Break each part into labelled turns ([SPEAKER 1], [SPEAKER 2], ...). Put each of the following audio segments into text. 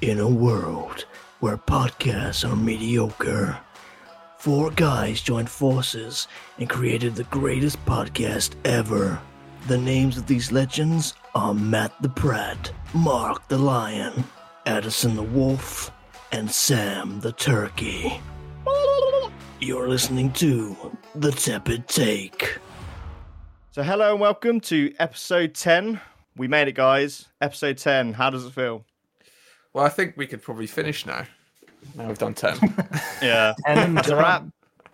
[SPEAKER 1] In a world where podcasts are mediocre, four guys joined forces and created the greatest podcast ever. The names of these legends are Matt the Pratt, Mark the Lion, Addison the Wolf, and Sam the Turkey. You're listening to The Tepid Take.
[SPEAKER 2] So hello and welcome to episode 10. We made it guys. Episode 10. How does it feel?
[SPEAKER 3] Well, I think we could probably finish now. Now we've done 10.
[SPEAKER 2] Yeah.
[SPEAKER 4] And
[SPEAKER 2] It's a wrap.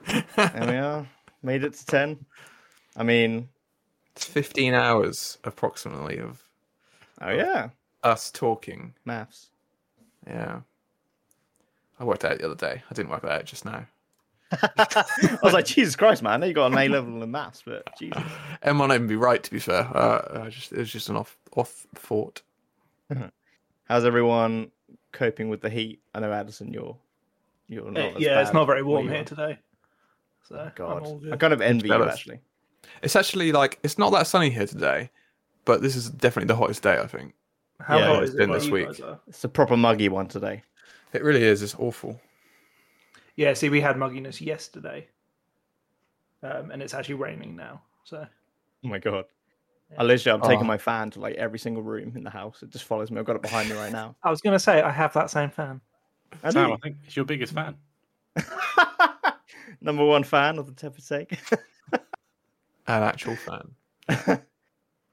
[SPEAKER 2] there we are. Made it to 10. I mean,
[SPEAKER 3] it's 15 hours approximately of
[SPEAKER 2] oh yeah.
[SPEAKER 3] us talking.
[SPEAKER 2] Maths.
[SPEAKER 3] Yeah. I worked out the other day. I didn't work that out just now.
[SPEAKER 2] I was like, Jesus Christ, man. They got an A level in maths, but Jesus.
[SPEAKER 3] It might not even be right, to be fair. Uh, I just, it was just an off off thought.
[SPEAKER 2] How's everyone coping with the heat? I know Addison, you're you're not. as
[SPEAKER 4] Uh, Eh, yeah, it's
[SPEAKER 2] bad
[SPEAKER 4] not very
[SPEAKER 2] where
[SPEAKER 4] warm
[SPEAKER 2] you
[SPEAKER 4] here
[SPEAKER 2] are.
[SPEAKER 4] today. So I'm all
[SPEAKER 2] God,
[SPEAKER 4] good.
[SPEAKER 2] I kind of envy you
[SPEAKER 3] jealous.
[SPEAKER 2] actually.
[SPEAKER 3] It's actually like, it's not that sunny here today, but this is definitely the hottest day, I think.
[SPEAKER 4] How
[SPEAKER 2] Yeah,
[SPEAKER 4] hot
[SPEAKER 2] it's
[SPEAKER 4] is it
[SPEAKER 3] been
[SPEAKER 4] where
[SPEAKER 3] this
[SPEAKER 4] you
[SPEAKER 3] week.
[SPEAKER 4] guys are?
[SPEAKER 2] It's a proper muggy one today.
[SPEAKER 3] It really is. It's awful.
[SPEAKER 4] Yeah, see, we had mugginess yesterday, um, and it's actually raining now. So
[SPEAKER 2] Oh my god. I literally, I'm taking
[SPEAKER 3] Oh.
[SPEAKER 2] my fan to like every single room in the house. It just follows me. I've got it behind me right now.
[SPEAKER 4] I was going to say I have that same fan.
[SPEAKER 2] I
[SPEAKER 5] Sam,
[SPEAKER 2] do.
[SPEAKER 5] I think it's your biggest fan.
[SPEAKER 2] Number one fan of the Tepper Take.
[SPEAKER 3] An actual fan.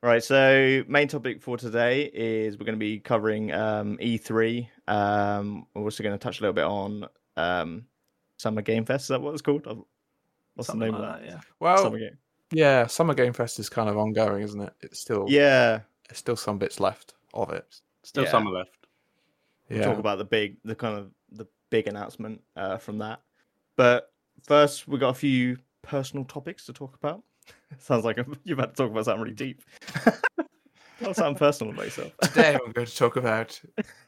[SPEAKER 2] right, so main topic for today is we're going to be covering um, E3. Um, we're also going to touch a little bit on um, Summer Game Fest. Is that what it's called? I've- What's
[SPEAKER 4] Something
[SPEAKER 2] the name
[SPEAKER 4] like
[SPEAKER 2] of
[SPEAKER 4] that.
[SPEAKER 2] that?
[SPEAKER 4] Yeah.
[SPEAKER 3] Well,
[SPEAKER 2] Summer Game.
[SPEAKER 3] yeah, Summer Game Fest is kind of ongoing, isn't it? It's still,
[SPEAKER 2] Yeah,
[SPEAKER 3] it's still some bits left of it.
[SPEAKER 5] Still
[SPEAKER 2] Yeah.
[SPEAKER 5] summer left.
[SPEAKER 3] Yeah.
[SPEAKER 2] talk about the big, the kind of the big announcement uh, from that. But first, we got a few personal topics to talk about. Sounds like I'm- you're about to talk about something really deep. I'll sound personal about yourself.
[SPEAKER 3] Today I'm going to talk about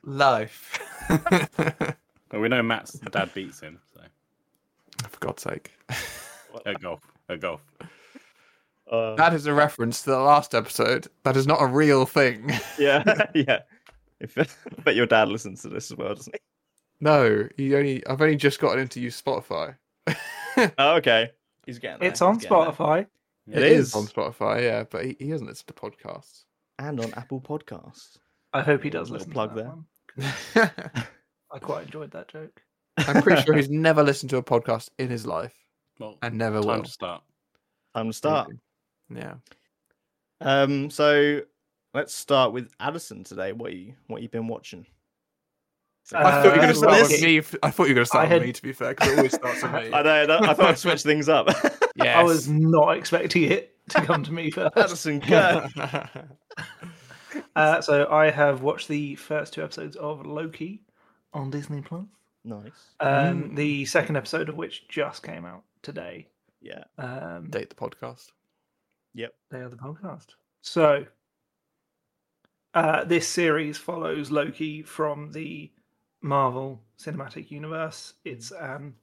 [SPEAKER 3] life. For
[SPEAKER 5] Well, we know Matt's dad beats him, so
[SPEAKER 3] God's sake.
[SPEAKER 5] at golf. At golf.
[SPEAKER 2] Uh,
[SPEAKER 3] That is a reference to the last episode. That is not a real thing.
[SPEAKER 2] yeah, yeah. If, but your dad listens to this as well, doesn't he?
[SPEAKER 3] No, you only I've only just gotten into use Spotify.
[SPEAKER 2] Oh, okay. He's getting there,
[SPEAKER 4] It's on
[SPEAKER 2] he's getting there.
[SPEAKER 4] Spotify.
[SPEAKER 2] It is.
[SPEAKER 3] on Spotify, yeah, but he, he doesn't listen to podcasts.
[SPEAKER 2] and on Apple Podcasts.
[SPEAKER 4] I hope he does
[SPEAKER 2] Little
[SPEAKER 4] listen.
[SPEAKER 2] plug
[SPEAKER 4] to that
[SPEAKER 2] there.
[SPEAKER 4] one. I quite enjoyed that joke.
[SPEAKER 3] I'm pretty sure he's never listened to a podcast in his life
[SPEAKER 5] Well,
[SPEAKER 4] Uh,
[SPEAKER 3] and never
[SPEAKER 5] time
[SPEAKER 3] will.
[SPEAKER 5] to start.
[SPEAKER 2] Time to start.
[SPEAKER 3] Yeah.
[SPEAKER 2] Um, so let's start with Addison today. What you what you been watching?
[SPEAKER 3] I thought you were going
[SPEAKER 4] Uh,
[SPEAKER 3] to start
[SPEAKER 4] well,
[SPEAKER 3] with me. f- I thought you were going to start
[SPEAKER 4] I had-
[SPEAKER 3] with me, to be fair, because it always starts with me.
[SPEAKER 2] I know. That, I thought I'd switch things up.
[SPEAKER 3] Yes.
[SPEAKER 4] I was not expecting it to come to me first.
[SPEAKER 2] Addison, go.
[SPEAKER 4] Uh, so I have watched the first two episodes of Loki on Disney Plus.
[SPEAKER 2] nice.
[SPEAKER 4] Um, The second episode of which just came out today.
[SPEAKER 2] Yeah.
[SPEAKER 4] Um,
[SPEAKER 3] Date the podcast.
[SPEAKER 4] They are the podcast. So, uh, this series follows Loki from the Marvel Cinematic Universe. It's
[SPEAKER 2] Mm.
[SPEAKER 4] an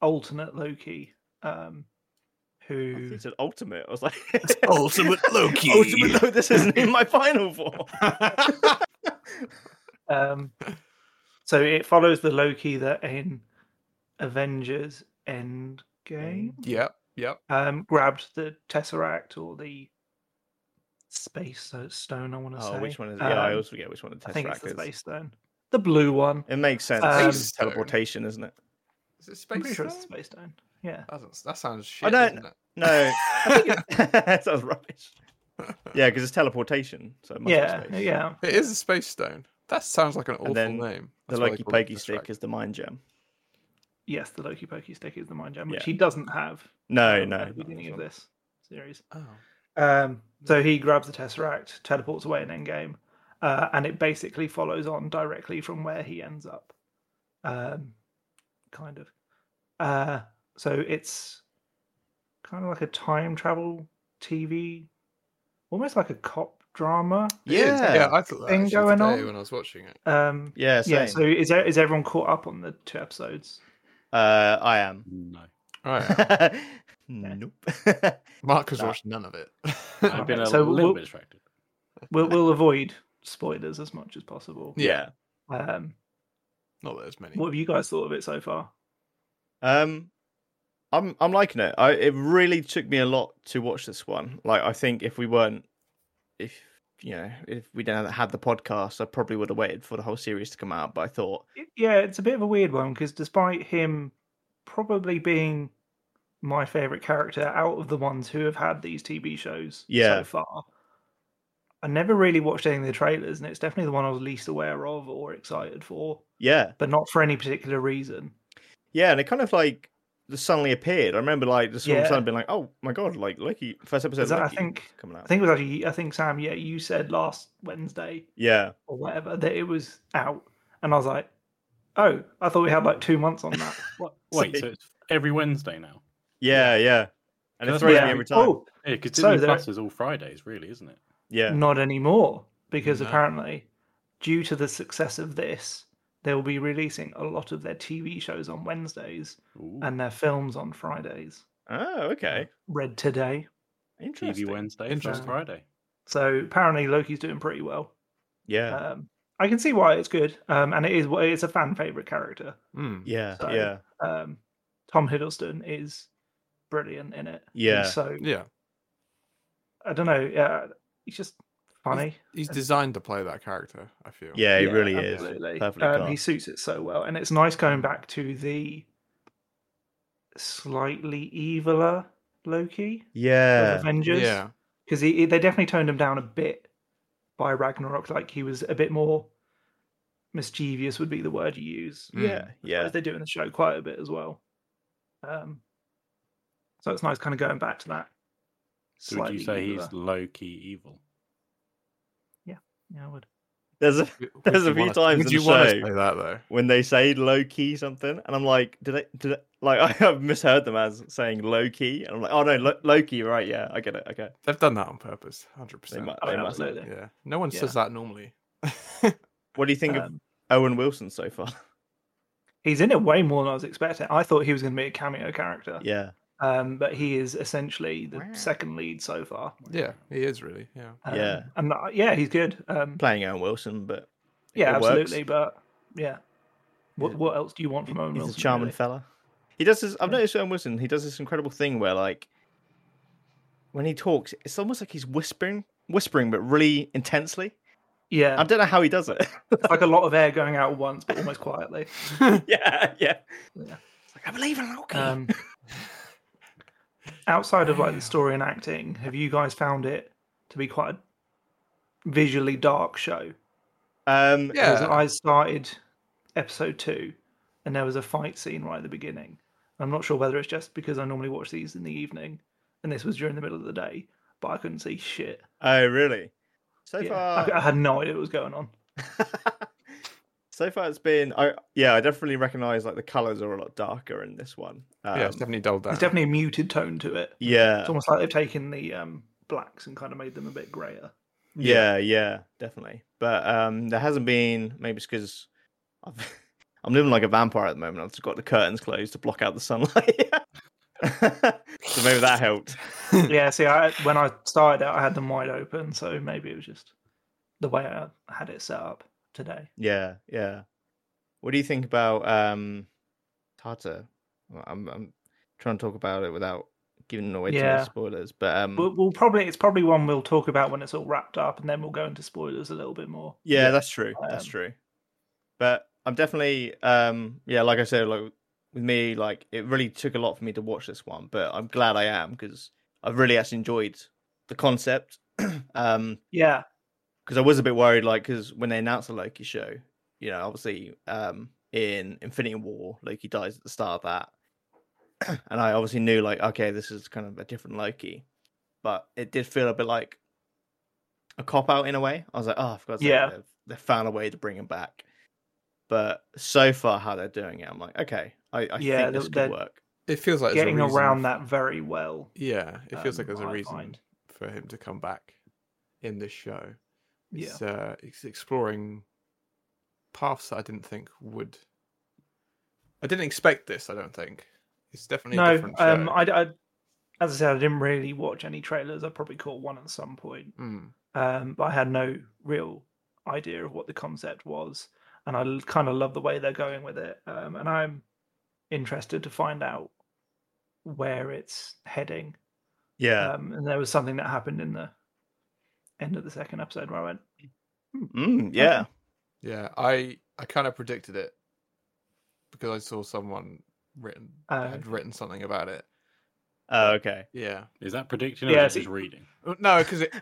[SPEAKER 4] alternate Loki um,
[SPEAKER 2] I thought
[SPEAKER 4] who.
[SPEAKER 2] you said ultimate. I was like,
[SPEAKER 3] Ultimate Loki.
[SPEAKER 2] ultimate. No, this isn't in my final form.
[SPEAKER 4] Um, so, it follows the Loki that in Avengers Endgame
[SPEAKER 3] Yep. Yep.
[SPEAKER 4] um, grabbed the Tesseract or the Space Stone, I want to
[SPEAKER 2] Oh,
[SPEAKER 4] say.
[SPEAKER 2] which one is? Yeah, I
[SPEAKER 4] Um,
[SPEAKER 2] always forget which one the
[SPEAKER 4] I think it's
[SPEAKER 2] tesseract
[SPEAKER 4] the
[SPEAKER 2] is.
[SPEAKER 4] Space Stone. The blue one.
[SPEAKER 2] It makes sense.
[SPEAKER 4] Um,
[SPEAKER 2] it's
[SPEAKER 3] Stone.
[SPEAKER 2] teleportation, isn't it?
[SPEAKER 3] Is it
[SPEAKER 4] I'm
[SPEAKER 3] space?
[SPEAKER 4] pretty sure it's
[SPEAKER 3] Stone?
[SPEAKER 4] Space Stone. Yeah.
[SPEAKER 3] That doesn't- That sounds shit.
[SPEAKER 2] don't-
[SPEAKER 3] Isn't it?
[SPEAKER 2] No, I think it sounds rubbish. Yeah, because it's teleportation, so it must
[SPEAKER 4] Yeah.
[SPEAKER 2] be space.
[SPEAKER 4] Yeah.
[SPEAKER 3] it is a space stone. That sounds like an awful
[SPEAKER 2] then
[SPEAKER 3] name.
[SPEAKER 2] The
[SPEAKER 3] That's why they
[SPEAKER 2] Loki
[SPEAKER 3] call it
[SPEAKER 2] Pokey
[SPEAKER 3] Tesseract.
[SPEAKER 2] stick is the mind gem.
[SPEAKER 4] Yes, the Loki Pokey stick is the mind jam, which
[SPEAKER 2] Yeah.
[SPEAKER 4] he doesn't have
[SPEAKER 2] No,
[SPEAKER 4] um,
[SPEAKER 2] no.
[SPEAKER 4] at the
[SPEAKER 2] not
[SPEAKER 4] beginning
[SPEAKER 2] this
[SPEAKER 4] of
[SPEAKER 2] one.
[SPEAKER 4] this series.
[SPEAKER 3] Oh.
[SPEAKER 4] Um, so he grabs the Tesseract, teleports away in Endgame, uh, and it basically follows on directly from where he ends up. Um, kind of. Uh, so it's kind of like a time travel TV, almost like a cop drama.
[SPEAKER 3] It is.
[SPEAKER 2] Yeah.
[SPEAKER 3] yeah, I thought that
[SPEAKER 4] Thing
[SPEAKER 3] actually
[SPEAKER 4] going
[SPEAKER 3] today
[SPEAKER 4] on.
[SPEAKER 3] when I was watching it.
[SPEAKER 4] Um,
[SPEAKER 2] Yeah, same.
[SPEAKER 4] yeah. So is e- is everyone caught up on the two episodes?
[SPEAKER 2] uh, I am.
[SPEAKER 5] No.
[SPEAKER 3] Right,
[SPEAKER 2] nope.
[SPEAKER 3] Mark has
[SPEAKER 2] Nah.
[SPEAKER 3] watched none of it.
[SPEAKER 5] I've been a
[SPEAKER 4] So
[SPEAKER 5] little
[SPEAKER 4] we'll-
[SPEAKER 5] bit distracted.
[SPEAKER 4] We'll we'll avoid spoilers as much as possible.
[SPEAKER 3] Yeah.
[SPEAKER 2] yeah.
[SPEAKER 4] Um,
[SPEAKER 3] Not that there's many.
[SPEAKER 4] What have you guys thought of it so far?
[SPEAKER 2] Um, I'm I'm liking it. I it really took me a lot to watch this one. Like I think if we weren't, if you know, if we didn't have the podcast, I probably would have waited for the whole series to come out. But I thought,
[SPEAKER 4] It- yeah, it's a bit of a weird one because despite him probably being my favorite character out of the ones who have had these TV shows
[SPEAKER 2] Yeah.
[SPEAKER 4] so far, I never really watched any of the trailers, and it's definitely the one I was least aware of or excited for,
[SPEAKER 2] yeah,
[SPEAKER 4] but not for any particular reason.
[SPEAKER 2] yeah, and it kind of like just suddenly appeared. I remember like just all of a
[SPEAKER 4] Yeah.
[SPEAKER 2] sudden being like, oh my god, like Loki first episode. Of
[SPEAKER 4] 'Cause I- I
[SPEAKER 2] Loki
[SPEAKER 4] think-
[SPEAKER 2] coming out.
[SPEAKER 4] I think it was actually, I think Sam, yeah, you said last Wednesday
[SPEAKER 2] yeah,
[SPEAKER 4] or whatever that it was out, and I was like, oh, I thought we had like two months on that. What?
[SPEAKER 5] Wait,
[SPEAKER 2] See?
[SPEAKER 5] so it's every Wednesday now.
[SPEAKER 2] yeah, yeah, and it
[SPEAKER 5] That's
[SPEAKER 2] throws
[SPEAKER 5] what
[SPEAKER 2] me
[SPEAKER 5] I-
[SPEAKER 2] every time.
[SPEAKER 4] Oh,
[SPEAKER 5] Yeah, because
[SPEAKER 4] So
[SPEAKER 5] Disney
[SPEAKER 4] there-
[SPEAKER 5] Plus is all Fridays, really, isn't it?
[SPEAKER 2] Yeah,
[SPEAKER 4] Not anymore, because
[SPEAKER 3] No.
[SPEAKER 4] apparently, due to the success of this, they'll be releasing a lot of their TV shows on Wednesdays
[SPEAKER 5] Ooh,
[SPEAKER 4] and their films on Fridays.
[SPEAKER 2] oh okay,
[SPEAKER 4] Read today.
[SPEAKER 2] interesting.
[SPEAKER 5] TV Wednesday, Friday.
[SPEAKER 4] Interesting.
[SPEAKER 5] Friday.
[SPEAKER 4] So apparently, Loki's doing pretty well.
[SPEAKER 2] Yeah,
[SPEAKER 4] Um, I can see why it's good, um, and it is it's a fan favorite character.
[SPEAKER 3] Mm.
[SPEAKER 2] yeah,
[SPEAKER 4] so-
[SPEAKER 2] yeah,
[SPEAKER 4] Um, Tom Hiddleston is brilliant in it. He's
[SPEAKER 2] Yeah.
[SPEAKER 4] so
[SPEAKER 3] Yeah,
[SPEAKER 4] I don't know. Yeah, he's just funny.
[SPEAKER 3] he's designed to play that character. I feel.
[SPEAKER 2] yeah. It really is.
[SPEAKER 4] absolutely.
[SPEAKER 2] Perfectly
[SPEAKER 4] Um, he
[SPEAKER 2] cast.
[SPEAKER 4] suits it so well, and it's nice going back to the slightly eviler Loki of
[SPEAKER 2] Yeah,
[SPEAKER 4] Avengers.
[SPEAKER 3] Yeah.
[SPEAKER 4] because he, he- they definitely toned him down a bit by Ragnarok. Like he was a bit more mischievous, would be the word you use.
[SPEAKER 3] Mm.
[SPEAKER 2] yeah, yeah.
[SPEAKER 4] as they do in the show quite a bit as well. Um, so it's nice, kind of going back to that.
[SPEAKER 5] So would you
[SPEAKER 4] slightly
[SPEAKER 5] say he's
[SPEAKER 4] eviler.
[SPEAKER 5] low key evil?
[SPEAKER 4] Yeah, I would.
[SPEAKER 2] There's a
[SPEAKER 3] Would-
[SPEAKER 2] There's
[SPEAKER 3] would
[SPEAKER 2] a
[SPEAKER 3] you
[SPEAKER 2] few
[SPEAKER 3] wanna-
[SPEAKER 2] times
[SPEAKER 3] Would
[SPEAKER 2] in
[SPEAKER 3] you
[SPEAKER 2] the
[SPEAKER 3] want
[SPEAKER 2] show-
[SPEAKER 3] to say that though?
[SPEAKER 2] when they say low key something, and I'm like, did I did I, like I have misheard them as saying low key, and I'm like, oh no, lo- low key, right? Yeah, I get it. Okay,
[SPEAKER 3] They've done that on purpose, hundred
[SPEAKER 2] they
[SPEAKER 3] percent.
[SPEAKER 2] must.
[SPEAKER 4] Oh,
[SPEAKER 2] They must.
[SPEAKER 4] absolutely.
[SPEAKER 3] Yeah. No one says that normally.
[SPEAKER 2] What do you think of
[SPEAKER 4] Um,
[SPEAKER 2] Owen Wilson so far?
[SPEAKER 4] he's in it way more than I was expecting. I thought he was going to be a cameo character,
[SPEAKER 2] yeah,
[SPEAKER 4] um, but he is essentially the
[SPEAKER 2] Wow.
[SPEAKER 4] second lead so far.
[SPEAKER 3] yeah, he is really. Yeah.
[SPEAKER 4] Um,
[SPEAKER 2] Yeah.
[SPEAKER 4] and uh, yeah, he's good. Um,
[SPEAKER 2] playing Owen Wilson, but
[SPEAKER 4] yeah,
[SPEAKER 2] it works.
[SPEAKER 4] absolutely. But yeah, what
[SPEAKER 2] He's a-
[SPEAKER 4] what else do you want from Owen
[SPEAKER 2] he's
[SPEAKER 4] Wilson?
[SPEAKER 2] a charming
[SPEAKER 4] really?
[SPEAKER 2] fella. He does this. I've
[SPEAKER 4] Yeah.
[SPEAKER 2] noticed Owen Wilson. He does this incredible thing where like when he talks, it's almost like he's whispering, whispering, but really intensely.
[SPEAKER 4] Yeah,
[SPEAKER 2] I don't know how he does it.
[SPEAKER 4] it's like a lot of air going out at once, but almost quietly.
[SPEAKER 2] yeah, yeah.
[SPEAKER 4] Yeah.
[SPEAKER 2] It's like, I believe in Loki.
[SPEAKER 4] Um, outside of like the story and acting, have you guys found it to be quite a visually dark show?
[SPEAKER 2] um,
[SPEAKER 4] Because
[SPEAKER 3] Yeah.
[SPEAKER 4] I started episode two, and there was a fight scene right at the beginning. I'm not sure whether it's just because I normally watch these in the evening, and this was during the middle of the day, but I couldn't see shit.
[SPEAKER 2] Oh, really? So
[SPEAKER 4] Yeah,
[SPEAKER 2] far,
[SPEAKER 4] I, I had no idea what was going on.
[SPEAKER 2] so far it's been I yeah, I definitely recognise like the colours are a lot darker in this one. Um,
[SPEAKER 3] yeah, it's definitely dulled down.
[SPEAKER 4] There's definitely a muted tone to it.
[SPEAKER 2] yeah,
[SPEAKER 4] It's almost like they've taken the um, blacks and kind of made them a bit grayer.
[SPEAKER 2] yeah, yeah, definitely. But um there hasn't been maybe it's because I've I'm living like a vampire at the moment. I've just got the curtains closed to block out the sunlight. so maybe that helped.
[SPEAKER 4] yeah, see, I when I started out, I had them wide open, so maybe it was just the way I had it set up today.
[SPEAKER 2] Yeah, yeah. What do you think about um Tata? Well, I'm I'm trying to talk about it without giving away too
[SPEAKER 4] Yeah.
[SPEAKER 2] many spoilers. But
[SPEAKER 3] Hmm.
[SPEAKER 2] um
[SPEAKER 4] We'll, we'll probably it's probably one we'll talk about when it's all wrapped up, and then we'll go into spoilers a little bit more.
[SPEAKER 2] Yeah, that's true. that's
[SPEAKER 4] Um,
[SPEAKER 2] true. But I'm definitely, um, yeah, like I said, like with me, like it really took a lot for me to watch this one, but I'm glad I am because I've really actually enjoyed the concept. um,
[SPEAKER 4] Yeah,
[SPEAKER 2] because I was a bit worried, like, because when they announced the Loki show, you know, obviously, um, in Infinity War, Loki dies at the start of that, and I obviously knew, like, okay, this is kind of a different Loki, but it did feel a bit like a cop out in a way. I was like, oh, I forgot,
[SPEAKER 4] Yeah.
[SPEAKER 2] they they found a way to bring him back, but so far, how they're doing it, I'm like, okay, I, I
[SPEAKER 4] Yeah,
[SPEAKER 2] think this
[SPEAKER 4] they're-
[SPEAKER 2] could work.
[SPEAKER 3] It feels like there's a
[SPEAKER 4] getting
[SPEAKER 3] reason-
[SPEAKER 4] around that very well.
[SPEAKER 3] Yeah, it feels like
[SPEAKER 4] um,
[SPEAKER 3] there's a
[SPEAKER 4] I
[SPEAKER 3] reason
[SPEAKER 4] find.
[SPEAKER 3] for him to come back in this show.
[SPEAKER 4] Yeah,
[SPEAKER 3] It's, uh, it's exploring paths that I didn't think would. I didn't expect this. I don't think it's definitely a
[SPEAKER 4] no,
[SPEAKER 3] different show.
[SPEAKER 4] um, I, I, as I said, I didn't really watch any trailers. I probably caught one at some point,
[SPEAKER 3] Mm,
[SPEAKER 4] um, but I had no real idea of what the concept was. and I kind of love the way they're going with it. Um, and I'm interested to find out where it's heading.
[SPEAKER 2] Yeah.
[SPEAKER 4] Um, and there was something that happened in the end of the second episode where I went, hmm.
[SPEAKER 2] mm, yeah.
[SPEAKER 3] Yeah, I I kind of predicted it because I saw someone written
[SPEAKER 4] Oh,
[SPEAKER 3] had
[SPEAKER 4] okay.
[SPEAKER 3] written something about it.
[SPEAKER 2] Oh, okay.
[SPEAKER 3] Yeah,
[SPEAKER 5] Is that predicting or
[SPEAKER 4] Yeah,
[SPEAKER 5] is it
[SPEAKER 4] see-
[SPEAKER 5] just reading?
[SPEAKER 3] Uh, no, because it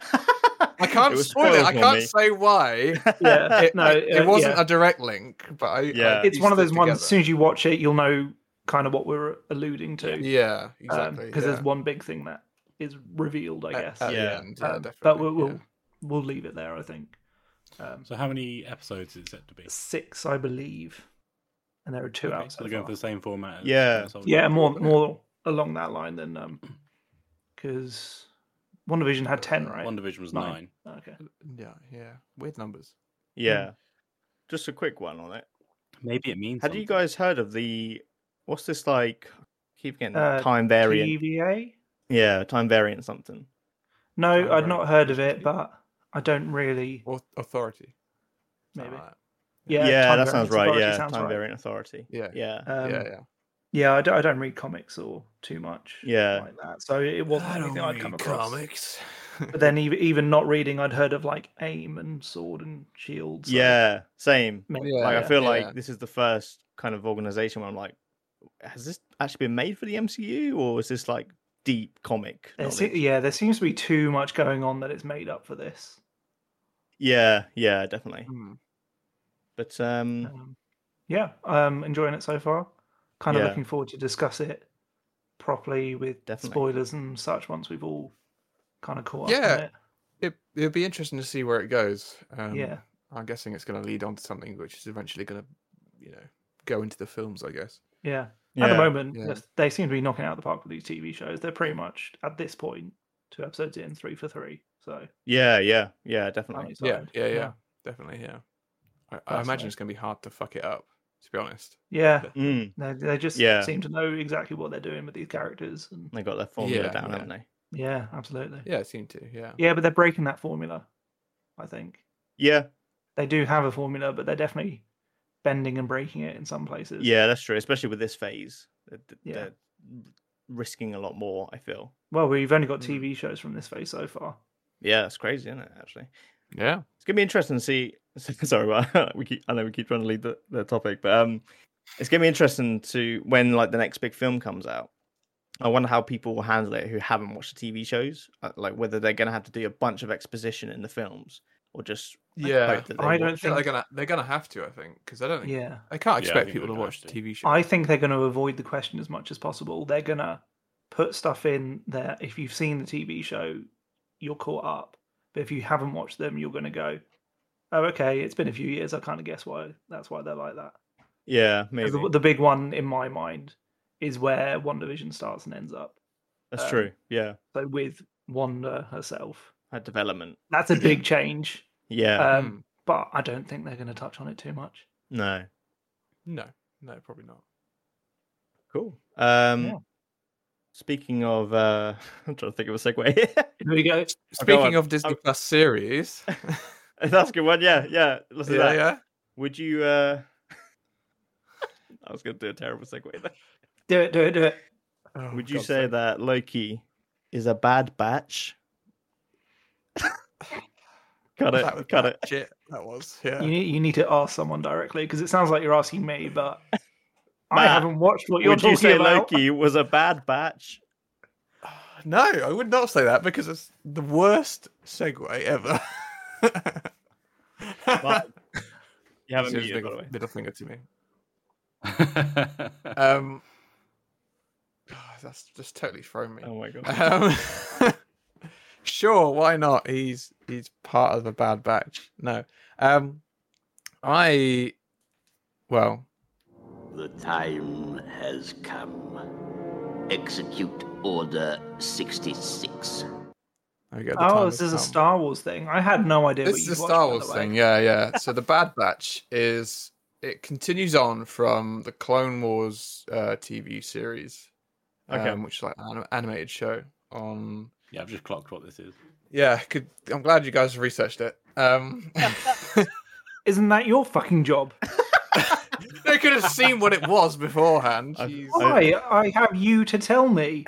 [SPEAKER 3] I can't
[SPEAKER 2] was
[SPEAKER 3] spoil it.
[SPEAKER 2] spoiled
[SPEAKER 3] I
[SPEAKER 2] for
[SPEAKER 3] can't
[SPEAKER 2] me.
[SPEAKER 3] say why.
[SPEAKER 4] yeah,
[SPEAKER 3] It,
[SPEAKER 4] no,
[SPEAKER 3] it, it
[SPEAKER 4] uh,
[SPEAKER 3] wasn't
[SPEAKER 4] yeah.
[SPEAKER 3] a direct link, but I, I
[SPEAKER 2] Yeah.
[SPEAKER 4] it's one of
[SPEAKER 3] pieced
[SPEAKER 4] those
[SPEAKER 3] it
[SPEAKER 4] ones. As soon
[SPEAKER 3] together.
[SPEAKER 4] as you watch it, you'll know kind of what we're alluding to.
[SPEAKER 3] Yeah,
[SPEAKER 4] because
[SPEAKER 3] exactly. yeah.
[SPEAKER 4] Um, there's one big thing that is revealed, I
[SPEAKER 3] At-
[SPEAKER 4] guess.
[SPEAKER 3] at the
[SPEAKER 2] Yeah.
[SPEAKER 3] end, yeah,
[SPEAKER 4] Um, but
[SPEAKER 3] definitely,
[SPEAKER 4] we'll,
[SPEAKER 3] yeah.
[SPEAKER 4] we'll we'll leave it there, I think. Um,
[SPEAKER 5] So how many episodes is it to be?
[SPEAKER 4] six, I believe, and there are two
[SPEAKER 5] Okay,
[SPEAKER 4] out.
[SPEAKER 5] so
[SPEAKER 4] So
[SPEAKER 5] they're going
[SPEAKER 4] far.
[SPEAKER 5] for the same format. as
[SPEAKER 2] Yeah.
[SPEAKER 5] Last Soldier.
[SPEAKER 4] Yeah, more more along that line than um, because WandaVision had ten, right?
[SPEAKER 5] One division was
[SPEAKER 4] Nine.
[SPEAKER 5] nine.
[SPEAKER 4] Okay.
[SPEAKER 3] yeah, yeah. Weird numbers.
[SPEAKER 4] Hmm.
[SPEAKER 2] Yeah. Just a quick one on it.
[SPEAKER 5] Maybe it means.
[SPEAKER 2] Had you guys heard of the what's this like? Keep getting
[SPEAKER 4] Uh,
[SPEAKER 2] time variant.
[SPEAKER 4] TVA?
[SPEAKER 2] Yeah, time variant something.
[SPEAKER 4] No,
[SPEAKER 3] Time
[SPEAKER 4] I'd not heard of
[SPEAKER 3] variant.
[SPEAKER 4] it, but I don't really.
[SPEAKER 3] Au- authority.
[SPEAKER 4] Maybe.
[SPEAKER 3] Uh,
[SPEAKER 2] Yeah,
[SPEAKER 4] Yeah, time
[SPEAKER 2] that
[SPEAKER 4] variant
[SPEAKER 2] sounds right.
[SPEAKER 4] authority
[SPEAKER 2] Yeah,
[SPEAKER 4] sounds
[SPEAKER 2] time
[SPEAKER 4] right.
[SPEAKER 2] variant authority.
[SPEAKER 3] Yeah.
[SPEAKER 2] yeah,
[SPEAKER 4] Um,
[SPEAKER 3] yeah,
[SPEAKER 4] yeah,
[SPEAKER 3] yeah.
[SPEAKER 4] I don't. I don't read comics or too much.
[SPEAKER 2] Yeah.
[SPEAKER 4] like that. So it wasn't anything I'd come across.
[SPEAKER 3] comics.
[SPEAKER 4] But then even, even not reading, I'd heard of like AIM and Sword and Shield. so
[SPEAKER 2] yeah. Same.
[SPEAKER 4] maybe-
[SPEAKER 3] Yeah,
[SPEAKER 2] like I
[SPEAKER 4] yeah.
[SPEAKER 2] feel
[SPEAKER 3] yeah.
[SPEAKER 2] like this is the first kind of organization where I'm like, has this actually been made for the MCU or is this like deep comic?
[SPEAKER 4] There se-
[SPEAKER 2] knowledge?
[SPEAKER 4] yeah, there seems to be too much going on that it's made up for this.
[SPEAKER 2] Yeah, yeah, definitely.
[SPEAKER 3] Hmm.
[SPEAKER 2] But um,
[SPEAKER 4] Um, yeah, um, enjoying it so far. Kind of
[SPEAKER 2] Yeah.
[SPEAKER 4] looking forward to discuss it properly with
[SPEAKER 2] Definitely.
[SPEAKER 4] spoilers and such once we've all kind of caught up.
[SPEAKER 3] Yeah.
[SPEAKER 4] on it.
[SPEAKER 3] It it'll be interesting to see where it goes. Um,
[SPEAKER 4] yeah,
[SPEAKER 3] I'm guessing it's going to lead on to something which is eventually going to, you know, go into the films. I guess.
[SPEAKER 4] yeah.
[SPEAKER 2] yeah,
[SPEAKER 4] At the moment,
[SPEAKER 3] yeah.
[SPEAKER 4] yes, they seem to be knocking it out of the park with these TV shows. They're pretty much at this point two episodes in, three for three. So
[SPEAKER 2] yeah, yeah, yeah,
[SPEAKER 4] I'm
[SPEAKER 2] definitely.
[SPEAKER 3] Yeah,
[SPEAKER 4] excited.
[SPEAKER 3] yeah, yeah, definitely. Yeah, I, I imagine
[SPEAKER 4] Fascinating.
[SPEAKER 3] it's going to be hard to fuck it up. To be honest.
[SPEAKER 4] yeah.
[SPEAKER 2] Mm,
[SPEAKER 4] They, they just
[SPEAKER 2] Yeah.
[SPEAKER 4] seem to know exactly what they're doing with these characters. And
[SPEAKER 2] they got their formula
[SPEAKER 3] Yeah,
[SPEAKER 2] down,
[SPEAKER 3] yeah.
[SPEAKER 2] haven't they?
[SPEAKER 4] yeah, absolutely. Yeah.
[SPEAKER 3] Yeah, it seemed to. Yeah.
[SPEAKER 4] but they're breaking that formula. I think
[SPEAKER 2] Yeah,
[SPEAKER 4] they do have a formula, but they're definitely bending and breaking it in some places.
[SPEAKER 2] yeah, that's true. Especially with this phase, they're, they're-
[SPEAKER 4] Yeah.
[SPEAKER 2] they're r- risking a lot more. I feel.
[SPEAKER 4] Well, we've only got
[SPEAKER 3] Mm.
[SPEAKER 4] TV shows from this phase so far.
[SPEAKER 2] Yeah, it's crazy, isn't it? Actually,
[SPEAKER 3] Yeah.
[SPEAKER 2] it's gonna be interesting to see. Sorry, about we keep. I know we keep trying to lead the, the topic, but um, it's gonna be interesting to when like the next big film comes out. I wonder how people will handle it who haven't watched the TV shows. uh, Like whether they're gonna have to do a bunch of exposition in the films or just
[SPEAKER 3] Yeah.
[SPEAKER 2] hope that they
[SPEAKER 4] I
[SPEAKER 2] watch
[SPEAKER 4] don't
[SPEAKER 3] I think they're gonna they're gonna have to. I think because I don't think
[SPEAKER 4] Yeah,
[SPEAKER 3] I can't
[SPEAKER 5] I
[SPEAKER 3] expect
[SPEAKER 5] think
[SPEAKER 3] people
[SPEAKER 5] they're
[SPEAKER 3] to
[SPEAKER 5] gonna
[SPEAKER 3] watch
[SPEAKER 5] have to.
[SPEAKER 3] TV shows.
[SPEAKER 4] I think they're going to avoid the question as much as possible. They're going to put stuff in there. If you've seen the TV show, you're caught up. But if you haven't watched them, you're going to go, "Oh, okay, it's been a few years. I kind of guess why that's why they're like that."
[SPEAKER 2] Yeah,
[SPEAKER 4] 'Cause
[SPEAKER 2] maybe
[SPEAKER 4] The, the big one in my mind is where WandaVision starts and ends up.
[SPEAKER 2] that's
[SPEAKER 4] um,
[SPEAKER 2] true. Yeah,
[SPEAKER 4] So with Wanda herself,
[SPEAKER 2] her development.
[SPEAKER 4] that's a big change.
[SPEAKER 2] Yeah,
[SPEAKER 3] Hmm.
[SPEAKER 4] Um, But I don't think they're going to touch on it too much.
[SPEAKER 2] no,
[SPEAKER 3] no, no, probably not.
[SPEAKER 2] cool. Um,
[SPEAKER 4] Yeah.
[SPEAKER 2] speaking of, uh, I'm trying to think of a segue. here.
[SPEAKER 4] Here we go.
[SPEAKER 3] Speaking
[SPEAKER 2] on.
[SPEAKER 3] of Disney
[SPEAKER 2] I'm-
[SPEAKER 3] Plus series, yeah,
[SPEAKER 2] that's a good one. Yeah, yeah. Let's do that.
[SPEAKER 3] yeah,
[SPEAKER 2] Would you? uh I was going to do a terrible segue. There.
[SPEAKER 4] Do it. Do it. Do it.
[SPEAKER 3] Oh,
[SPEAKER 2] Would you
[SPEAKER 3] God's
[SPEAKER 2] say
[SPEAKER 3] sake.
[SPEAKER 2] that Loki is a bad batch? cut
[SPEAKER 3] That was
[SPEAKER 2] it! Cut
[SPEAKER 3] bad
[SPEAKER 2] it!
[SPEAKER 3] Shit, that was yeah.
[SPEAKER 4] You need, you need to ask someone directly because it sounds like you're asking me, but I
[SPEAKER 2] Matt,
[SPEAKER 4] haven't watched what you're
[SPEAKER 2] Would
[SPEAKER 4] talking
[SPEAKER 2] you say
[SPEAKER 4] about.
[SPEAKER 2] Loki was a bad batch?
[SPEAKER 3] No, I would not say that because it's the worst segue ever.
[SPEAKER 2] Well, you haven't
[SPEAKER 3] It's just
[SPEAKER 2] muted, by the
[SPEAKER 3] middle,
[SPEAKER 2] way.
[SPEAKER 3] middle finger to me.
[SPEAKER 5] guys.
[SPEAKER 3] Um, that's just totally thrown me.
[SPEAKER 2] Oh my god!
[SPEAKER 3] Um, sure, why not? He's he's part of the bad batch. No, um, I, well,
[SPEAKER 6] The time has come. Execute Order 66.
[SPEAKER 3] there we go. the time
[SPEAKER 4] Oh,
[SPEAKER 3] has
[SPEAKER 4] this is a
[SPEAKER 3] come.
[SPEAKER 4] Star Wars thing. I had no idea.
[SPEAKER 3] This
[SPEAKER 4] what
[SPEAKER 3] is
[SPEAKER 4] you
[SPEAKER 3] a Star Wars thing. Yeah, yeah. So the Bad Batch is it continues on from the Clone Wars uh, TV series,
[SPEAKER 2] Okay.
[SPEAKER 3] um, which is like an anim- animated show on
[SPEAKER 5] yeah, I've just clocked what this is.
[SPEAKER 3] Yeah, could, I'm glad you guys have researched it. Um,
[SPEAKER 4] Isn't that your fucking job?
[SPEAKER 3] They could have seen what it was beforehand.
[SPEAKER 2] I-
[SPEAKER 3] Jeez.
[SPEAKER 2] I-
[SPEAKER 4] Why? I have you to tell me.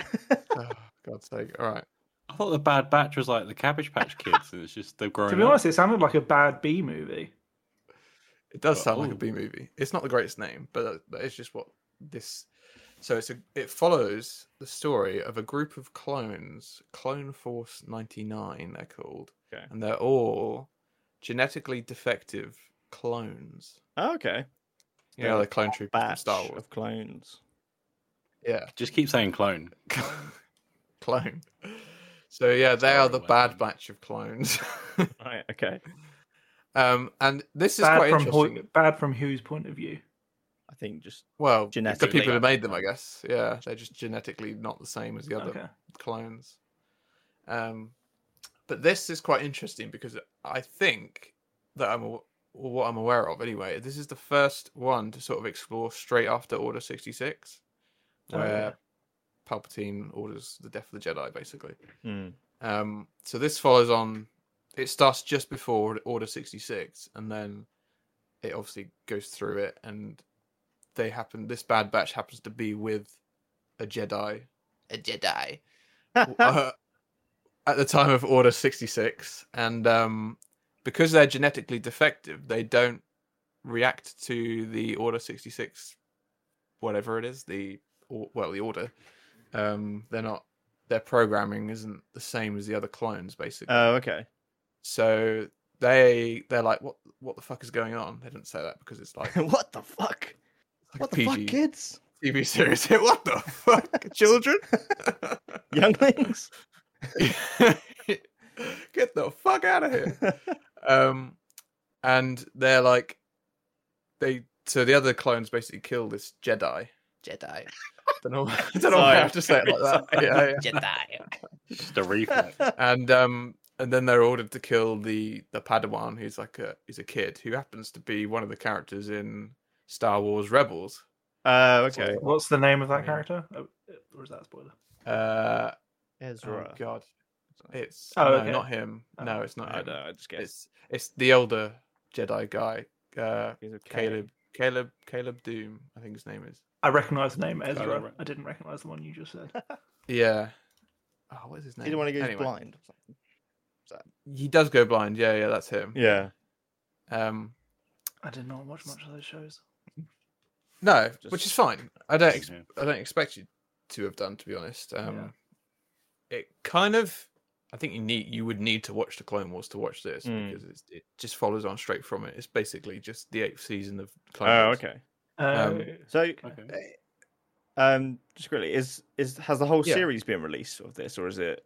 [SPEAKER 3] Oh, God's sake. All right.
[SPEAKER 5] I thought the Bad Batch was like the Cabbage Patch Kids, and it's just they've grown.
[SPEAKER 4] to be
[SPEAKER 5] up.
[SPEAKER 4] honest, it sounded like a bad B movie.
[SPEAKER 3] It does
[SPEAKER 5] But-
[SPEAKER 3] sound like a
[SPEAKER 5] ooh.
[SPEAKER 3] B movie. It's not the greatest name, but that- that is just what this. So it's a, it follows the story of a group of clones, Clone Force ninety nine. They're called,
[SPEAKER 2] Okay.
[SPEAKER 3] and they're all genetically defective clones.
[SPEAKER 2] Oh, okay.
[SPEAKER 3] You know,
[SPEAKER 2] Yeah,
[SPEAKER 3] the clone troopers from
[SPEAKER 2] Batch
[SPEAKER 3] Star Wars.
[SPEAKER 2] of clones.
[SPEAKER 3] Yeah,
[SPEAKER 5] just keep saying clone.
[SPEAKER 3] clone. So yeah, they are
[SPEAKER 5] Sorry,
[SPEAKER 3] the
[SPEAKER 5] what
[SPEAKER 3] bad
[SPEAKER 5] happened?
[SPEAKER 3] batch of clones.
[SPEAKER 2] Right. Okay.
[SPEAKER 3] um, and this is
[SPEAKER 4] Bad
[SPEAKER 3] quite
[SPEAKER 4] from,
[SPEAKER 3] interesting.
[SPEAKER 4] ho- bad from whose point of view?
[SPEAKER 2] I think just
[SPEAKER 3] Well, the
[SPEAKER 2] Genetically.
[SPEAKER 3] people who made them, I guess. Yeah, they're just genetically not the same as the other
[SPEAKER 4] Okay.
[SPEAKER 3] clones. Um, but this is quite interesting because I think that I'm aw- well, what I'm aware of anyway. This is the first one to sort of explore straight after Order sixty six,
[SPEAKER 4] Oh,
[SPEAKER 3] where Palpatine orders the death of the Jedi, basically.
[SPEAKER 2] mm,
[SPEAKER 3] Um, so this follows on. It starts just before Ord- Order sixty six, and then it obviously goes through it, and they happen. This bad batch happens to be with a Jedi, a Jedi, uh, at the time of Order sixty six, and um, because they're genetically defective, they don't react to the Order sixty six, whatever it is, the or, well, the Order. Um, they're not their programming isn't the same as the other clones, basically.
[SPEAKER 2] oh, okay.
[SPEAKER 3] so they they're like, what what the fuck is going on? They didn't say that because it's like, it's
[SPEAKER 2] what the fuck?
[SPEAKER 3] like
[SPEAKER 2] What
[SPEAKER 3] a
[SPEAKER 2] the fuck,
[SPEAKER 3] PG
[SPEAKER 2] kids?
[SPEAKER 3] TV series. what the fuck, children?
[SPEAKER 2] Younglings?
[SPEAKER 3] Get the fuck out of here. Um, and they're like, they so the other clones basically kill this Jedi. Jedi. don't know. I don't know why I
[SPEAKER 2] Sorry.
[SPEAKER 3] have to say it like that. Yeah, yeah.
[SPEAKER 5] It's just a reflex.
[SPEAKER 3] and um and then they're ordered to kill the the padawan who's like a he's a kid who happens to be one of the characters in star wars rebels
[SPEAKER 2] Oh, okay.
[SPEAKER 4] What's the name of that
[SPEAKER 3] Yeah.
[SPEAKER 4] character? Oh, or is that a spoiler?
[SPEAKER 3] uh
[SPEAKER 2] Ezra.
[SPEAKER 3] oh god it's
[SPEAKER 4] Oh,
[SPEAKER 3] no,
[SPEAKER 4] okay.
[SPEAKER 3] not him
[SPEAKER 4] Oh.
[SPEAKER 3] no it's not
[SPEAKER 2] I
[SPEAKER 3] him.
[SPEAKER 2] don't know. I just guess
[SPEAKER 3] it's it's the older jedi guy uh
[SPEAKER 2] he's okay.
[SPEAKER 3] caleb caleb caleb doom i think his name is
[SPEAKER 4] I recognise the name
[SPEAKER 5] I
[SPEAKER 4] Ezra.
[SPEAKER 5] re-
[SPEAKER 4] I didn't recognise the one you just said.
[SPEAKER 3] yeah oh what's his name
[SPEAKER 2] He didn't want to go
[SPEAKER 3] Anyway,
[SPEAKER 2] blind. or something.
[SPEAKER 3] he does go blind yeah yeah that's him
[SPEAKER 2] Yeah.
[SPEAKER 3] um
[SPEAKER 4] I did not watch much of those shows.
[SPEAKER 3] no which
[SPEAKER 2] Just-
[SPEAKER 3] is fine i don't
[SPEAKER 5] Yeah.
[SPEAKER 3] I don't expect you to have done, to be honest. Um,
[SPEAKER 4] Yeah.
[SPEAKER 3] It kind of, I think you need you would need to watch the Clone Wars to watch this
[SPEAKER 2] Mm.
[SPEAKER 3] because it's, it just follows on straight from it. It's basically just the eighth season of Clone
[SPEAKER 2] Oh,
[SPEAKER 3] Wars.
[SPEAKER 2] okay.
[SPEAKER 4] Um,
[SPEAKER 2] So,
[SPEAKER 5] Okay.
[SPEAKER 2] um, just quickly, is is has the whole
[SPEAKER 3] Yeah.
[SPEAKER 2] series been released of this, or is it?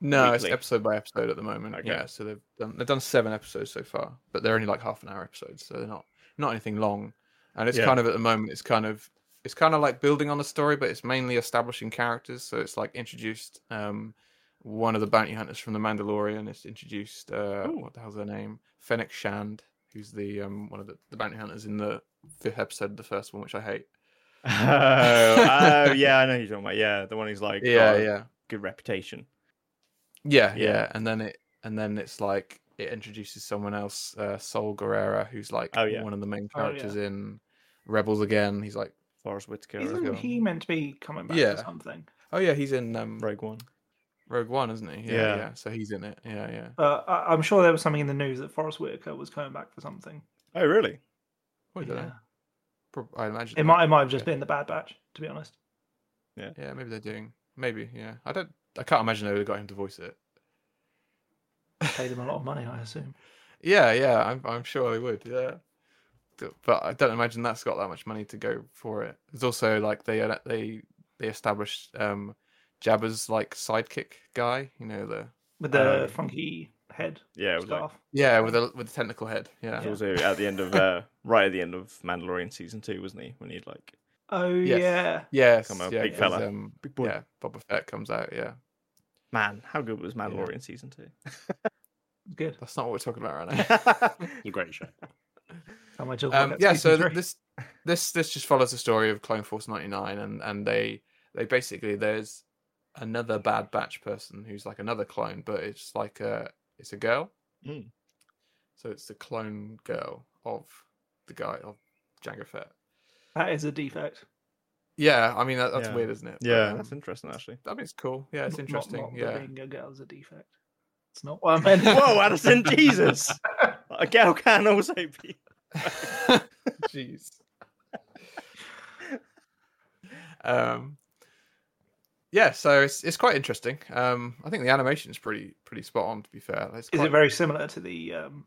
[SPEAKER 3] No, it's
[SPEAKER 2] Weekly.
[SPEAKER 3] episode by episode at the moment.
[SPEAKER 2] Okay.
[SPEAKER 3] Yeah, so they've done they've done seven episodes so far, but they're only like half an hour episodes, so they're not not anything long. And it's
[SPEAKER 2] Yeah.
[SPEAKER 3] kind of at the moment, it's kind of it's kind of like building on the story, but it's mainly establishing characters. So it's like introduced um, one of the bounty hunters from the Mandalorian. It's introduced uh,
[SPEAKER 2] Ooh.
[SPEAKER 3] what the hell's her name? Fennec Shand, who's the um, one of the, the bounty hunters in the fifth episode of the first one, which I hate.
[SPEAKER 2] Oh, oh, yeah, I know who you're talking about. Yeah, the one who's like,
[SPEAKER 3] yeah,
[SPEAKER 2] got a
[SPEAKER 3] yeah.
[SPEAKER 2] good reputation.
[SPEAKER 3] Yeah,
[SPEAKER 2] Yeah.
[SPEAKER 3] yeah, and then it and then it's like it introduces someone else, uh, Sol Guerrera, who's like
[SPEAKER 2] Oh, yeah.
[SPEAKER 3] one of the main
[SPEAKER 4] Oh, yeah.
[SPEAKER 3] characters in Rebels again. He's like,
[SPEAKER 2] Forrest Whitaker,
[SPEAKER 3] He's
[SPEAKER 2] as
[SPEAKER 3] in
[SPEAKER 4] Isn't
[SPEAKER 2] well.
[SPEAKER 3] go.
[SPEAKER 4] he meant to be coming back
[SPEAKER 3] Yeah.
[SPEAKER 4] or something?
[SPEAKER 3] oh yeah, he's in um,
[SPEAKER 2] Rogue One.
[SPEAKER 3] Rogue One, isn't he?
[SPEAKER 2] Yeah.
[SPEAKER 3] yeah, So he's in it. Yeah, yeah.
[SPEAKER 4] But Uh, I, I'm sure there was something in the news that Forrest Whitaker was coming back for something.
[SPEAKER 2] Oh, really?
[SPEAKER 3] Well, I don't know. Prob- I imagine
[SPEAKER 4] It
[SPEAKER 3] that.
[SPEAKER 4] might, it might have just
[SPEAKER 3] Yeah.
[SPEAKER 4] been the Bad Batch, to be honest.
[SPEAKER 3] Yeah, maybe they're doing. Maybe. Yeah, I don't. I can't imagine they would have got him to voice it.
[SPEAKER 4] Paid him a lot of money, I assume.
[SPEAKER 3] Yeah, yeah. I'm, I'm sure they would. Yeah. D- But I don't imagine that's got that much money to go for it. It's also like they they they established um Jabba's like sidekick guy. You know the
[SPEAKER 4] With the
[SPEAKER 3] Um,
[SPEAKER 4] funky head
[SPEAKER 2] Yeah, it was like
[SPEAKER 4] scarf.
[SPEAKER 3] yeah with a with a tentacle head. Yeah.
[SPEAKER 2] He was also at the end of uh, right at the end of Mandalorian season two, wasn't he? When he'd like
[SPEAKER 4] Oh,
[SPEAKER 3] Yes.
[SPEAKER 4] yeah.
[SPEAKER 3] Yes,
[SPEAKER 2] Come on,
[SPEAKER 3] yeah,
[SPEAKER 2] big
[SPEAKER 3] 'cause,
[SPEAKER 2] fella.
[SPEAKER 3] Um,
[SPEAKER 2] big boy.
[SPEAKER 3] yeah, Boba Fett comes out. Yeah,
[SPEAKER 2] Man, how good was Mandalorian season two?
[SPEAKER 4] Good.
[SPEAKER 3] that's not what we're talking about right now.
[SPEAKER 5] It's a great show.
[SPEAKER 4] Am I just
[SPEAKER 3] um, yeah, so th- this this this just follows the story of Clone Force ninety nine, and and they they basically there's another Bad Batch person who's like another clone, but it's like a it's a girl,
[SPEAKER 2] Mm.
[SPEAKER 3] so it's the clone girl of the guy of Jango Fett,
[SPEAKER 4] That is a defect.
[SPEAKER 3] Yeah, I mean that, that's
[SPEAKER 2] Yeah.
[SPEAKER 3] weird, isn't it? But,
[SPEAKER 2] Yeah,
[SPEAKER 3] um,
[SPEAKER 2] that's interesting actually.
[SPEAKER 3] I mean it's cool. Yeah, it's
[SPEAKER 4] Not-
[SPEAKER 3] interesting.
[SPEAKER 4] Not, not
[SPEAKER 3] yeah,
[SPEAKER 4] that being a girl is a defect. It's not what I meant.
[SPEAKER 2] Whoa, Addison, Jesus! A girl can also be.
[SPEAKER 3] Jeez. um, yeah, so it's it's quite interesting. Um, I think the animation is pretty pretty spot on. To be fair, it's,
[SPEAKER 4] Is
[SPEAKER 3] quite-
[SPEAKER 4] it very similar to the um,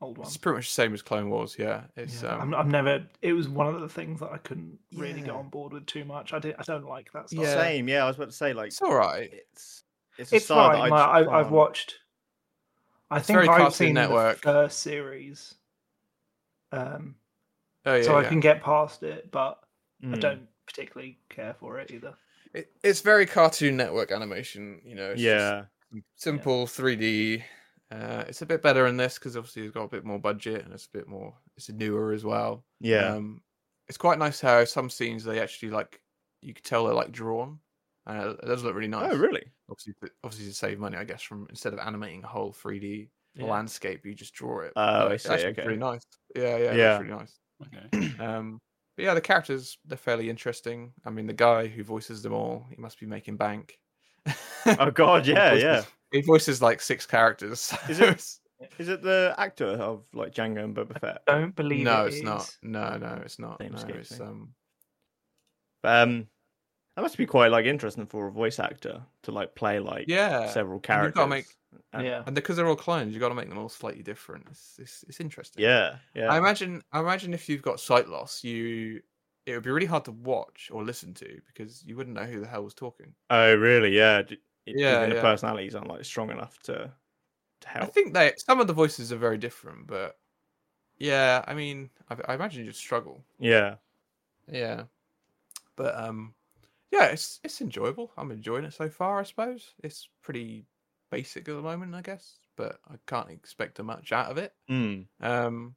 [SPEAKER 4] old one?
[SPEAKER 3] it's pretty much the same as Clone Wars. Yeah, it's
[SPEAKER 4] Yeah,
[SPEAKER 3] um,
[SPEAKER 4] I'm, I'm never. It was one of the things that I couldn't really get
[SPEAKER 2] Yeah.
[SPEAKER 4] on board with too much. I did. I don't like that stuff.
[SPEAKER 3] Yeah.
[SPEAKER 2] Same, yeah. I was about to say like
[SPEAKER 3] it's all right.
[SPEAKER 2] it's it's a
[SPEAKER 4] It's
[SPEAKER 2] style
[SPEAKER 4] fine.
[SPEAKER 2] that I
[SPEAKER 4] like,
[SPEAKER 2] just
[SPEAKER 4] I, I've
[SPEAKER 2] can't-
[SPEAKER 4] watched. I
[SPEAKER 3] It's
[SPEAKER 4] think
[SPEAKER 3] very Cartoon
[SPEAKER 4] I've seen
[SPEAKER 3] Network.
[SPEAKER 4] the first series, um,
[SPEAKER 3] Oh yeah,
[SPEAKER 4] so I
[SPEAKER 3] yeah. Hmm.
[SPEAKER 4] can get past it, but I
[SPEAKER 2] Mm.
[SPEAKER 4] don't particularly care for it either.
[SPEAKER 3] It, it's very Cartoon Network animation. You know, it's just
[SPEAKER 2] Yeah,
[SPEAKER 3] simple 3D. Uh, it's a bit better in this because obviously it's got a bit more budget and it's a bit more. It's newer as well.
[SPEAKER 2] yeah,
[SPEAKER 3] Um, it's quite nice how some scenes they actually like you could tell they're like drawn. Uh, it does look really nice.
[SPEAKER 2] Oh, really?
[SPEAKER 3] Obviously, to- obviously to save money, I guess. From instead of animating a whole 3D
[SPEAKER 2] Yeah.
[SPEAKER 3] landscape, you just draw it.
[SPEAKER 2] Oh,
[SPEAKER 3] But
[SPEAKER 2] I
[SPEAKER 3] it's
[SPEAKER 2] see,
[SPEAKER 3] actually
[SPEAKER 2] okay.
[SPEAKER 3] Pretty nice. Yeah, yeah,
[SPEAKER 2] Yeah.
[SPEAKER 3] It's really nice.
[SPEAKER 5] Okay.
[SPEAKER 3] Um, but yeah, the characters they're fairly interesting. I mean, the guy who voices them all, he must be making bank.
[SPEAKER 2] Oh God,
[SPEAKER 3] He
[SPEAKER 2] yeah,
[SPEAKER 3] voices-
[SPEAKER 2] yeah.
[SPEAKER 3] He voices like six characters. so
[SPEAKER 2] Is it-
[SPEAKER 3] it's-
[SPEAKER 2] Is it the actor of like Django and Boba Fett?
[SPEAKER 4] Don't believe
[SPEAKER 3] no,
[SPEAKER 4] it
[SPEAKER 3] it's not.
[SPEAKER 4] is.
[SPEAKER 3] No, no, it's not.
[SPEAKER 2] Name
[SPEAKER 3] No,
[SPEAKER 2] escapes
[SPEAKER 3] it's
[SPEAKER 2] me.
[SPEAKER 3] um,
[SPEAKER 2] Um, that must be quite like interesting for a voice actor to like play like
[SPEAKER 3] yeah.
[SPEAKER 2] several
[SPEAKER 3] And you've
[SPEAKER 2] characters.
[SPEAKER 3] gotta make-
[SPEAKER 2] And-
[SPEAKER 4] yeah,
[SPEAKER 3] and because they're all clones, you got to make them all slightly different. It's it's, it's interesting.
[SPEAKER 2] Yeah, yeah.
[SPEAKER 3] I imagine I imagine if you've got sight loss, you it would be really hard to watch or listen to because you wouldn't know who the hell was talking.
[SPEAKER 2] oh, really? Yeah. D- e-
[SPEAKER 3] Yeah,
[SPEAKER 2] Even the
[SPEAKER 3] yeah.
[SPEAKER 2] personalities aren't like strong enough to to help.
[SPEAKER 3] I think they some of the voices are very different, but yeah, I mean, I, I imagine you'd struggle.
[SPEAKER 2] Yeah.
[SPEAKER 3] Yeah, but um, yeah, it's it's enjoyable. I'm enjoying it so far. I suppose it's pretty basic at the moment, I guess, but I can't expect too much out of it.
[SPEAKER 2] Mm.
[SPEAKER 3] Um,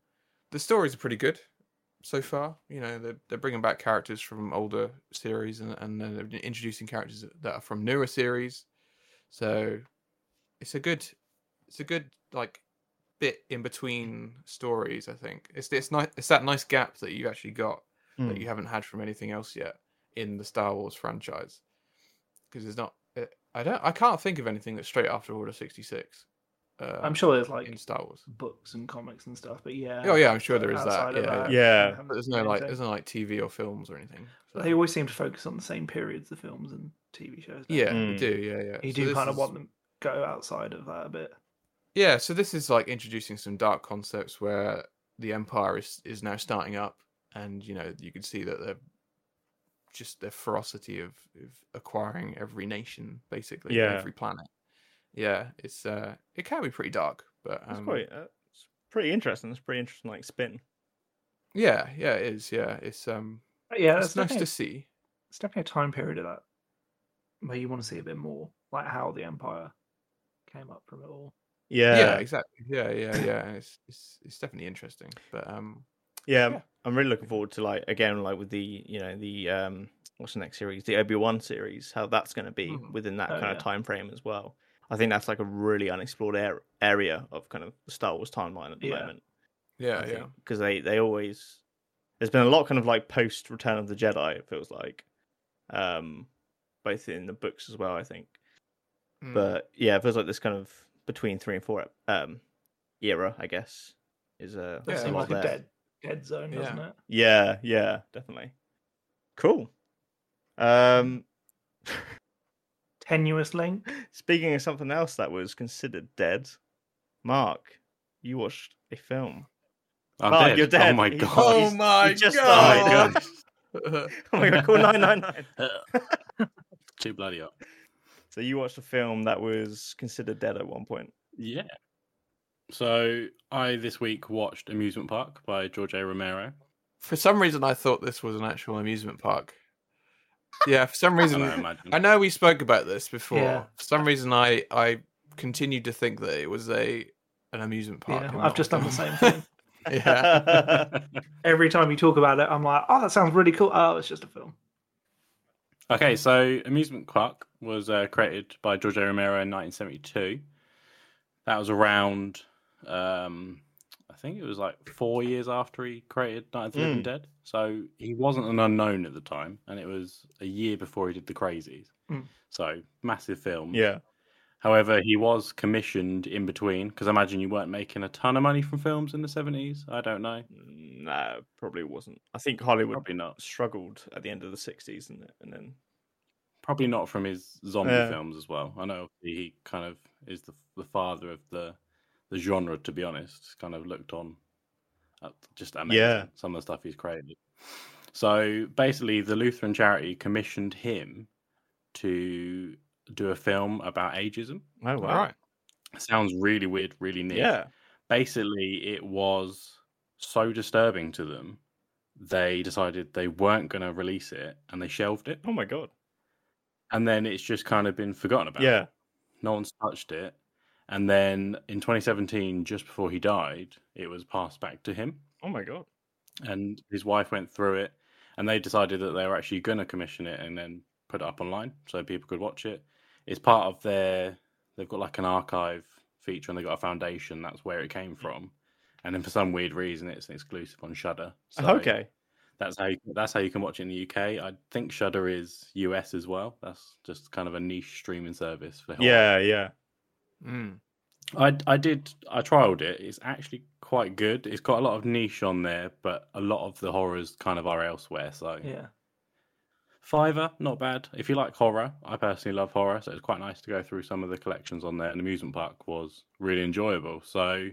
[SPEAKER 3] the stories are pretty good so far. You know, they're, they're bringing back characters from older series and, and then they're introducing characters that are from newer series. So it's a good, it's a good like bit in between stories. I think it's it's nice. It's that nice gap that you actually got that
[SPEAKER 4] Hmm.
[SPEAKER 2] Mm.
[SPEAKER 3] you haven't had from anything else yet in the Star Wars franchise because there's not. eh, I don't. I can't think of anything that's straight after Order sixty six. Uh,
[SPEAKER 4] I'm sure there's like
[SPEAKER 3] in Star Wars.
[SPEAKER 4] books and comics and stuff, but yeah.
[SPEAKER 3] Oh yeah, I'm sure there is that.
[SPEAKER 4] outside
[SPEAKER 3] Yeah,
[SPEAKER 4] of
[SPEAKER 3] yeah.
[SPEAKER 4] that,
[SPEAKER 2] Yeah.
[SPEAKER 4] I haven't
[SPEAKER 3] But there's
[SPEAKER 4] seen
[SPEAKER 3] no like,
[SPEAKER 4] anything.
[SPEAKER 3] there's no like TV or films or anything. so-
[SPEAKER 4] They always seem to focus on the same periods, the films and TV shows. don't
[SPEAKER 3] yeah,
[SPEAKER 4] they?
[SPEAKER 2] Mm.
[SPEAKER 3] we do. Yeah, yeah.
[SPEAKER 4] you
[SPEAKER 3] So
[SPEAKER 4] do
[SPEAKER 3] this
[SPEAKER 4] kind of
[SPEAKER 3] is-
[SPEAKER 4] want them to go outside of that a bit.
[SPEAKER 3] Yeah, so this is like introducing some dark concepts where the empire is is now starting up, and you know you can see that they're just their ferocity of, of acquiring every nation, basically,
[SPEAKER 2] Yeah.
[SPEAKER 3] every planet. Yeah, it's uh, it can be pretty dark, but
[SPEAKER 2] That's
[SPEAKER 3] um,
[SPEAKER 2] quite. Uh, it's pretty interesting. It's pretty interesting, like spin.
[SPEAKER 3] yeah, yeah, it is. Yeah, it's um,
[SPEAKER 4] But yeah,
[SPEAKER 3] it's
[SPEAKER 4] that's
[SPEAKER 3] nice
[SPEAKER 4] definitely,
[SPEAKER 3] to see.
[SPEAKER 4] it's definitely a time period of that where you want to see a bit more, like how the empire came up from it all.
[SPEAKER 2] Yeah,
[SPEAKER 3] Yeah,
[SPEAKER 2] yeah.
[SPEAKER 3] exactly. Yeah, yeah, yeah. It's it's it's definitely interesting, but um, yeah.
[SPEAKER 2] I'm really looking forward to like again, like with the you know the um what's the next series, the Obi Wan series, how that's going to be
[SPEAKER 3] Mhm.
[SPEAKER 2] within that
[SPEAKER 4] Oh,
[SPEAKER 2] kind
[SPEAKER 4] yeah.
[SPEAKER 2] of time frame as well. I think that's like a really unexplored ar- area of kind of the Star Wars timeline at the
[SPEAKER 4] Yeah.
[SPEAKER 2] moment.
[SPEAKER 3] yeah, yeah.
[SPEAKER 2] Because they they always there's been a lot kind of like post Return of the Jedi. It feels like, um, both in the books as well. I think,
[SPEAKER 3] Mm.
[SPEAKER 2] but yeah, it feels like this kind of between three and four um era, I guess, is uh,
[SPEAKER 4] That
[SPEAKER 3] Yeah,
[SPEAKER 4] yeah,
[SPEAKER 2] a
[SPEAKER 4] seems
[SPEAKER 2] lot
[SPEAKER 4] like a
[SPEAKER 2] there.
[SPEAKER 4] dead dead zone, doesn't it?
[SPEAKER 2] Yeah, yeah, definitely. Cool. Um
[SPEAKER 4] Tenuous link.
[SPEAKER 2] speaking of something else that was considered dead, Mark, you watched a film.
[SPEAKER 5] I'm
[SPEAKER 2] Mark,
[SPEAKER 5] dead.
[SPEAKER 2] you're dead.
[SPEAKER 5] Oh my
[SPEAKER 2] He's-
[SPEAKER 5] god.
[SPEAKER 2] Oh
[SPEAKER 3] oh my
[SPEAKER 2] just
[SPEAKER 3] god!
[SPEAKER 2] died. Oh my god, call 999.
[SPEAKER 5] Too bloody up.
[SPEAKER 2] So you watched a film that was considered dead at one point.
[SPEAKER 5] Yeah. So I this week watched Amusement Park by George A. Romero.
[SPEAKER 3] For some reason, I thought this was an actual amusement park. Yeah, for some
[SPEAKER 5] I
[SPEAKER 3] reason,
[SPEAKER 5] imagine.
[SPEAKER 3] I know we spoke about this before.
[SPEAKER 4] Yeah.
[SPEAKER 3] For some reason, I I continued to think that it was a an amusement park.
[SPEAKER 4] Yeah,
[SPEAKER 3] and not
[SPEAKER 4] I've
[SPEAKER 3] a
[SPEAKER 4] just done the
[SPEAKER 3] film.
[SPEAKER 4] same thing.
[SPEAKER 3] yeah,
[SPEAKER 4] Every time you talk about it, I'm like, oh, that sounds really cool. Oh, it's just a film.
[SPEAKER 5] Okay, so Amusement Park was uh, created by George A. Romero in 1972. That was around, um, I I think it was like four years after he created Night of the Living Dead. So he wasn't an unknown at the time, and it was a year before he did The Crazies.
[SPEAKER 4] Mm.
[SPEAKER 5] So massive film.
[SPEAKER 2] Yeah.
[SPEAKER 5] However, he was commissioned in between because I imagine you weren't making a ton of money from films in the seventies. I don't know.
[SPEAKER 2] Mm, Nah, probably wasn't. I think Hollywood
[SPEAKER 5] Probably not.
[SPEAKER 2] struggled at the end of the 60s and, and then
[SPEAKER 5] Probably not from his zombie
[SPEAKER 2] Yeah.
[SPEAKER 5] films as well. I know he- he kind of is the the father of the the genre. To be honest, It's kind of looked on at just amazing.
[SPEAKER 2] Yeah.
[SPEAKER 5] Some of the stuff he's created. So basically, the Lutheran charity commissioned him to do a film about ageism.
[SPEAKER 2] oh
[SPEAKER 3] All right.
[SPEAKER 5] Sounds really weird, really niche.
[SPEAKER 2] yeah
[SPEAKER 5] basically it was so disturbing to them they decided they weren't going to release it and they shelved it
[SPEAKER 2] oh my god
[SPEAKER 5] and then it's just kind of been forgotten about
[SPEAKER 2] yeah
[SPEAKER 5] no one's touched it and then in 2017 just before he died it was passed back to him
[SPEAKER 2] oh my god
[SPEAKER 5] and his wife went through it and they decided that they were actually going to commission it and then put it up online so people could watch it it's part of their they've got like an archive feature and they got a foundation that's where it came from and then for some weird reason it's an exclusive on shudder so
[SPEAKER 2] okay
[SPEAKER 5] that's how you, that's how you can watch it in the uk i think shudder is us as well that's just kind of a niche streaming service for horror.
[SPEAKER 2] yeah yeah
[SPEAKER 3] Mm.
[SPEAKER 5] I I did I trialed it. It's actually quite good. It's got a lot of niche on there, but a lot of the horrors kind of are elsewhere. So
[SPEAKER 4] Yeah.
[SPEAKER 5] Fiverr, not bad. If you like horror, I personally love horror, so it's quite nice to go through some of the collections on there. And amusement park was really enjoyable. So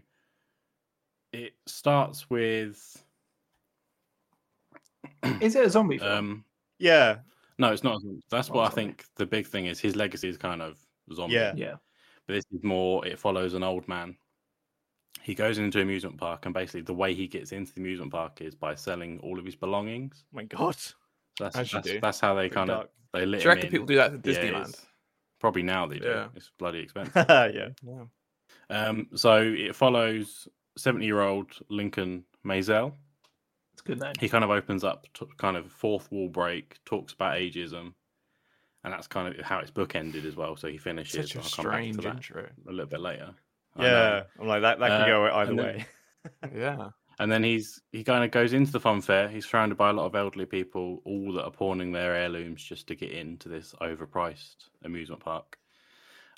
[SPEAKER 5] it starts with
[SPEAKER 4] Is Oh, it a zombie film?
[SPEAKER 5] um
[SPEAKER 2] yeah Oh
[SPEAKER 5] no, it's not. That's
[SPEAKER 4] Not
[SPEAKER 5] what I
[SPEAKER 4] zombie.
[SPEAKER 5] think the big thing is. His legacy is kind of zombie.
[SPEAKER 2] Yeah.
[SPEAKER 4] yeah.
[SPEAKER 5] But this is more, it follows an old man. He goes into an amusement park, and basically, the way he gets into the amusement park is by selling all of his belongings.
[SPEAKER 2] my god
[SPEAKER 5] So that's,
[SPEAKER 3] As you
[SPEAKER 5] that's,
[SPEAKER 3] do.
[SPEAKER 5] that's how they
[SPEAKER 2] Pretty
[SPEAKER 5] kind of
[SPEAKER 2] dark.
[SPEAKER 5] they
[SPEAKER 3] Do you
[SPEAKER 5] let him
[SPEAKER 3] reckon
[SPEAKER 5] in.
[SPEAKER 3] people do that at
[SPEAKER 5] Yeah, it
[SPEAKER 3] Disneyland?
[SPEAKER 5] is. Probably now they do.
[SPEAKER 3] Yeah.
[SPEAKER 5] It's bloody expensive.
[SPEAKER 2] yeah
[SPEAKER 3] Yeah.
[SPEAKER 5] um, so it follows seventy-year-old Lincoln Mazel.
[SPEAKER 4] It's a good name.
[SPEAKER 5] He kind of opens up, to kind of fourth wall break, talks about ageism, and that's kind of how it's bookended as well. So he finishes.
[SPEAKER 3] Such a
[SPEAKER 5] and I'll come back to
[SPEAKER 3] strange
[SPEAKER 5] that
[SPEAKER 3] intro.
[SPEAKER 5] a little bit later. I know.
[SPEAKER 2] yeah i'm like that that
[SPEAKER 5] Uh,
[SPEAKER 2] can go either
[SPEAKER 5] and then-
[SPEAKER 2] way
[SPEAKER 3] Yeah.
[SPEAKER 5] And then he's he kind of goes into the fun fair. He's surrounded by a lot of elderly people, all that are pawning their heirlooms just to get into this overpriced amusement park.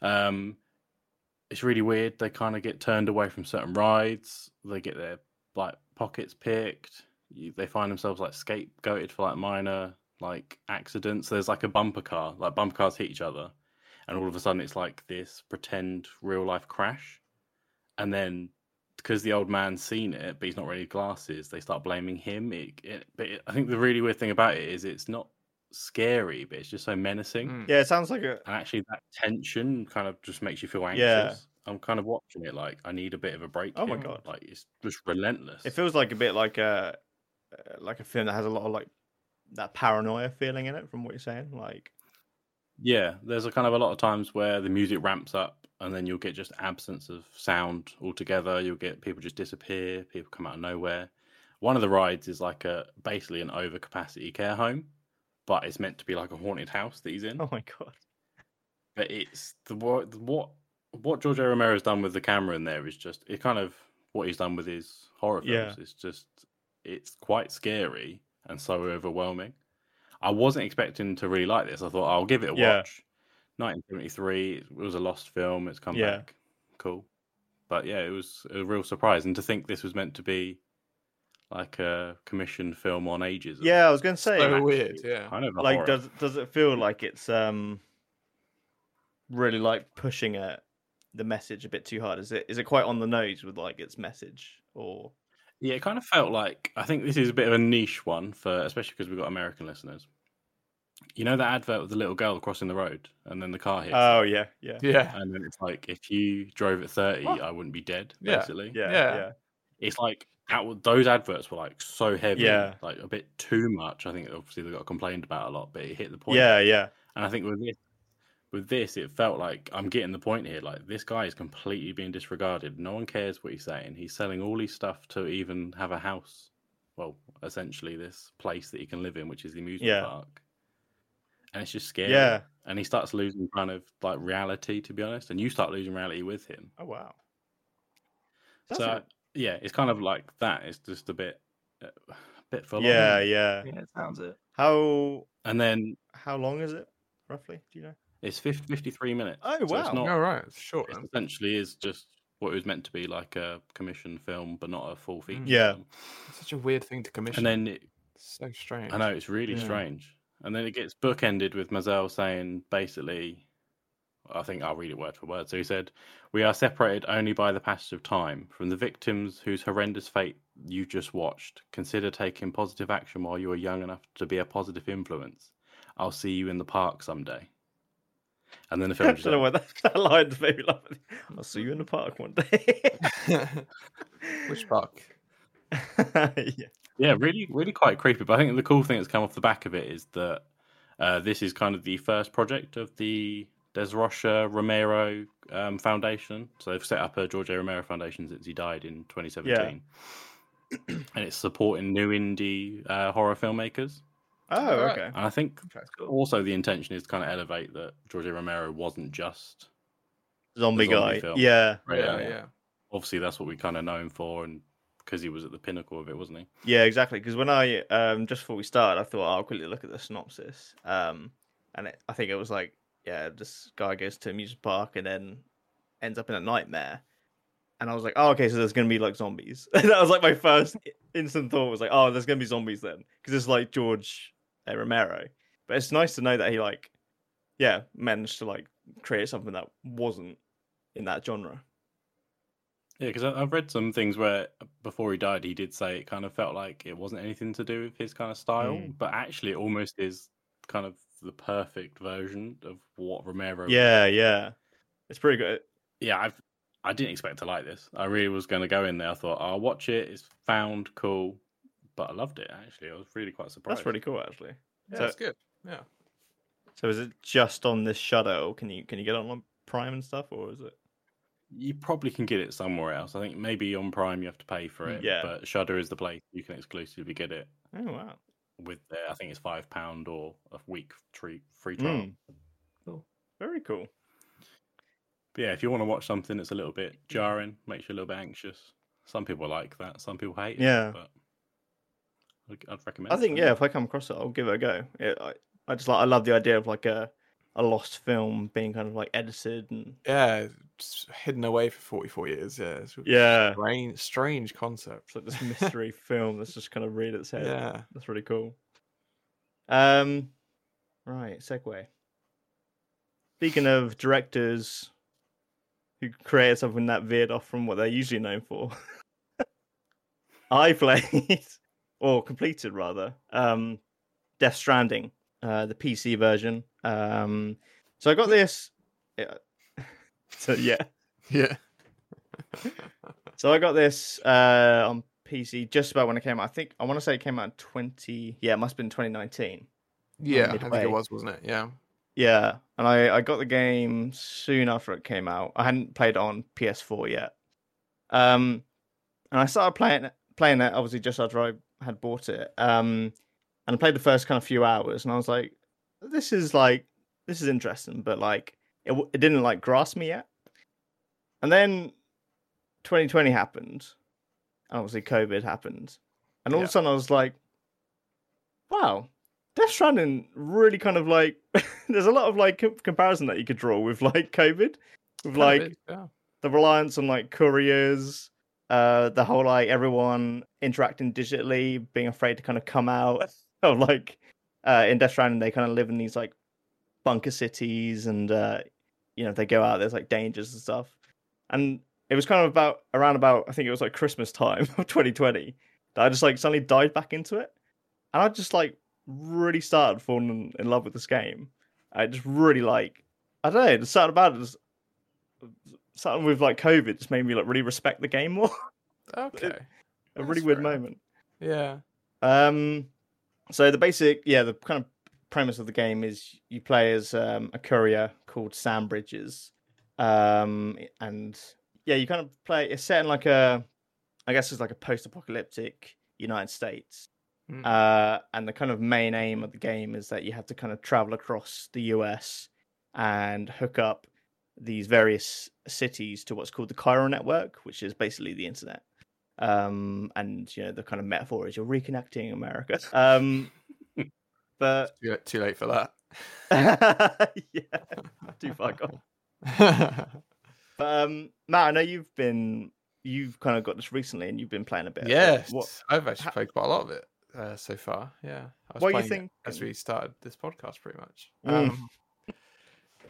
[SPEAKER 5] Um, it's really weird. They kind of get turned away from certain rides. They get their like pockets picked. You, they find themselves like scapegoated for like minor like accidents. There's like a bumper car. Like bumper cars hit each other, and all of a sudden it's like this pretend real life crash. And then because the old man's seen it, but he's not really glasses, they start blaming him. It, it, but it, I think the really weird thing about it is it's not scary, but it's just so menacing.
[SPEAKER 3] Mm.
[SPEAKER 2] yeah it sounds like a
[SPEAKER 5] And actually, that tension kind of just makes you feel anxious.
[SPEAKER 2] Yeah.
[SPEAKER 5] I'm kind of watching it like I need a bit of a break.
[SPEAKER 2] Oh my
[SPEAKER 5] here.
[SPEAKER 2] God.
[SPEAKER 5] Like it's just relentless.
[SPEAKER 2] it feels like a bit like a uh, like a film that has a lot of like that paranoia feeling in it from what you're saying like
[SPEAKER 5] Yeah, there's a kind of a lot of times where the music ramps up and then you'll get just absence of sound altogether. You'll get people just disappear, people come out of nowhere. One of the rides is like a basically an overcapacity care home, but it's meant to be like a haunted house that he's in.
[SPEAKER 2] oh my god
[SPEAKER 5] But it's the what the- what what George A. Romero's done with the camera in there is just it kind of what he's done with his horror
[SPEAKER 2] Yeah.
[SPEAKER 5] films. It's just it's quite scary and so overwhelming. I wasn't expecting to really like this. I thought I'll give it a
[SPEAKER 2] Yeah.
[SPEAKER 5] watch. 1973 it was a lost film. It's come
[SPEAKER 2] Yeah.
[SPEAKER 5] back, cool. But yeah, it was a real surprise. And to think this was meant to be like a commissioned film on ages.
[SPEAKER 2] yeah i was gonna say
[SPEAKER 3] So
[SPEAKER 2] like,
[SPEAKER 3] weird. Yeah.
[SPEAKER 5] kind of a
[SPEAKER 2] like
[SPEAKER 5] horror.
[SPEAKER 2] does does it feel like it's um really like pushing a the message a bit too hard is it is it quite on the nose with like its message or
[SPEAKER 5] Yeah, it kind of felt like I think this is a bit of a niche one for, especially because we've got American listeners. You know that advert with the little girl crossing the road, and then the car hits, her,
[SPEAKER 2] oh yeah yeah
[SPEAKER 3] Yeah.
[SPEAKER 5] and then it's like, if you drove at thirty,
[SPEAKER 3] What?
[SPEAKER 5] I wouldn't be dead.
[SPEAKER 3] Yeah,
[SPEAKER 5] Basically,
[SPEAKER 2] yeah
[SPEAKER 3] Yeah.
[SPEAKER 2] yeah
[SPEAKER 5] it's like out, those adverts were like so heavy,
[SPEAKER 2] Yeah.
[SPEAKER 5] like a bit too much. I think obviously they got complained about a lot, but it hit the point.
[SPEAKER 2] yeah yeah
[SPEAKER 5] and I think with this, with this, it felt like I'm getting the point here. Like this guy is completely being disregarded. No one cares what he's saying. He's selling all his stuff to even have a house. Well, essentially, this place that he can live in, which is the amusement
[SPEAKER 2] Yeah.
[SPEAKER 5] park, and it's just scary.
[SPEAKER 2] Yeah.
[SPEAKER 5] and he starts losing kind of like reality, to be honest, and you start losing reality with him.
[SPEAKER 2] oh wow
[SPEAKER 5] so
[SPEAKER 2] Sounds
[SPEAKER 5] yeah, it's kind of like that. It's just a bit, uh, a bit full. on, isn't
[SPEAKER 2] Yeah,
[SPEAKER 5] it?
[SPEAKER 2] yeah.
[SPEAKER 4] Yeah, it sounds it.
[SPEAKER 2] How
[SPEAKER 5] and then
[SPEAKER 2] how long is it roughly? Do you know?
[SPEAKER 5] it's 50, 53 minutes.
[SPEAKER 2] Oh,
[SPEAKER 5] so
[SPEAKER 2] wow.
[SPEAKER 5] it's not,
[SPEAKER 3] All right, it's short.
[SPEAKER 5] it
[SPEAKER 3] Then.
[SPEAKER 5] essentially is just what it was meant to be like a commission film, but not a full feature.
[SPEAKER 2] Yeah.
[SPEAKER 5] film.
[SPEAKER 3] It's such a weird thing to commission.
[SPEAKER 5] and then it,
[SPEAKER 3] so strange.
[SPEAKER 5] I know it's really
[SPEAKER 3] Yeah.
[SPEAKER 5] strange. And then it gets bookended with Mazel saying basically, I think I'll read it word for word. So he said, "We are separated only by the passage of time from the victims whose horrendous fate you just watched. Consider taking positive action while you are young enough to be a positive influence. I'll see you in the park someday." And then the
[SPEAKER 2] I
[SPEAKER 5] film. just
[SPEAKER 2] don't know
[SPEAKER 5] ends.
[SPEAKER 2] why that, that line just made me laugh. I'll see you in the park one day.
[SPEAKER 3] Which park?
[SPEAKER 2] yeah.
[SPEAKER 5] Yeah, really, really quite creepy. But I think the cool thing that's come off the back of it is that uh, this is kind of the first project of the Des Rocha Romero um, Foundation. So they've set up a George A. Romero Foundation since he died in 2017. and it's supporting new indie uh, horror filmmakers.
[SPEAKER 2] Oh,
[SPEAKER 3] Alright.
[SPEAKER 2] okay.
[SPEAKER 5] And I think
[SPEAKER 3] That's cool.
[SPEAKER 5] also the intention is to kind of elevate that George A. Romero wasn't just.
[SPEAKER 2] Zombie,
[SPEAKER 5] zombie
[SPEAKER 2] guy.
[SPEAKER 5] film.
[SPEAKER 2] Yeah,
[SPEAKER 3] Yeah,
[SPEAKER 5] Romero.
[SPEAKER 3] yeah.
[SPEAKER 5] Obviously, that's what we kind of know him for, and because he was at the pinnacle of it, wasn't he?
[SPEAKER 2] yeah, exactly. Because when I um just before we started, I thought "Oh, I'll quickly look at the synopsis. Um, and it, I think it was like, yeah, this guy goes to a music park and then ends up in a nightmare. And I was like, oh, okay, so there's gonna be like zombies. that was like my first i- instant thought was like, oh, there's gonna be zombies then, because it's like George A. Romero. But it's nice to know that he like, yeah, managed to like create something that wasn't in that genre.
[SPEAKER 5] Yeah, because I've read some things where before he died, he did say it kind of felt like it wasn't anything to do with his kind of style,
[SPEAKER 2] Mm.
[SPEAKER 5] but actually, it almost is kind of the perfect version of what Romero.
[SPEAKER 2] Yeah, yeah, it's pretty good.
[SPEAKER 5] yeah. I've, I didn't expect to like this. I really was going to go in there. I thought I'll watch it. It's found cool, but I loved it actually. I was really quite surprised.
[SPEAKER 2] That's really cool, actually.
[SPEAKER 3] Yeah,
[SPEAKER 2] So-
[SPEAKER 3] that's good. Yeah.
[SPEAKER 2] So is it just on this Shadow? Can you can you get it on Prime and stuff, or is it?
[SPEAKER 5] You probably can get it somewhere else. I think maybe on Prime you have to pay for it.
[SPEAKER 2] Yeah.
[SPEAKER 5] but Shudder is the place you can exclusively get it
[SPEAKER 2] Oh wow!
[SPEAKER 5] with. Their, I think it's five pound or a week free free trial.
[SPEAKER 2] Mm. Very cool.
[SPEAKER 5] But yeah, if you want to watch something that's a little bit jarring, makes you a little bit anxious. Some people like that, some people hate it.
[SPEAKER 2] Yeah.
[SPEAKER 5] but I'd- I'd recommend.
[SPEAKER 2] I
[SPEAKER 5] it,
[SPEAKER 2] think yeah, if I come across it, I'll give it a go. It, I I just like I love the idea of like a a lost film being kind of like edited and
[SPEAKER 3] Yeah. Just hidden away for 44 years. Yeah. It's a
[SPEAKER 2] yeah,
[SPEAKER 3] Strange, strange concept.
[SPEAKER 2] it's like this mystery film that's just kind of reared its head.
[SPEAKER 3] yeah.
[SPEAKER 2] that's really cool. Um, right, segue. Speaking of directors who created something that veered off from what they're usually known for, I played or completed rather um, Death Stranding, uh, the PC version. Um, so I got this. Yeah. so yeah,
[SPEAKER 3] Yeah.
[SPEAKER 2] so I got this uh, on PC just about when it came out. I think I want to say it came out in twenty. Yeah, it must have been twenty nineteen.
[SPEAKER 3] Yeah. I think
[SPEAKER 2] midway.
[SPEAKER 3] it was, wasn't it? Yeah.
[SPEAKER 2] Yeah, and I, I got the game soon after it came out. I hadn't played it on PS4 yet. Um, and I started playing it- playing it obviously just after I had bought it. Um, and I played the first kind of few hours, and I was like, "This is like this is interesting," but like it w- it didn't like grasp me yet. And then 2020 happened, and obviously COVID happened, and all
[SPEAKER 3] Yeah.
[SPEAKER 2] of a sudden I was like, "Wow, Death Stranding really kind of like there's a lot of like com- comparison that you could draw with like COVID, with
[SPEAKER 3] Kind of
[SPEAKER 2] like
[SPEAKER 3] is, yeah.
[SPEAKER 2] the reliance on like couriers, uh, the whole like everyone interacting digitally, being afraid to kind of come out of like uh, in Death Stranding, they kind of live in these like bunker cities, and uh, you know if they go out, there's like dangers and stuff. And it was kind of about around about I think it was like Christmas time of 2020 that I just like suddenly dived back into it, and I just like really started falling in love with this game. I just really like I don't know. The sad about it is something with like COVID just made me like really respect the game more.
[SPEAKER 3] Okay.
[SPEAKER 2] a really
[SPEAKER 3] That's
[SPEAKER 2] weird
[SPEAKER 3] fair enough.
[SPEAKER 2] moment.
[SPEAKER 3] Yeah.
[SPEAKER 2] Um, so the basic, yeah, the kind of premise of the game is you play as um, a courier called Sam Bridges, um, and yeah, you kind of play. It's set in like a, I guess it's like a post-apocalyptic United States,
[SPEAKER 3] Mm.
[SPEAKER 2] uh, and the kind of main aim of the game is that you have to kind of travel across the U.S. and hook up these various cities to what's called the Chiral Network, which is basically the internet. um, and you know the kind of metaphor is you're reconnecting America. Um, but
[SPEAKER 3] Too late, too late for that.
[SPEAKER 2] yeah, too far gone. But, um, Matt, I know you've been you've kind of got this recently, and you've been playing a bit. of it.
[SPEAKER 3] yes,
[SPEAKER 2] What
[SPEAKER 3] I've actually
[SPEAKER 2] ha-
[SPEAKER 3] played quite a lot of it uh, so far. Yeah, I was
[SPEAKER 2] What are you
[SPEAKER 3] playing it as
[SPEAKER 2] thinking?
[SPEAKER 3] we started this podcast, pretty much.
[SPEAKER 2] Mm.
[SPEAKER 3] Um,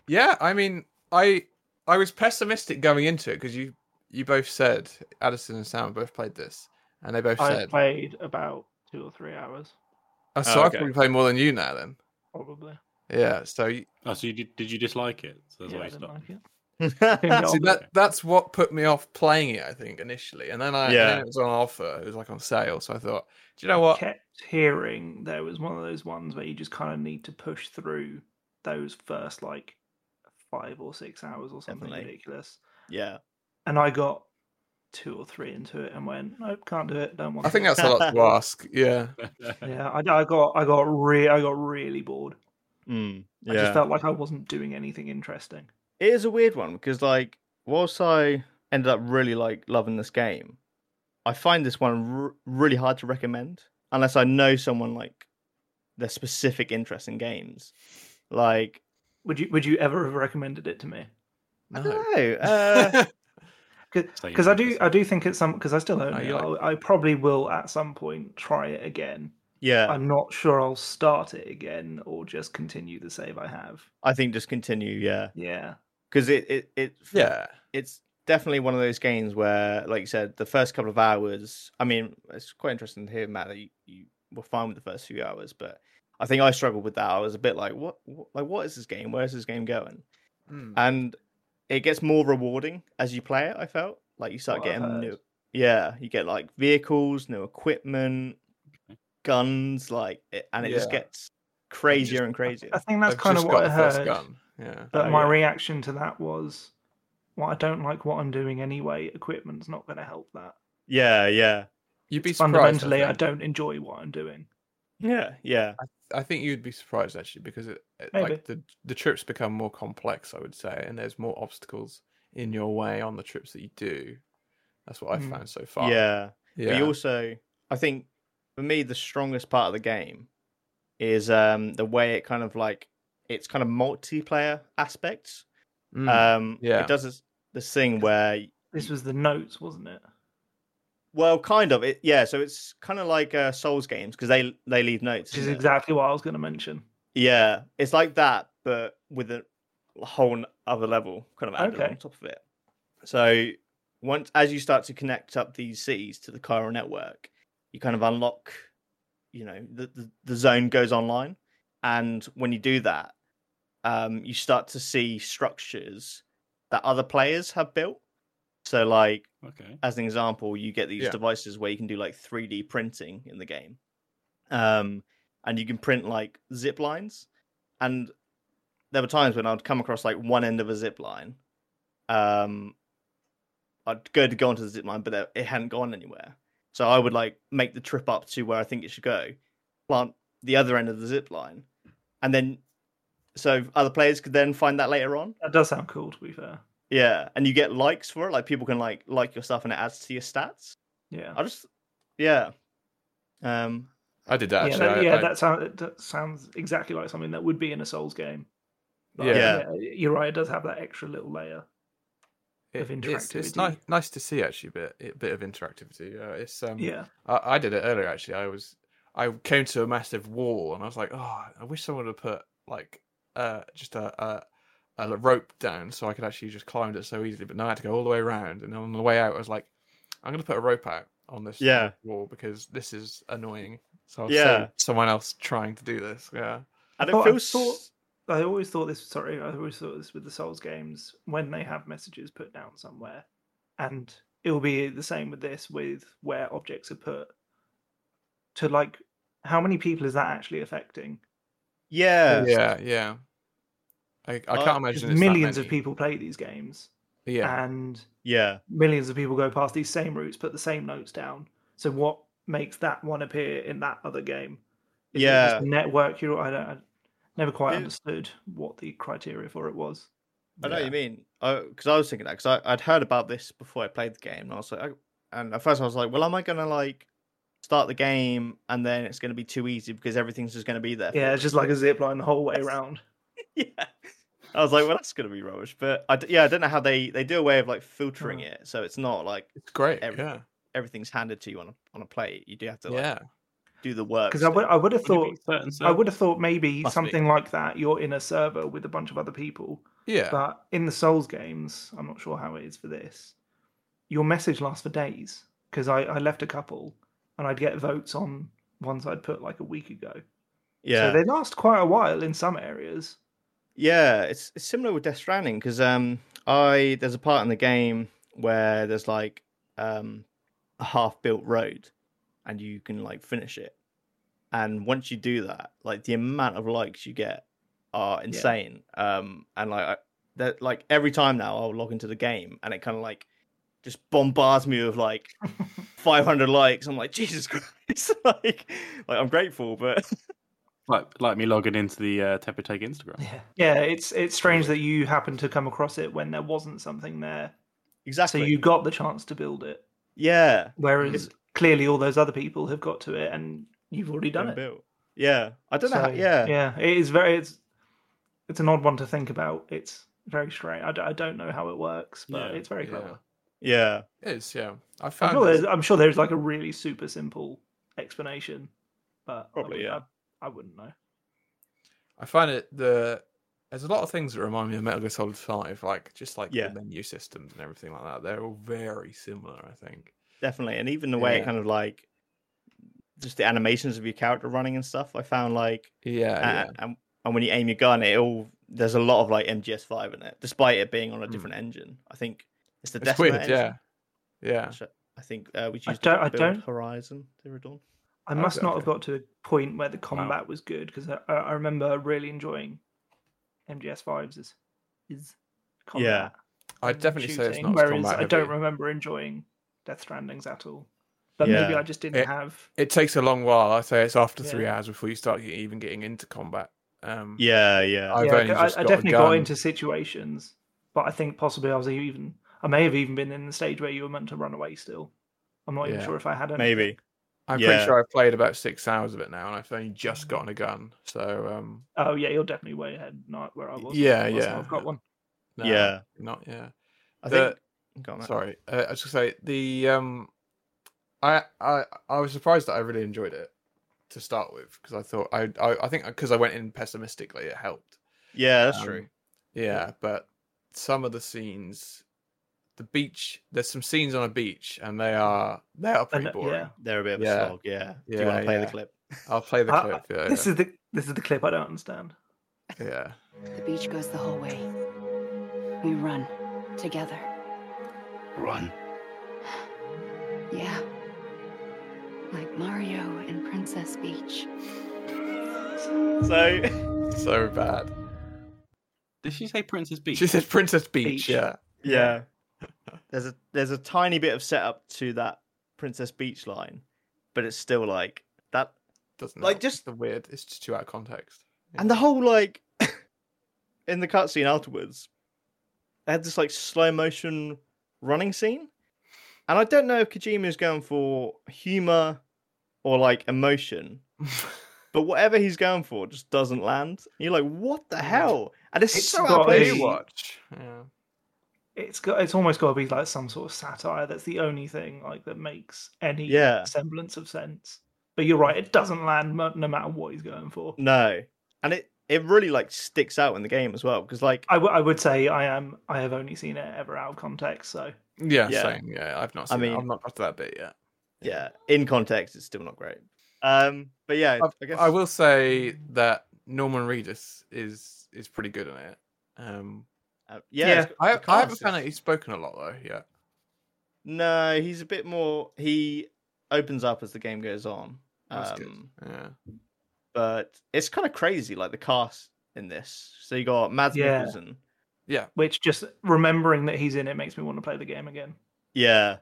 [SPEAKER 3] yeah, I mean, I I was pessimistic going into it because you you both said Addison and Sam both played this, and they both
[SPEAKER 4] I
[SPEAKER 3] said,
[SPEAKER 4] played about two or three hours,
[SPEAKER 3] oh,
[SPEAKER 2] Oh,
[SPEAKER 3] "So I've
[SPEAKER 2] okay.
[SPEAKER 3] probably played more than you now." Then,
[SPEAKER 4] probably.
[SPEAKER 3] yeah. So you-
[SPEAKER 5] Oh, so you did, did you dislike it? So that's
[SPEAKER 4] Yeah,
[SPEAKER 5] why
[SPEAKER 4] I
[SPEAKER 5] you
[SPEAKER 4] didn't
[SPEAKER 5] stopped.
[SPEAKER 4] like it.
[SPEAKER 3] See,
[SPEAKER 4] Oh,
[SPEAKER 5] okay.
[SPEAKER 3] that that's what put me off playing it, I think, initially. And then I and then
[SPEAKER 2] Yeah.
[SPEAKER 3] it was on offer. It was like on sale. So I thought, do you know what?
[SPEAKER 4] kept hearing there was one of those ones where you just kind of need to push through those first like five or six hours or something
[SPEAKER 2] Definitely.
[SPEAKER 4] ridiculous.
[SPEAKER 2] yeah,
[SPEAKER 4] And I got two or three into it and went, nope, can't do it. Don't want.
[SPEAKER 3] I think
[SPEAKER 4] to.
[SPEAKER 3] that's a lot to ask. Yeah.
[SPEAKER 4] yeah. I, I got I got re- I got really bored.
[SPEAKER 2] Mm, yeah.
[SPEAKER 4] I just felt like I wasn't doing anything interesting.
[SPEAKER 2] it is a weird one because like whilst I ended up really like loving this game, I find this one r- really hard to recommend unless I know someone like their specific interest in games. Like
[SPEAKER 4] Would you Would you ever have recommended it to me?
[SPEAKER 2] I
[SPEAKER 3] No.
[SPEAKER 2] don't know. Uh,
[SPEAKER 5] So you
[SPEAKER 4] Because I
[SPEAKER 5] think
[SPEAKER 4] do
[SPEAKER 5] it's-
[SPEAKER 4] I do think it's some because I still own
[SPEAKER 3] No,
[SPEAKER 4] it.
[SPEAKER 3] you like-
[SPEAKER 4] I'll- I probably will at some point try it again.
[SPEAKER 2] yeah,
[SPEAKER 4] I'm not sure I'll start it again or just continue the save I have.
[SPEAKER 2] I think just continue. Yeah,
[SPEAKER 4] Yeah.
[SPEAKER 2] because it it it
[SPEAKER 3] yeah.
[SPEAKER 2] it's definitely one of those games where, like you said, the first couple of hours. I mean, it's quite interesting to hear, Matt, that you, you were fine with the first few hours, but I think I struggled with that. I was a bit like, what, what like, what is this game? Where is this game going?
[SPEAKER 3] Mm.
[SPEAKER 2] And it gets more rewarding as you play it. I felt like you start
[SPEAKER 4] What I've
[SPEAKER 2] getting
[SPEAKER 4] heard.
[SPEAKER 2] new, yeah, you get like vehicles, new equipment, guns, like, it, and it just
[SPEAKER 3] Yeah.
[SPEAKER 2] gets crazier and crazier.
[SPEAKER 4] I think that's
[SPEAKER 3] I've
[SPEAKER 4] kind of
[SPEAKER 3] just
[SPEAKER 4] what I
[SPEAKER 3] got the first
[SPEAKER 4] heard.
[SPEAKER 3] gun. Yeah.
[SPEAKER 4] But
[SPEAKER 2] Oh,
[SPEAKER 4] my
[SPEAKER 2] yeah.
[SPEAKER 4] reaction to that was, well, I don't like what I'm doing anyway. Equipment's not going to help that.
[SPEAKER 2] Yeah, yeah,
[SPEAKER 3] You'd be surprised.
[SPEAKER 4] Fundamentally, I,
[SPEAKER 3] I, think.
[SPEAKER 4] don't enjoy what I'm doing.
[SPEAKER 2] yeah, yeah,
[SPEAKER 3] I think you'd be surprised actually because it, it-
[SPEAKER 4] Maybe.
[SPEAKER 3] like the the trips become more complex. I would say, and there's more obstacles in your way on the trips that you do. That's what I've
[SPEAKER 4] Mm.
[SPEAKER 3] found so far.
[SPEAKER 2] yeah. But
[SPEAKER 3] Yeah.
[SPEAKER 2] you also, I think, for me, the strongest part of the game is um the way it kind of like it's kind of multiplayer aspects.
[SPEAKER 3] Mm.
[SPEAKER 2] um,
[SPEAKER 3] yeah.
[SPEAKER 2] it does this, this thing where,
[SPEAKER 4] This was the notes, wasn't it?
[SPEAKER 2] well, kind of it, yeah. So it's kind of like uh, Souls games because they they leave notes.
[SPEAKER 4] Which is
[SPEAKER 2] isn't it?
[SPEAKER 4] exactly what I was going to mention.
[SPEAKER 2] Yeah, it's like that, but with a whole n- other level kind of added
[SPEAKER 4] Okay.
[SPEAKER 2] on top of it. So once, as you start to connect up these cities to the Chiral network, you kind of unlock, you know, the the, the zone goes online, and when you do that, um, you start to see structures that other players have built. So, like
[SPEAKER 5] okay.
[SPEAKER 2] as an example, you get these
[SPEAKER 3] Yeah.
[SPEAKER 2] devices where you can do like 3D printing in the game. Um, and you can print like zip lines. And there were times when I'd come across like one end of a zip line. Um, I'd go to go onto the zip line, but there- it hadn't gone anywhere. So I would like make the trip up to where I think it should go, plant the other end of the zip line, and then so other players could then find that later on.
[SPEAKER 4] That does sound cool, to be fair.
[SPEAKER 2] Yeah, and you get likes for it. Like people can like like your stuff, and it adds to your stats.
[SPEAKER 4] Yeah.
[SPEAKER 2] I just, yeah, um,
[SPEAKER 3] I did that
[SPEAKER 4] yeah,
[SPEAKER 3] actually.
[SPEAKER 4] that,
[SPEAKER 3] I-
[SPEAKER 4] yeah
[SPEAKER 3] I-
[SPEAKER 4] that, sound, that sounds exactly like something that would be in a Souls game. But,
[SPEAKER 2] Yeah.
[SPEAKER 4] You're right. It does have that extra little layer.
[SPEAKER 3] It's,
[SPEAKER 4] of
[SPEAKER 3] it's
[SPEAKER 4] interactivity.
[SPEAKER 3] nice, nice to see actually a bit, a bit of interactivity. Uh, it's um,
[SPEAKER 4] Yeah.
[SPEAKER 3] I, I did it earlier actually. I was, I came to a massive wall and I was like, oh, I wish someone would have put like, uh, just a, a, a l- rope down so I could actually just climb it so easily. But no, I had to go all the way around. And on the way out, I was like, I'm gonna put a rope out on this
[SPEAKER 2] Yeah.
[SPEAKER 3] wall because this is annoying. So I'll
[SPEAKER 2] Yeah.
[SPEAKER 3] save someone else trying to do this. Yeah.
[SPEAKER 2] and
[SPEAKER 4] thought
[SPEAKER 2] it
[SPEAKER 4] Oh, I
[SPEAKER 2] feels
[SPEAKER 4] saw-
[SPEAKER 2] sort.
[SPEAKER 4] I always thought this. Sorry, I always thought this with the Souls games when they have messages put down somewhere, and it will be the same with this with where objects are put. To like, how many people is that actually affecting?
[SPEAKER 2] Yeah,
[SPEAKER 3] Yeah. Yeah. I, I can't
[SPEAKER 2] Uh,
[SPEAKER 4] 'Cause
[SPEAKER 3] imagine it's that
[SPEAKER 4] Millions of
[SPEAKER 3] many.
[SPEAKER 4] people play these games,
[SPEAKER 3] Yeah.
[SPEAKER 4] and
[SPEAKER 2] yeah,
[SPEAKER 4] millions of people go past these same routes, put the same notes down. So what makes that one appear in that other game? Is it just
[SPEAKER 2] Yeah.
[SPEAKER 4] the network. You, I don't, I never quite
[SPEAKER 2] It-
[SPEAKER 4] understood what the criteria for it was.
[SPEAKER 2] I know what
[SPEAKER 3] Yeah.
[SPEAKER 2] you mean. Because I was thinking that because I'd heard about this before I played the game, and I was like, I, And at first I was like, well, am I gonna like start the game and then it's gonna be too easy because everything's just gonna be there? for
[SPEAKER 4] Yeah,
[SPEAKER 2] me?
[SPEAKER 4] it's just like a zip line the whole way
[SPEAKER 2] Yes.
[SPEAKER 4] round.
[SPEAKER 2] yeah. I was like, well, that's gonna be rubbish. But I d- yeah, I don't know how they they do a way of like filtering
[SPEAKER 4] Mm.
[SPEAKER 2] it, so it's not like
[SPEAKER 3] It's great.
[SPEAKER 2] Everything.
[SPEAKER 3] Yeah.
[SPEAKER 2] everything's handed to you on a on a plate. You do have to like
[SPEAKER 3] yeah.
[SPEAKER 2] do the work.
[SPEAKER 4] Because I would, I would have
[SPEAKER 5] Would
[SPEAKER 4] thought,
[SPEAKER 5] it be certain
[SPEAKER 4] I
[SPEAKER 5] servers?
[SPEAKER 4] would have thought maybe
[SPEAKER 3] Must be.
[SPEAKER 4] something like that. You're in a server with a bunch of other people,
[SPEAKER 3] Yeah.
[SPEAKER 4] but in the Souls games, I'm not sure how it is for this. Your message lasts for days because I, I left a couple, and I'd get votes on ones I'd put like a week ago.
[SPEAKER 2] yeah.
[SPEAKER 4] So they last quite a while in some areas.
[SPEAKER 2] Yeah, it's, it's similar with Death Stranding because um, I there's a part in the game where there's like um, a half built road, and you can like finish it. And once you do that, like the amount of likes you get are insane. Um, and like I, that, like every time now, I'll log into the game, and it kind of like just bombards me with like 500 likes. I'm like Jesus Christ! like, like I'm grateful, but
[SPEAKER 5] like like me logging into the uh, Tepper Take Instagram.
[SPEAKER 4] Yeah, yeah. It's it's strange that you happened to come across it when there wasn't something there, so
[SPEAKER 2] exactly.
[SPEAKER 4] you got the chance to build it.
[SPEAKER 2] yeah.
[SPEAKER 4] Whereas clearly all those other people have got to it, and you've already done it.
[SPEAKER 2] been built. Yeah, I don't know. how,
[SPEAKER 4] So,
[SPEAKER 2] yeah.
[SPEAKER 4] yeah, it is very. It's it's an odd one to think about. It's very strange. I, d- I don't know how it works, but
[SPEAKER 5] Yeah,
[SPEAKER 4] it's very clever.
[SPEAKER 3] yeah.
[SPEAKER 2] yeah,
[SPEAKER 3] It is. Yeah. I
[SPEAKER 4] I'm,
[SPEAKER 3] found
[SPEAKER 4] sure
[SPEAKER 3] it-
[SPEAKER 4] there's, I'm sure there's like a really super simple explanation, but I
[SPEAKER 2] Probably,
[SPEAKER 4] wouldn't-
[SPEAKER 2] yeah.
[SPEAKER 4] I, I wouldn't know.
[SPEAKER 3] I find it the there's a lot of things that remind me of Metal Gear Solid Five, like just like
[SPEAKER 2] Yeah.
[SPEAKER 3] the menu systems and everything like that. They're all very similar, I think.
[SPEAKER 2] definitely. And even the way it
[SPEAKER 3] Yeah.
[SPEAKER 2] kind of like just the animations of your character running and stuff, I found like,
[SPEAKER 3] Uh, Yeah,
[SPEAKER 2] a- and, and when you aim your gun, it all there's a lot of like MGS5 in it, despite it being on a
[SPEAKER 3] Hmm.
[SPEAKER 2] different engine. I think it's the
[SPEAKER 3] it's
[SPEAKER 2] Decima
[SPEAKER 3] weird.
[SPEAKER 2] engine,
[SPEAKER 3] Yeah, yeah.
[SPEAKER 2] which I- I think uh, we used
[SPEAKER 4] I
[SPEAKER 2] to
[SPEAKER 4] don't- I
[SPEAKER 2] build
[SPEAKER 4] don't-
[SPEAKER 2] Horizon Zero Dawn.
[SPEAKER 4] I must
[SPEAKER 3] Okay,
[SPEAKER 4] not have
[SPEAKER 3] okay.
[SPEAKER 4] got to a point where the combat was good because I, I I remember really enjoying MGS Fives is is combat.
[SPEAKER 3] I'd
[SPEAKER 4] and
[SPEAKER 3] definitely say it's
[SPEAKER 4] shooting,
[SPEAKER 3] not as
[SPEAKER 4] Whereas
[SPEAKER 3] combat
[SPEAKER 4] I don't
[SPEAKER 3] heavy.
[SPEAKER 4] remember enjoying Death Strandings at all. But maybe
[SPEAKER 2] Yeah.
[SPEAKER 4] I just didn't
[SPEAKER 3] It-
[SPEAKER 4] have.
[SPEAKER 3] It takes a long while. I say it's after three
[SPEAKER 4] Yeah.
[SPEAKER 3] hours before you start get- even getting into combat. Um,
[SPEAKER 2] Yeah, yeah,
[SPEAKER 3] I've
[SPEAKER 4] yeah,
[SPEAKER 3] only
[SPEAKER 4] I,
[SPEAKER 3] just
[SPEAKER 4] I
[SPEAKER 3] got a
[SPEAKER 4] definitely got
[SPEAKER 3] gun.
[SPEAKER 4] into situations, but I think possibly I was even. I may have even been in the stage where you were meant to run away. Still, I'm not even
[SPEAKER 3] Yeah.
[SPEAKER 4] sure if I had. Any.
[SPEAKER 2] maybe.
[SPEAKER 3] I'm
[SPEAKER 2] yeah.
[SPEAKER 3] pretty sure I've played about six hours of it now, and I've only
[SPEAKER 2] Mm.
[SPEAKER 3] just gotten a gun. So um,
[SPEAKER 4] Oh yeah, you're definitely way ahead, not where I was.
[SPEAKER 3] yeah,
[SPEAKER 4] That's why
[SPEAKER 3] yeah,
[SPEAKER 4] I've got one.
[SPEAKER 3] no,
[SPEAKER 2] Yeah,
[SPEAKER 3] not yeah.
[SPEAKER 2] I
[SPEAKER 3] The-
[SPEAKER 2] think. Go on, Matt.
[SPEAKER 3] Sorry, uh, I was gonna say the um, I I I was surprised that I really enjoyed it to start with because I thought I I, I think because I went in pessimistically it helped.
[SPEAKER 2] Yeah, that's
[SPEAKER 3] Um,
[SPEAKER 2] true.
[SPEAKER 3] Yeah, but some of the scenes, the beach, there's some scenes on a beach and they are they are pretty
[SPEAKER 4] And, uh,
[SPEAKER 3] boring.
[SPEAKER 4] yeah,
[SPEAKER 2] They're a bit of a
[SPEAKER 3] yeah.
[SPEAKER 2] slog. Yeah. Do you want
[SPEAKER 3] Yeah,
[SPEAKER 2] to play the
[SPEAKER 3] yeah.
[SPEAKER 2] clip?
[SPEAKER 3] I'll play the
[SPEAKER 4] I-
[SPEAKER 3] clip. yeah,
[SPEAKER 4] this is the this is the clip I don't understand.
[SPEAKER 3] yeah, yeah.
[SPEAKER 7] The beach goes the whole way. We run together.
[SPEAKER 6] Run.
[SPEAKER 7] Yeah. Like Mario and Princess Beach.
[SPEAKER 2] So.
[SPEAKER 3] so bad.
[SPEAKER 5] Did she say Princess Beach?
[SPEAKER 3] She said Princess Beach.
[SPEAKER 4] Beach.
[SPEAKER 3] Yeah,
[SPEAKER 2] Yeah. there's a there's a tiny bit of setup to that Princess Beach line, but it's still like that
[SPEAKER 3] doesn't
[SPEAKER 2] Like,
[SPEAKER 3] help.
[SPEAKER 2] just-
[SPEAKER 3] the weird. It's just too out of context.
[SPEAKER 2] and the whole like in the cutscene afterwards, they had this like slow motion running scene. And I don't know if Kojima is going for humor or like emotion, but whatever he's going for just doesn't land. And you're like, what the hell? And it's,
[SPEAKER 4] It's
[SPEAKER 2] so
[SPEAKER 4] got
[SPEAKER 2] out of
[SPEAKER 4] a-
[SPEAKER 2] place.
[SPEAKER 3] Hey, watch. Yeah.
[SPEAKER 4] It's got it's almost got to be like some sort of satire. That's the only thing like that makes any
[SPEAKER 2] Yeah.
[SPEAKER 4] semblance of sense. But you're right, it doesn't land mo- no matter what he's going for.
[SPEAKER 2] No. And it it really like sticks out in the game as well because like
[SPEAKER 4] I, w- I would say I am. I have only seen it ever out of context. So
[SPEAKER 3] Yeah,
[SPEAKER 2] Yeah.
[SPEAKER 3] same. Yeah, I've not
[SPEAKER 2] I
[SPEAKER 3] seen. I
[SPEAKER 2] mean-
[SPEAKER 3] I've not got to that bit yet.
[SPEAKER 2] yeah, in context, it's still not great. Um, but yeah,
[SPEAKER 3] I've-
[SPEAKER 2] I guess
[SPEAKER 3] I will say that Norman Reedus is is pretty good in it. Um,
[SPEAKER 2] Uh, yeah,
[SPEAKER 4] Yeah.
[SPEAKER 2] it's got-
[SPEAKER 3] I,
[SPEAKER 2] the
[SPEAKER 3] I haven't
[SPEAKER 2] cast
[SPEAKER 3] found
[SPEAKER 2] is-
[SPEAKER 3] that he's spoken a lot though. Yeah,
[SPEAKER 2] No, he's a bit more. He opens up as the game goes on.
[SPEAKER 3] that's good.
[SPEAKER 2] Um,
[SPEAKER 3] Yeah,
[SPEAKER 2] but it's kind of crazy, like the cast in this. So you got Mads
[SPEAKER 4] Yeah.
[SPEAKER 2] Mikkelsen.
[SPEAKER 4] which just remembering that he's in it makes me want to play the game again.
[SPEAKER 2] Yeah.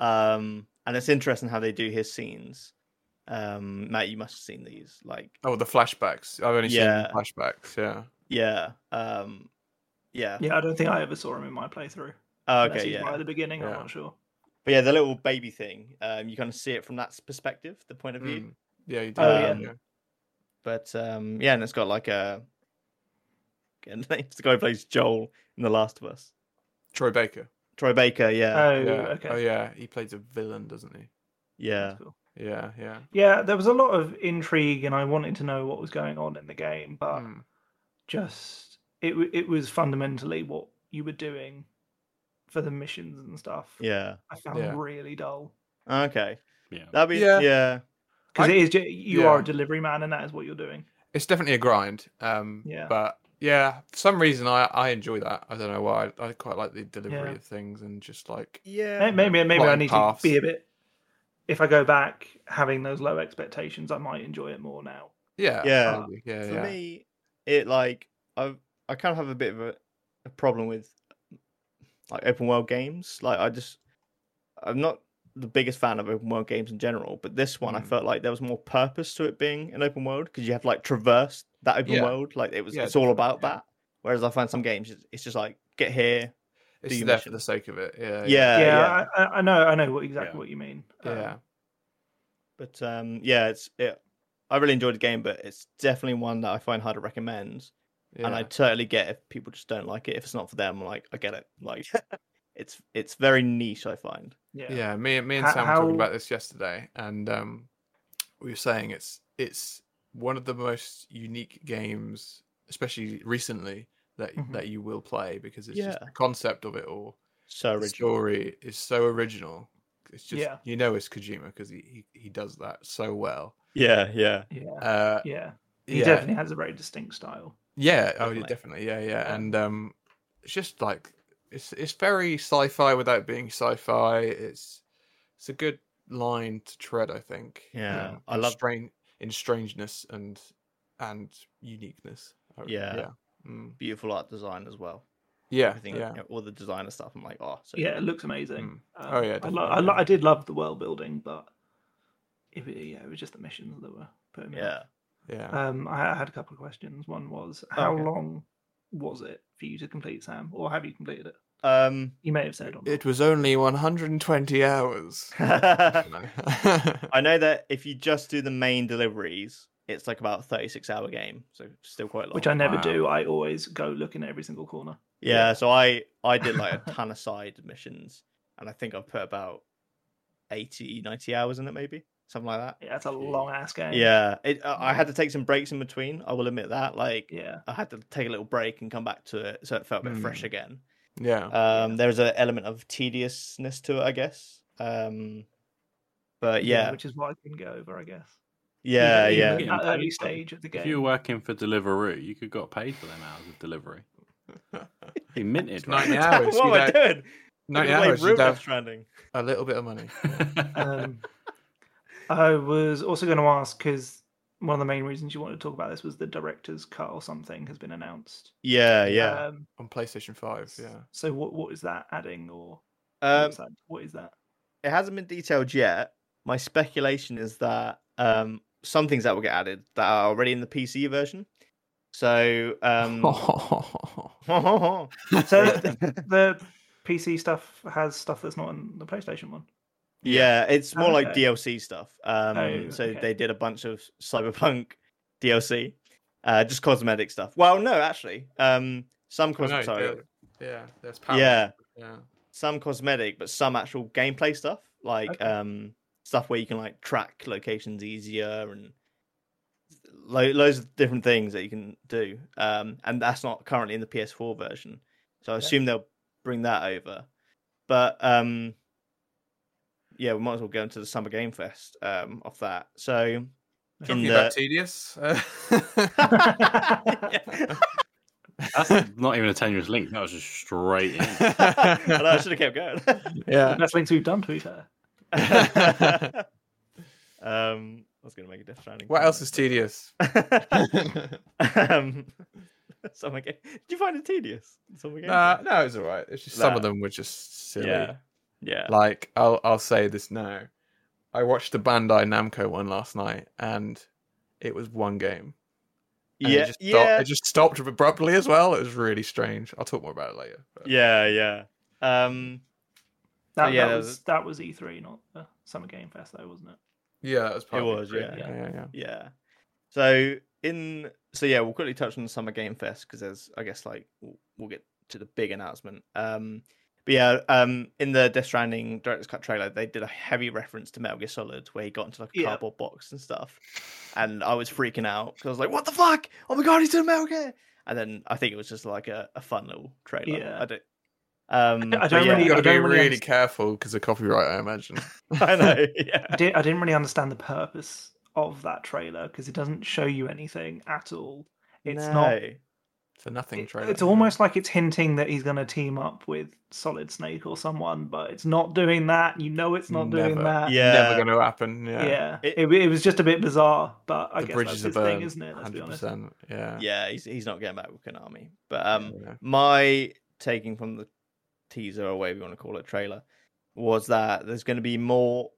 [SPEAKER 2] Um, and it's interesting how they do his scenes. Um, Matt, you must have seen these. Like,
[SPEAKER 3] Oh, the flashbacks. I've only
[SPEAKER 2] Yeah.
[SPEAKER 3] seen flashbacks. Yeah.
[SPEAKER 2] yeah, um, yeah.
[SPEAKER 4] Yeah, I don't think I ever saw him in my playthrough.
[SPEAKER 2] Oh,
[SPEAKER 4] unless
[SPEAKER 2] okay,
[SPEAKER 4] he's
[SPEAKER 2] yeah.
[SPEAKER 4] right at the beginning. I'm
[SPEAKER 3] Yeah.
[SPEAKER 4] not sure.
[SPEAKER 2] But yeah, the little baby thing, um, you kind of see it from that s- perspective, the point of view.
[SPEAKER 3] Mm. Yeah, you do.
[SPEAKER 4] Oh, yeah.
[SPEAKER 2] Um, But um, yeah, and it's got like a. Again, it's the guy who plays Joel in The Last of Us.
[SPEAKER 3] Troy Baker.
[SPEAKER 2] Troy Baker, yeah.
[SPEAKER 4] oh,
[SPEAKER 3] yeah.
[SPEAKER 4] okay.
[SPEAKER 3] Oh, yeah. He plays a villain, doesn't he?
[SPEAKER 2] yeah.
[SPEAKER 4] That's cool.
[SPEAKER 3] Yeah, yeah.
[SPEAKER 4] Yeah, there was a lot of intrigue, and I wanted to know what was going on in the game,
[SPEAKER 2] Uh,
[SPEAKER 4] but
[SPEAKER 3] Mm.
[SPEAKER 4] just it w- it was fundamentally what you were doing for the missions and stuff.
[SPEAKER 2] Yeah.
[SPEAKER 4] I found
[SPEAKER 3] Yeah.
[SPEAKER 4] really dull
[SPEAKER 2] Okay.
[SPEAKER 5] Yeah.
[SPEAKER 2] That'd be.
[SPEAKER 3] Yeah.
[SPEAKER 2] yeah.
[SPEAKER 4] because
[SPEAKER 3] I-
[SPEAKER 4] it is ju- you are
[SPEAKER 3] yeah.
[SPEAKER 4] a delivery man, and that is what you're doing.
[SPEAKER 3] It's definitely a grind. Um,
[SPEAKER 4] Yeah.
[SPEAKER 3] But yeah, for some reason I, I enjoy that. I don't know why. I, I quite like the delivery
[SPEAKER 4] Yeah.
[SPEAKER 3] of things and just like
[SPEAKER 4] May-
[SPEAKER 2] Yeah.
[SPEAKER 4] Maybe maybe I
[SPEAKER 3] Flying
[SPEAKER 4] need
[SPEAKER 3] paths.
[SPEAKER 4] to be a bit. If I go back having those low expectations, I might enjoy it more now.
[SPEAKER 3] yeah,
[SPEAKER 2] Yeah.
[SPEAKER 3] probably. yeah,
[SPEAKER 2] for
[SPEAKER 3] yeah.
[SPEAKER 2] me, it like I I kind of have a bit of a, a problem with like open world games. Like I just I'm not the biggest fan of open world games in general, but this one I
[SPEAKER 3] Mm.
[SPEAKER 2] felt like there was more purpose to it being an open world because you have like traversed that open
[SPEAKER 3] Yeah.
[SPEAKER 2] world. Like it was
[SPEAKER 3] Yeah,
[SPEAKER 2] it's all
[SPEAKER 3] definitely,
[SPEAKER 2] about
[SPEAKER 3] yeah.
[SPEAKER 2] that. Whereas I find some games it's, it's just like get here.
[SPEAKER 3] It's
[SPEAKER 2] you
[SPEAKER 3] there for
[SPEAKER 2] mention-
[SPEAKER 3] the sake of it. Oh, Yeah,
[SPEAKER 2] Yeah,
[SPEAKER 4] yeah,
[SPEAKER 2] Uh, yeah.
[SPEAKER 4] I, I- I know, I know what exactly
[SPEAKER 5] Yeah.
[SPEAKER 4] what you mean.
[SPEAKER 3] yeah.
[SPEAKER 4] Um,
[SPEAKER 2] But um yeah, it's it I really enjoyed the game, but it's definitely one that I find hard to recommend.
[SPEAKER 3] yeah.
[SPEAKER 2] and I totally get if people just don't like it. If it's not for them, like I get it. Like it's it's very niche, I find.
[SPEAKER 4] yeah,
[SPEAKER 3] yeah. me me and
[SPEAKER 4] Ho-
[SPEAKER 3] Sam were talking
[SPEAKER 4] how-
[SPEAKER 3] about this yesterday, and um, we were saying it's it's one of the most unique games, especially recently, that
[SPEAKER 4] Mhm.
[SPEAKER 3] that you will play because it's just
[SPEAKER 2] Yeah.
[SPEAKER 3] the concept of it all.
[SPEAKER 2] So
[SPEAKER 3] The
[SPEAKER 2] original.
[SPEAKER 3] story is so original. It's just
[SPEAKER 4] Yeah.
[SPEAKER 3] you know it's Kojima because he, he he does that so well.
[SPEAKER 2] Yeah, yeah,
[SPEAKER 4] yeah,
[SPEAKER 3] Uh,
[SPEAKER 4] yeah. He
[SPEAKER 3] yeah.
[SPEAKER 4] definitely has a very distinct style.
[SPEAKER 3] Yeah, oh yeah,
[SPEAKER 2] Definitely.
[SPEAKER 3] definitely. Yeah, yeah. And um it's just like it's it's very sci-fi without being sci-fi. It's it's a good line to tread, I think.
[SPEAKER 2] Yeah,
[SPEAKER 3] um,
[SPEAKER 2] I
[SPEAKER 3] in
[SPEAKER 2] love-
[SPEAKER 3] strain in strangeness and and uniqueness. I-
[SPEAKER 2] Yeah.
[SPEAKER 3] Yeah. Mm.
[SPEAKER 2] Beautiful art design as well.
[SPEAKER 3] Yeah.
[SPEAKER 2] Everything,
[SPEAKER 3] yeah.
[SPEAKER 2] yeah, all the designer stuff. I'm like, oh, so
[SPEAKER 4] Yeah, it looks amazing. Um,
[SPEAKER 3] Oh, yeah,
[SPEAKER 4] I,
[SPEAKER 3] definitely,
[SPEAKER 4] lo- I, lo-
[SPEAKER 3] yeah.
[SPEAKER 4] I did love the world building, but it, wa- yeah, it was just the missions that were putting me.
[SPEAKER 2] yeah. Oh,
[SPEAKER 4] off.
[SPEAKER 3] Yeah.
[SPEAKER 2] Uh,
[SPEAKER 4] Um, I I had a couple of questions. One was, how
[SPEAKER 2] okay.
[SPEAKER 4] long was it for you to complete, Sam, or have you completed it?
[SPEAKER 2] Um,
[SPEAKER 4] You may have said on.
[SPEAKER 3] It was only 120 hours. You
[SPEAKER 2] I
[SPEAKER 3] know.
[SPEAKER 2] know that if you just do the main deliveries, it's like about a 36 hour game, so still quite long.
[SPEAKER 4] which I never
[SPEAKER 3] Wow.
[SPEAKER 4] do. I always go looking at every single corner.
[SPEAKER 2] yeah, so I I did like a ton of side missions, and I think I've put about 80, 90 hours in it, maybe something like that.
[SPEAKER 4] Yeah, that's a long ass game.
[SPEAKER 2] Yeah, it, uh, I I had to take some breaks in between. I will admit that. Like,
[SPEAKER 4] yeah.
[SPEAKER 2] I had to take a little break and come back to it, so it felt a bit fresh
[SPEAKER 3] Mm. Oh,
[SPEAKER 2] again.
[SPEAKER 3] yeah.
[SPEAKER 2] Um, There's an element of tediousness to it, I guess. Um, but yeah,
[SPEAKER 4] which is why I couldn't go over, I guess.
[SPEAKER 2] yeah,
[SPEAKER 5] even-
[SPEAKER 2] yeah,
[SPEAKER 5] even-
[SPEAKER 4] At
[SPEAKER 5] Yeah.
[SPEAKER 4] early stage of the game.
[SPEAKER 5] If you were working for Deliveroo, you could got paid for them hours of delivery. Be minted,
[SPEAKER 3] Ninety
[SPEAKER 5] right?
[SPEAKER 3] hours.
[SPEAKER 2] what am
[SPEAKER 3] you'd
[SPEAKER 2] I
[SPEAKER 3] have-
[SPEAKER 2] doing? I
[SPEAKER 3] 90
[SPEAKER 2] could play
[SPEAKER 3] hours.
[SPEAKER 2] Room
[SPEAKER 3] You'd
[SPEAKER 2] Death
[SPEAKER 3] have
[SPEAKER 2] Stranding.
[SPEAKER 3] a little bit of money.
[SPEAKER 4] Um, I was also going to ask because one of the main reasons you wanted to talk about this was the director's cut or something has been announced.
[SPEAKER 2] Yeah, yeah.
[SPEAKER 4] Um,
[SPEAKER 3] on PlayStation 5. Yeah.
[SPEAKER 4] so what what is that adding or
[SPEAKER 2] Um,
[SPEAKER 4] what's that, what is that?
[SPEAKER 2] it hasn't been detailed yet. My speculation is that um, some things that will get added that are already in the PC version. So, um,
[SPEAKER 3] Oh.
[SPEAKER 4] So the PC stuff has stuff that's not in the PlayStation one.
[SPEAKER 2] Yeah, it's more like
[SPEAKER 4] Okay.
[SPEAKER 2] DLC stuff. Um,
[SPEAKER 4] Oh,
[SPEAKER 2] so
[SPEAKER 4] okay.
[SPEAKER 2] they did a bunch of cyberpunk DLC, uh, just cosmetic stuff. Well, no, actually, um,
[SPEAKER 4] Oh,
[SPEAKER 2] some
[SPEAKER 3] I know,
[SPEAKER 2] cosmetic, sorry,
[SPEAKER 3] there- yeah, there's power.
[SPEAKER 2] Yeah.
[SPEAKER 3] yeah,
[SPEAKER 2] some cosmetic, but some actual gameplay stuff, like
[SPEAKER 4] Okay.
[SPEAKER 2] um, stuff where you can like track locations easier and lo- loads of different things that you can do. Um, and that's not currently in the PS4 version, so I
[SPEAKER 4] Okay.
[SPEAKER 2] assume they'll bring that over. But um, yeah, we might as well go into the Summer Game Fest um, off that. So in
[SPEAKER 3] Talking about
[SPEAKER 2] the
[SPEAKER 3] tedious. uh,
[SPEAKER 5] That's not even a tenuous link. That was just straight in.
[SPEAKER 2] I, know, I should have kept going.
[SPEAKER 4] The best links we've done to be
[SPEAKER 2] Uh,
[SPEAKER 4] fair.
[SPEAKER 2] um, I was going to make a Death Stranding.
[SPEAKER 3] What
[SPEAKER 2] comment,
[SPEAKER 3] else is
[SPEAKER 2] but-
[SPEAKER 3] tedious?
[SPEAKER 2] um, summer game. Did you find it tedious? Summer game.
[SPEAKER 3] Nah, Uh, no, it's all right. It's just some
[SPEAKER 2] Nah.
[SPEAKER 3] of them were just silly.
[SPEAKER 2] Yeah. yeah.
[SPEAKER 3] Like I'll I'll say this now. I watched the Bandai Namco one last night, and it was one game. And
[SPEAKER 2] yeah.
[SPEAKER 3] it just, stopped,
[SPEAKER 2] Yeah.
[SPEAKER 3] it just stopped abruptly as well. It was really strange. I'll talk more about it later. but-
[SPEAKER 2] Yeah. Yeah. Um,
[SPEAKER 4] That,
[SPEAKER 2] yeah,
[SPEAKER 4] that
[SPEAKER 2] that
[SPEAKER 4] was,
[SPEAKER 2] was-
[SPEAKER 4] that was E3, not the Summer Game Fest, though, wasn't it?
[SPEAKER 3] Yeah, that was part
[SPEAKER 2] It
[SPEAKER 3] of
[SPEAKER 2] was,
[SPEAKER 3] E3.
[SPEAKER 2] yeah.
[SPEAKER 3] yeah, yeah, yeah.
[SPEAKER 2] Yeah. So in so yeah, we'll quickly touch on the Summer Game Fest because there's I guess like we'll, we'll get to the big announcement. Um, but yeah, um, in the Death Stranding director's cut trailer, they did a heavy reference to Metal Gear Solid where he got into like a
[SPEAKER 4] Yeah.
[SPEAKER 2] cardboard box and stuff, and I was freaking out because I was like, "What the fuck? Oh my god, he's in Metal Gear!" And then I think it was just like a, a fun little trailer.
[SPEAKER 4] Yeah.
[SPEAKER 2] I don't. Um,
[SPEAKER 4] I
[SPEAKER 2] but
[SPEAKER 4] don't
[SPEAKER 2] yeah,
[SPEAKER 4] really-
[SPEAKER 3] You got
[SPEAKER 4] I
[SPEAKER 3] to be
[SPEAKER 4] don't really
[SPEAKER 3] really
[SPEAKER 4] underst-
[SPEAKER 3] careful because of copyright, I imagine.
[SPEAKER 2] I know. Yeah.
[SPEAKER 4] I, did, I didn't really understand the purpose of that trailer because it doesn't show you anything at all. It's not.
[SPEAKER 2] No.
[SPEAKER 3] For nothing
[SPEAKER 4] it-
[SPEAKER 3] trailer.
[SPEAKER 4] it's almost like it's hinting that he's going to team up with Solid Snake or someone, but it's not doing that. You know, it's not
[SPEAKER 3] Never.
[SPEAKER 4] doing that.
[SPEAKER 2] Yeah.
[SPEAKER 3] never going to happen. Yeah,
[SPEAKER 4] yeah.
[SPEAKER 2] It-
[SPEAKER 4] It, it, was just a bit bizarre, but I
[SPEAKER 3] the
[SPEAKER 4] guess
[SPEAKER 3] bridges are
[SPEAKER 4] that's his thing,
[SPEAKER 3] burned.
[SPEAKER 4] isn't it? Let's be
[SPEAKER 3] Hundred
[SPEAKER 4] honest.
[SPEAKER 3] percent. Yeah.
[SPEAKER 2] Yeah, he's he's not getting back with Konami. But um,
[SPEAKER 3] Yeah.
[SPEAKER 2] my taking from the teaser or whatever you want to call it trailer was that there's going to be more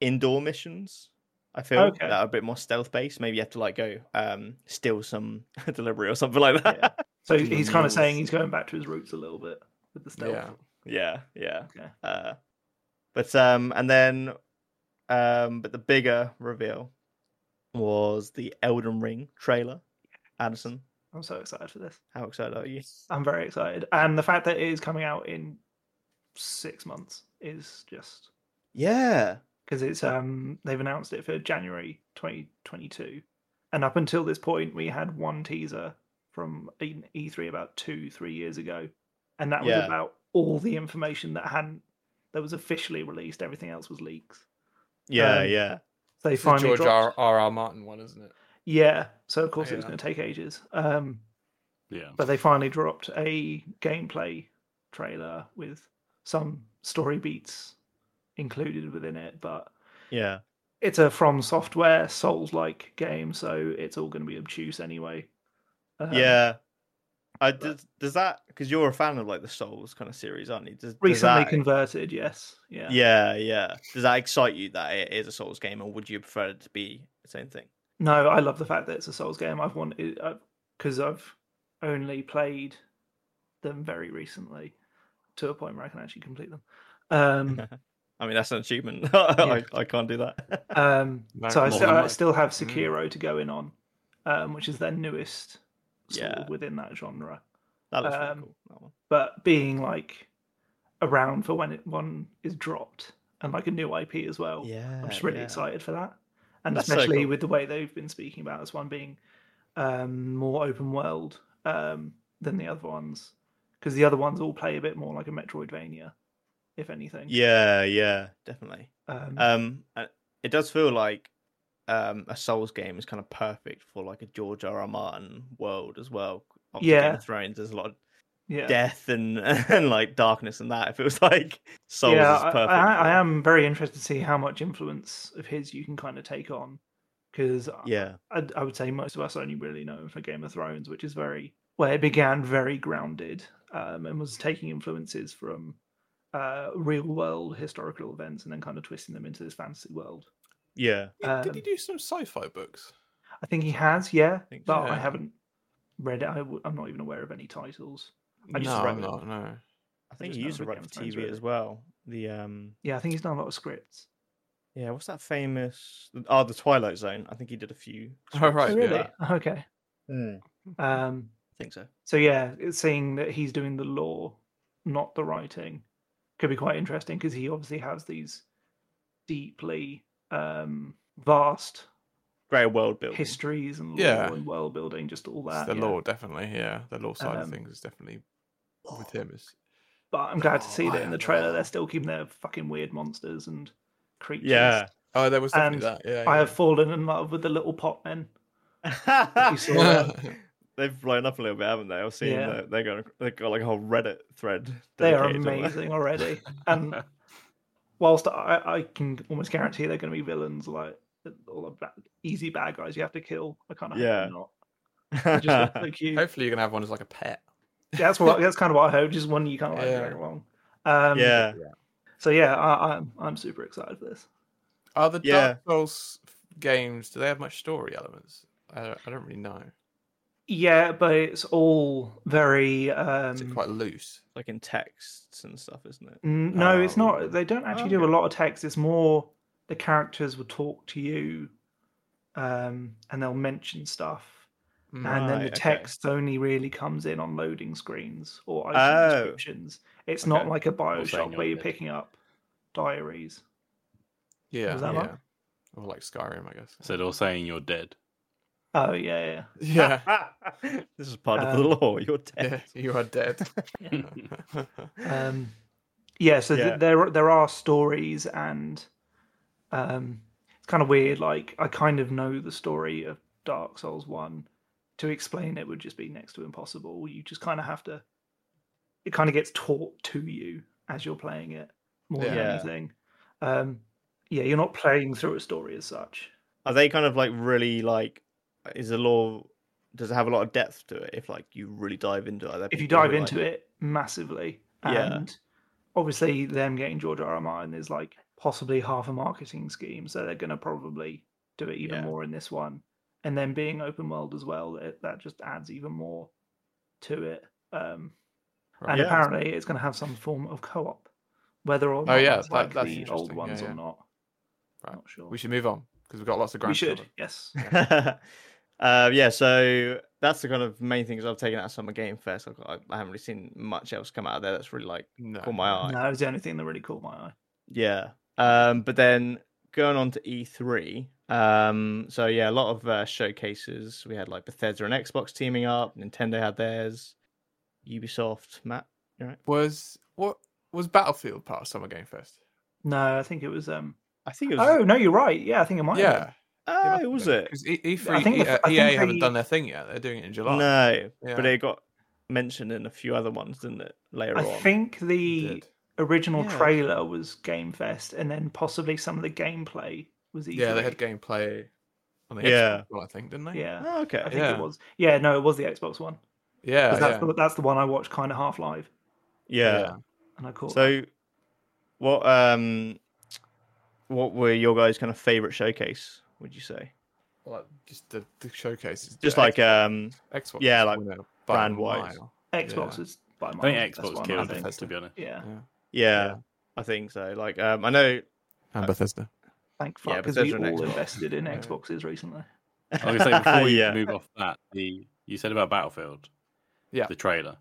[SPEAKER 2] indoor missions i feel
[SPEAKER 4] Okay.
[SPEAKER 2] that are a bit more stealth based maybe you have to like go um steal some delivery or something like that
[SPEAKER 4] So
[SPEAKER 3] Kingdom
[SPEAKER 4] he's kind of
[SPEAKER 3] Hearts.
[SPEAKER 4] saying he's going back to his roots a little bit with the stealth.
[SPEAKER 3] Yeah.
[SPEAKER 2] yeah yeah
[SPEAKER 4] Okay.
[SPEAKER 2] uh but um and then um but the bigger reveal was the elden ring trailer addison
[SPEAKER 4] I'm so excited for this.
[SPEAKER 2] how excited are you
[SPEAKER 4] I'm very excited, and the fact that it is coming out in six months is just
[SPEAKER 2] yeah
[SPEAKER 4] because it's um they've announced it for January 2022, and up until this point we had one teaser from an E3 about two three years ago, and that was
[SPEAKER 2] Yeah.
[SPEAKER 4] about all the information that hadn't that was officially released. Everything else was leaks.
[SPEAKER 2] yeah
[SPEAKER 4] Um,
[SPEAKER 2] yeah
[SPEAKER 4] They
[SPEAKER 3] It's the
[SPEAKER 4] finally
[SPEAKER 3] George
[SPEAKER 4] dropped.
[SPEAKER 3] R. R. R. Martin one, isn't it?
[SPEAKER 4] Yeah, so of course it was
[SPEAKER 3] Yeah.
[SPEAKER 4] going to take ages. Um,
[SPEAKER 5] Yeah.
[SPEAKER 4] but they finally dropped a gameplay trailer with some story beats included within it but
[SPEAKER 2] yeah
[SPEAKER 4] it's a from software souls like game so it's all going to be obtuse anyway Um,
[SPEAKER 2] yeah. I does, does that because you're a fan of like the Souls kind of series, aren't you? Does, does
[SPEAKER 4] recently
[SPEAKER 2] that-
[SPEAKER 4] converted yes yeah
[SPEAKER 2] yeah, yeah. Does that excite you that it is a Souls game, or would you prefer it to be the same thing?
[SPEAKER 4] no i love the fact that it's a souls game i've wanted because i've only played them very recently to a point where i can actually complete them um
[SPEAKER 2] I mean, that's an achievement. I, I can't do that.
[SPEAKER 4] Um,
[SPEAKER 3] Like
[SPEAKER 4] so I,
[SPEAKER 3] more
[SPEAKER 4] still,
[SPEAKER 3] than
[SPEAKER 4] I
[SPEAKER 3] like-
[SPEAKER 4] still have
[SPEAKER 2] Mm-hmm.
[SPEAKER 3] Mm.
[SPEAKER 4] Sekiro to go in on, um, which is their newest sort of
[SPEAKER 2] Yeah.
[SPEAKER 4] within that genre.
[SPEAKER 2] that looks really
[SPEAKER 4] Um,
[SPEAKER 2] cool. That one.
[SPEAKER 4] But being like around for when it, one is dropped and like a new IP as well,
[SPEAKER 2] Yeah,
[SPEAKER 4] oh, I'm just really
[SPEAKER 2] yeah.
[SPEAKER 4] excited for that. And
[SPEAKER 2] That's so
[SPEAKER 4] especially
[SPEAKER 2] cool.
[SPEAKER 4] with the way they've been speaking about this one being um, more open world um, than the other ones, because the other ones all play a bit more like a Metroidvania, if anything.
[SPEAKER 2] Yeah, yeah, definitely.
[SPEAKER 4] Um,
[SPEAKER 2] Um, uh, it does feel like um a Souls game is kind of perfect for like a George R. R. Martin world as well. Game
[SPEAKER 4] Yeah.
[SPEAKER 2] of Thrones, there's a lot of
[SPEAKER 4] yeah.
[SPEAKER 2] death and and like darkness and that. It feels like Souls
[SPEAKER 4] yeah,
[SPEAKER 2] is perfect.
[SPEAKER 4] I, I,
[SPEAKER 2] for
[SPEAKER 4] I
[SPEAKER 2] it.
[SPEAKER 4] am very interested to see how much influence of his you can kind of take on, uh, because
[SPEAKER 2] Yeah,
[SPEAKER 4] I, I would say most of us only really know him for Game of Thrones, which is very where it began very grounded um, and was taking influences from uh, real world historical events and then kind of twisting them into this fantasy world.
[SPEAKER 2] yeah,
[SPEAKER 3] Did he
[SPEAKER 4] Um,
[SPEAKER 3] do some sci-fi books?
[SPEAKER 4] I think he has, yeah,
[SPEAKER 2] think
[SPEAKER 4] but
[SPEAKER 3] so.
[SPEAKER 4] I haven't read it. I, am not even aware of any titles. I just
[SPEAKER 3] no,
[SPEAKER 4] read
[SPEAKER 3] I'm
[SPEAKER 4] it.
[SPEAKER 3] not. No.
[SPEAKER 2] I think
[SPEAKER 4] just
[SPEAKER 2] he
[SPEAKER 4] know
[SPEAKER 2] used to
[SPEAKER 4] about
[SPEAKER 2] write
[SPEAKER 4] Game
[SPEAKER 2] for
[SPEAKER 4] of Thrones,
[SPEAKER 2] TV
[SPEAKER 4] really.
[SPEAKER 2] as well. The um,
[SPEAKER 4] Yeah, I think he's done a lot of scripts.
[SPEAKER 2] yeah, what's that famous? Oh, the Twilight Zone. I think he did a few.
[SPEAKER 3] Oh,
[SPEAKER 2] scripts
[SPEAKER 3] right,
[SPEAKER 2] for
[SPEAKER 4] Oh,
[SPEAKER 3] yeah.
[SPEAKER 4] really? Hmm.
[SPEAKER 2] that.
[SPEAKER 4] Okay. Um,
[SPEAKER 2] I think so.
[SPEAKER 4] So yeah, it's seeing that he's doing the law, not the writing, could be quite interesting because he obviously has these deeply um, vast
[SPEAKER 2] Great world building.
[SPEAKER 4] histories and law
[SPEAKER 3] Yeah.
[SPEAKER 4] and world building, just all
[SPEAKER 3] It's
[SPEAKER 4] that.
[SPEAKER 3] the
[SPEAKER 4] yeah.
[SPEAKER 3] law, definitely. Yeah, the law side
[SPEAKER 4] Um,
[SPEAKER 3] of things is definitely
[SPEAKER 2] Oh.
[SPEAKER 3] with him. Is
[SPEAKER 4] But I'm glad to see
[SPEAKER 3] Oh,
[SPEAKER 4] that in the
[SPEAKER 3] yeah.
[SPEAKER 4] trailer they're still keeping their fucking weird monsters and creatures.
[SPEAKER 2] Yeah.
[SPEAKER 3] oh, there was definitely
[SPEAKER 4] And
[SPEAKER 3] that. Yeah,
[SPEAKER 4] I have fallen in love with the little pot men. you saw
[SPEAKER 3] yeah.
[SPEAKER 2] They've blown up a little bit, haven't they? I've seen
[SPEAKER 4] Yeah.
[SPEAKER 2] that they're going. They've got like a whole Reddit thread.
[SPEAKER 4] They are
[SPEAKER 2] dedicated to that.
[SPEAKER 4] amazing already. And whilst I, I can almost guarantee they're going to be villains, like all the bad, easy bad guys you have to kill. I kind of
[SPEAKER 2] Yeah.
[SPEAKER 4] hope they're not. They just look so cute.
[SPEAKER 3] Hopefully, you're gonna have one as like a pet.
[SPEAKER 4] that's what that's kind of what I hope. Just one you can't like
[SPEAKER 3] Yeah.
[SPEAKER 4] drag along. Um,
[SPEAKER 2] yeah,
[SPEAKER 4] So yeah, I, I'm I'm super excited for this.
[SPEAKER 3] Are the
[SPEAKER 2] Yeah.
[SPEAKER 3] Dark Souls games? Do they have much story elements? I don't, I don't really know.
[SPEAKER 4] Yeah, but it's all very.
[SPEAKER 3] Is it
[SPEAKER 4] Um,
[SPEAKER 3] quite loose?
[SPEAKER 2] like in texts and stuff, isn't it?
[SPEAKER 4] n- no, it's
[SPEAKER 5] Oh.
[SPEAKER 4] not. They don't actually do a
[SPEAKER 2] Okay.
[SPEAKER 4] lot of text. It's more the characters will talk to you, um, and they'll mention stuff,
[SPEAKER 3] Mm.
[SPEAKER 4] and then
[SPEAKER 2] Right,
[SPEAKER 4] the
[SPEAKER 2] okay.
[SPEAKER 4] text only really comes in on loading screens or item
[SPEAKER 2] Oh.
[SPEAKER 4] descriptions. It's not
[SPEAKER 2] Okay.
[SPEAKER 4] like a
[SPEAKER 5] saying
[SPEAKER 4] Bioshock
[SPEAKER 5] you're
[SPEAKER 4] where you're
[SPEAKER 5] dead.
[SPEAKER 4] picking up diaries.
[SPEAKER 3] Yeah,
[SPEAKER 4] that
[SPEAKER 3] yeah.
[SPEAKER 4] right?
[SPEAKER 3] Or like Skyrim, I guess.
[SPEAKER 5] Instead of saying you're dead.
[SPEAKER 4] Oh yeah, yeah.
[SPEAKER 3] yeah,
[SPEAKER 2] this is part of
[SPEAKER 4] Um,
[SPEAKER 2] the law. You're
[SPEAKER 3] yeah,
[SPEAKER 2] dead.
[SPEAKER 3] you are dead.
[SPEAKER 4] um, yeah so
[SPEAKER 2] Yeah.
[SPEAKER 4] Th- there there are stories and um, it's kind of weird like i kind of know the story of dark souls 1 to explain it would just be next to impossible you just kind of have to it kind of gets taught to you as you're playing it more than
[SPEAKER 2] Yeah.
[SPEAKER 4] anything um, yeah you're not playing through a story as such
[SPEAKER 2] Are they kind of like really like? Is the law? Does it have a lot of depth to it? If like you really dive into it, Are there
[SPEAKER 4] if you
[SPEAKER 2] people
[SPEAKER 4] dive
[SPEAKER 2] who,
[SPEAKER 4] into
[SPEAKER 2] like-
[SPEAKER 4] it massively
[SPEAKER 2] Yeah.
[SPEAKER 4] and obviously them getting george r r martin is like possibly half a marketing scheme so they're going to probably do it even
[SPEAKER 2] Yeah.
[SPEAKER 4] more in this one and then being open world as well it, that just adds even more to it um
[SPEAKER 3] Right.
[SPEAKER 4] and
[SPEAKER 2] Yeah.
[SPEAKER 4] apparently it's going to have some form of co-op whether or not
[SPEAKER 3] Oh, yeah,
[SPEAKER 4] it's
[SPEAKER 3] that-
[SPEAKER 4] like
[SPEAKER 3] that's
[SPEAKER 4] the
[SPEAKER 3] interesting.
[SPEAKER 4] old
[SPEAKER 3] Yeah,
[SPEAKER 4] ones
[SPEAKER 3] yeah.
[SPEAKER 4] or not
[SPEAKER 3] Right.
[SPEAKER 4] not sure
[SPEAKER 3] we should move on because we've got lots of ground.
[SPEAKER 4] we should
[SPEAKER 3] cover.
[SPEAKER 4] yes
[SPEAKER 2] uh, yeah, so that's the kind of main things I've taken out of Summer Game Fest. I've got, I- I haven't really seen much else come out of there that's really like
[SPEAKER 3] No.
[SPEAKER 2] caught my eye.
[SPEAKER 4] no, that was the only thing that really caught my eye
[SPEAKER 2] Yeah. Um, but then going on to E3. Um, so yeah, a lot of uh, showcases. We had like Bethesda and Xbox teaming up. Nintendo had theirs. Ubisoft, Matt.
[SPEAKER 3] Was what was Battlefield part of Summer Game Fest?
[SPEAKER 4] no i think it was um
[SPEAKER 2] I think it was.
[SPEAKER 4] oh no you're right yeah i think it might have been.
[SPEAKER 3] Yeah.
[SPEAKER 2] Oh, was it?
[SPEAKER 3] Because E three
[SPEAKER 4] I think the- I
[SPEAKER 3] EA
[SPEAKER 4] think
[SPEAKER 3] haven't
[SPEAKER 4] they-
[SPEAKER 3] done their thing yet. They're doing it in July.
[SPEAKER 2] No, but
[SPEAKER 3] Yeah.
[SPEAKER 2] it got mentioned in a few other ones, didn't it? Later
[SPEAKER 4] I
[SPEAKER 2] on.
[SPEAKER 4] think
[SPEAKER 3] They
[SPEAKER 4] the
[SPEAKER 3] did.
[SPEAKER 4] original
[SPEAKER 2] Yeah.
[SPEAKER 4] trailer was Game Fest, and then possibly some of the gameplay was E E3.
[SPEAKER 3] Yeah, they had gameplay on the
[SPEAKER 2] Yeah.
[SPEAKER 3] Xbox One, I think, didn't they?
[SPEAKER 4] Yeah,
[SPEAKER 2] Oh, okay.
[SPEAKER 4] I think
[SPEAKER 3] Yeah.
[SPEAKER 4] it was. Yeah, no, it was the Xbox one. 'Cause
[SPEAKER 3] Yeah.
[SPEAKER 4] that's,
[SPEAKER 3] Yeah.
[SPEAKER 4] The, that's the one I watched kind of half live,
[SPEAKER 2] yeah.
[SPEAKER 4] and I caught. that.
[SPEAKER 2] So, what um, what were your guys' kind of favorite showcase? Would you say
[SPEAKER 3] Like just the, the showcases.
[SPEAKER 2] just
[SPEAKER 3] the
[SPEAKER 2] like
[SPEAKER 3] Xbox-
[SPEAKER 2] um,
[SPEAKER 3] Xbox.
[SPEAKER 2] yeah, like
[SPEAKER 3] winner by a
[SPEAKER 2] brand-wise.
[SPEAKER 3] mile.
[SPEAKER 4] Xbox
[SPEAKER 3] yeah.
[SPEAKER 4] was by my
[SPEAKER 5] I think Xbox
[SPEAKER 4] one,
[SPEAKER 5] killed
[SPEAKER 4] I
[SPEAKER 5] it,
[SPEAKER 4] think.
[SPEAKER 5] to be honest.
[SPEAKER 4] Yeah,
[SPEAKER 3] Yeah.
[SPEAKER 2] yeah,
[SPEAKER 3] Yeah.
[SPEAKER 2] I think so. Like um, I know
[SPEAKER 3] And Bethesda.
[SPEAKER 4] thank
[SPEAKER 2] Yeah,
[SPEAKER 4] fuck, because we
[SPEAKER 2] Bethesda
[SPEAKER 4] all
[SPEAKER 2] and Xbox.
[SPEAKER 4] invested in
[SPEAKER 3] Yeah.
[SPEAKER 4] Xboxes recently.
[SPEAKER 5] I was saying before you
[SPEAKER 2] Yeah.
[SPEAKER 5] move off that, the you said about Battlefield.
[SPEAKER 3] Yeah.
[SPEAKER 5] The trailer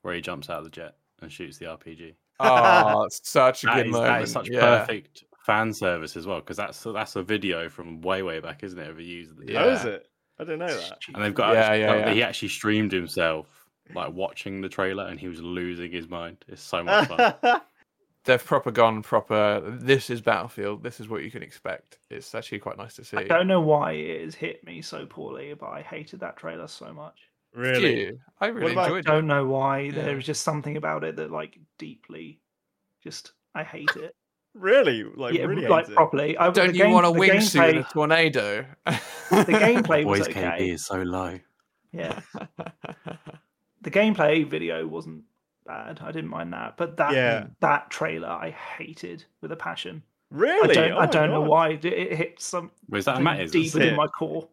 [SPEAKER 5] where he jumps out of the jet and shoots the RPG.
[SPEAKER 3] Oh, it's such a
[SPEAKER 5] That
[SPEAKER 3] good
[SPEAKER 5] is,
[SPEAKER 3] moment.
[SPEAKER 5] that is such
[SPEAKER 3] yeah.
[SPEAKER 5] perfect fan service as well because that's that's a video from way way back, isn't it? Of a user that did
[SPEAKER 2] How
[SPEAKER 3] Yeah.
[SPEAKER 5] that.
[SPEAKER 2] is it? I don't know that.
[SPEAKER 5] and they've got
[SPEAKER 3] Yeah,
[SPEAKER 5] actually-
[SPEAKER 3] yeah, yeah.
[SPEAKER 5] he actually streamed himself like watching the trailer and he was losing his mind. It's so much fun.
[SPEAKER 3] They've proper gone proper. This is Battlefield. This is what you can expect. It's actually quite nice to see.
[SPEAKER 4] I don't know why it has hit me so poorly, but I hated that trailer so much.
[SPEAKER 3] Did
[SPEAKER 2] really?
[SPEAKER 3] you? I really
[SPEAKER 2] about-
[SPEAKER 3] enjoyed it.
[SPEAKER 4] Don't know why.
[SPEAKER 3] Yeah.
[SPEAKER 4] There was just something about it that like deeply, just I hate it.
[SPEAKER 2] Really? Like
[SPEAKER 4] yeah,
[SPEAKER 2] really?
[SPEAKER 4] like
[SPEAKER 2] hates it.
[SPEAKER 4] properly. I,
[SPEAKER 3] Don't
[SPEAKER 4] the
[SPEAKER 3] you
[SPEAKER 4] game-
[SPEAKER 3] want a
[SPEAKER 4] the
[SPEAKER 3] wingsuit in a
[SPEAKER 4] gameplay-
[SPEAKER 3] tornado?
[SPEAKER 4] The gameplay was
[SPEAKER 5] Boys
[SPEAKER 4] okay.
[SPEAKER 5] KB is so low.
[SPEAKER 4] Yeah, the gameplay video wasn't bad. I didn't mind that, but that
[SPEAKER 2] Yeah.
[SPEAKER 4] that trailer I hated with a passion.
[SPEAKER 2] Really?
[SPEAKER 4] I don't,
[SPEAKER 2] Oh my
[SPEAKER 4] I don't know
[SPEAKER 2] God.
[SPEAKER 4] why it, it hit some
[SPEAKER 5] Was that a Matt?
[SPEAKER 4] deep within
[SPEAKER 2] it?
[SPEAKER 4] my core.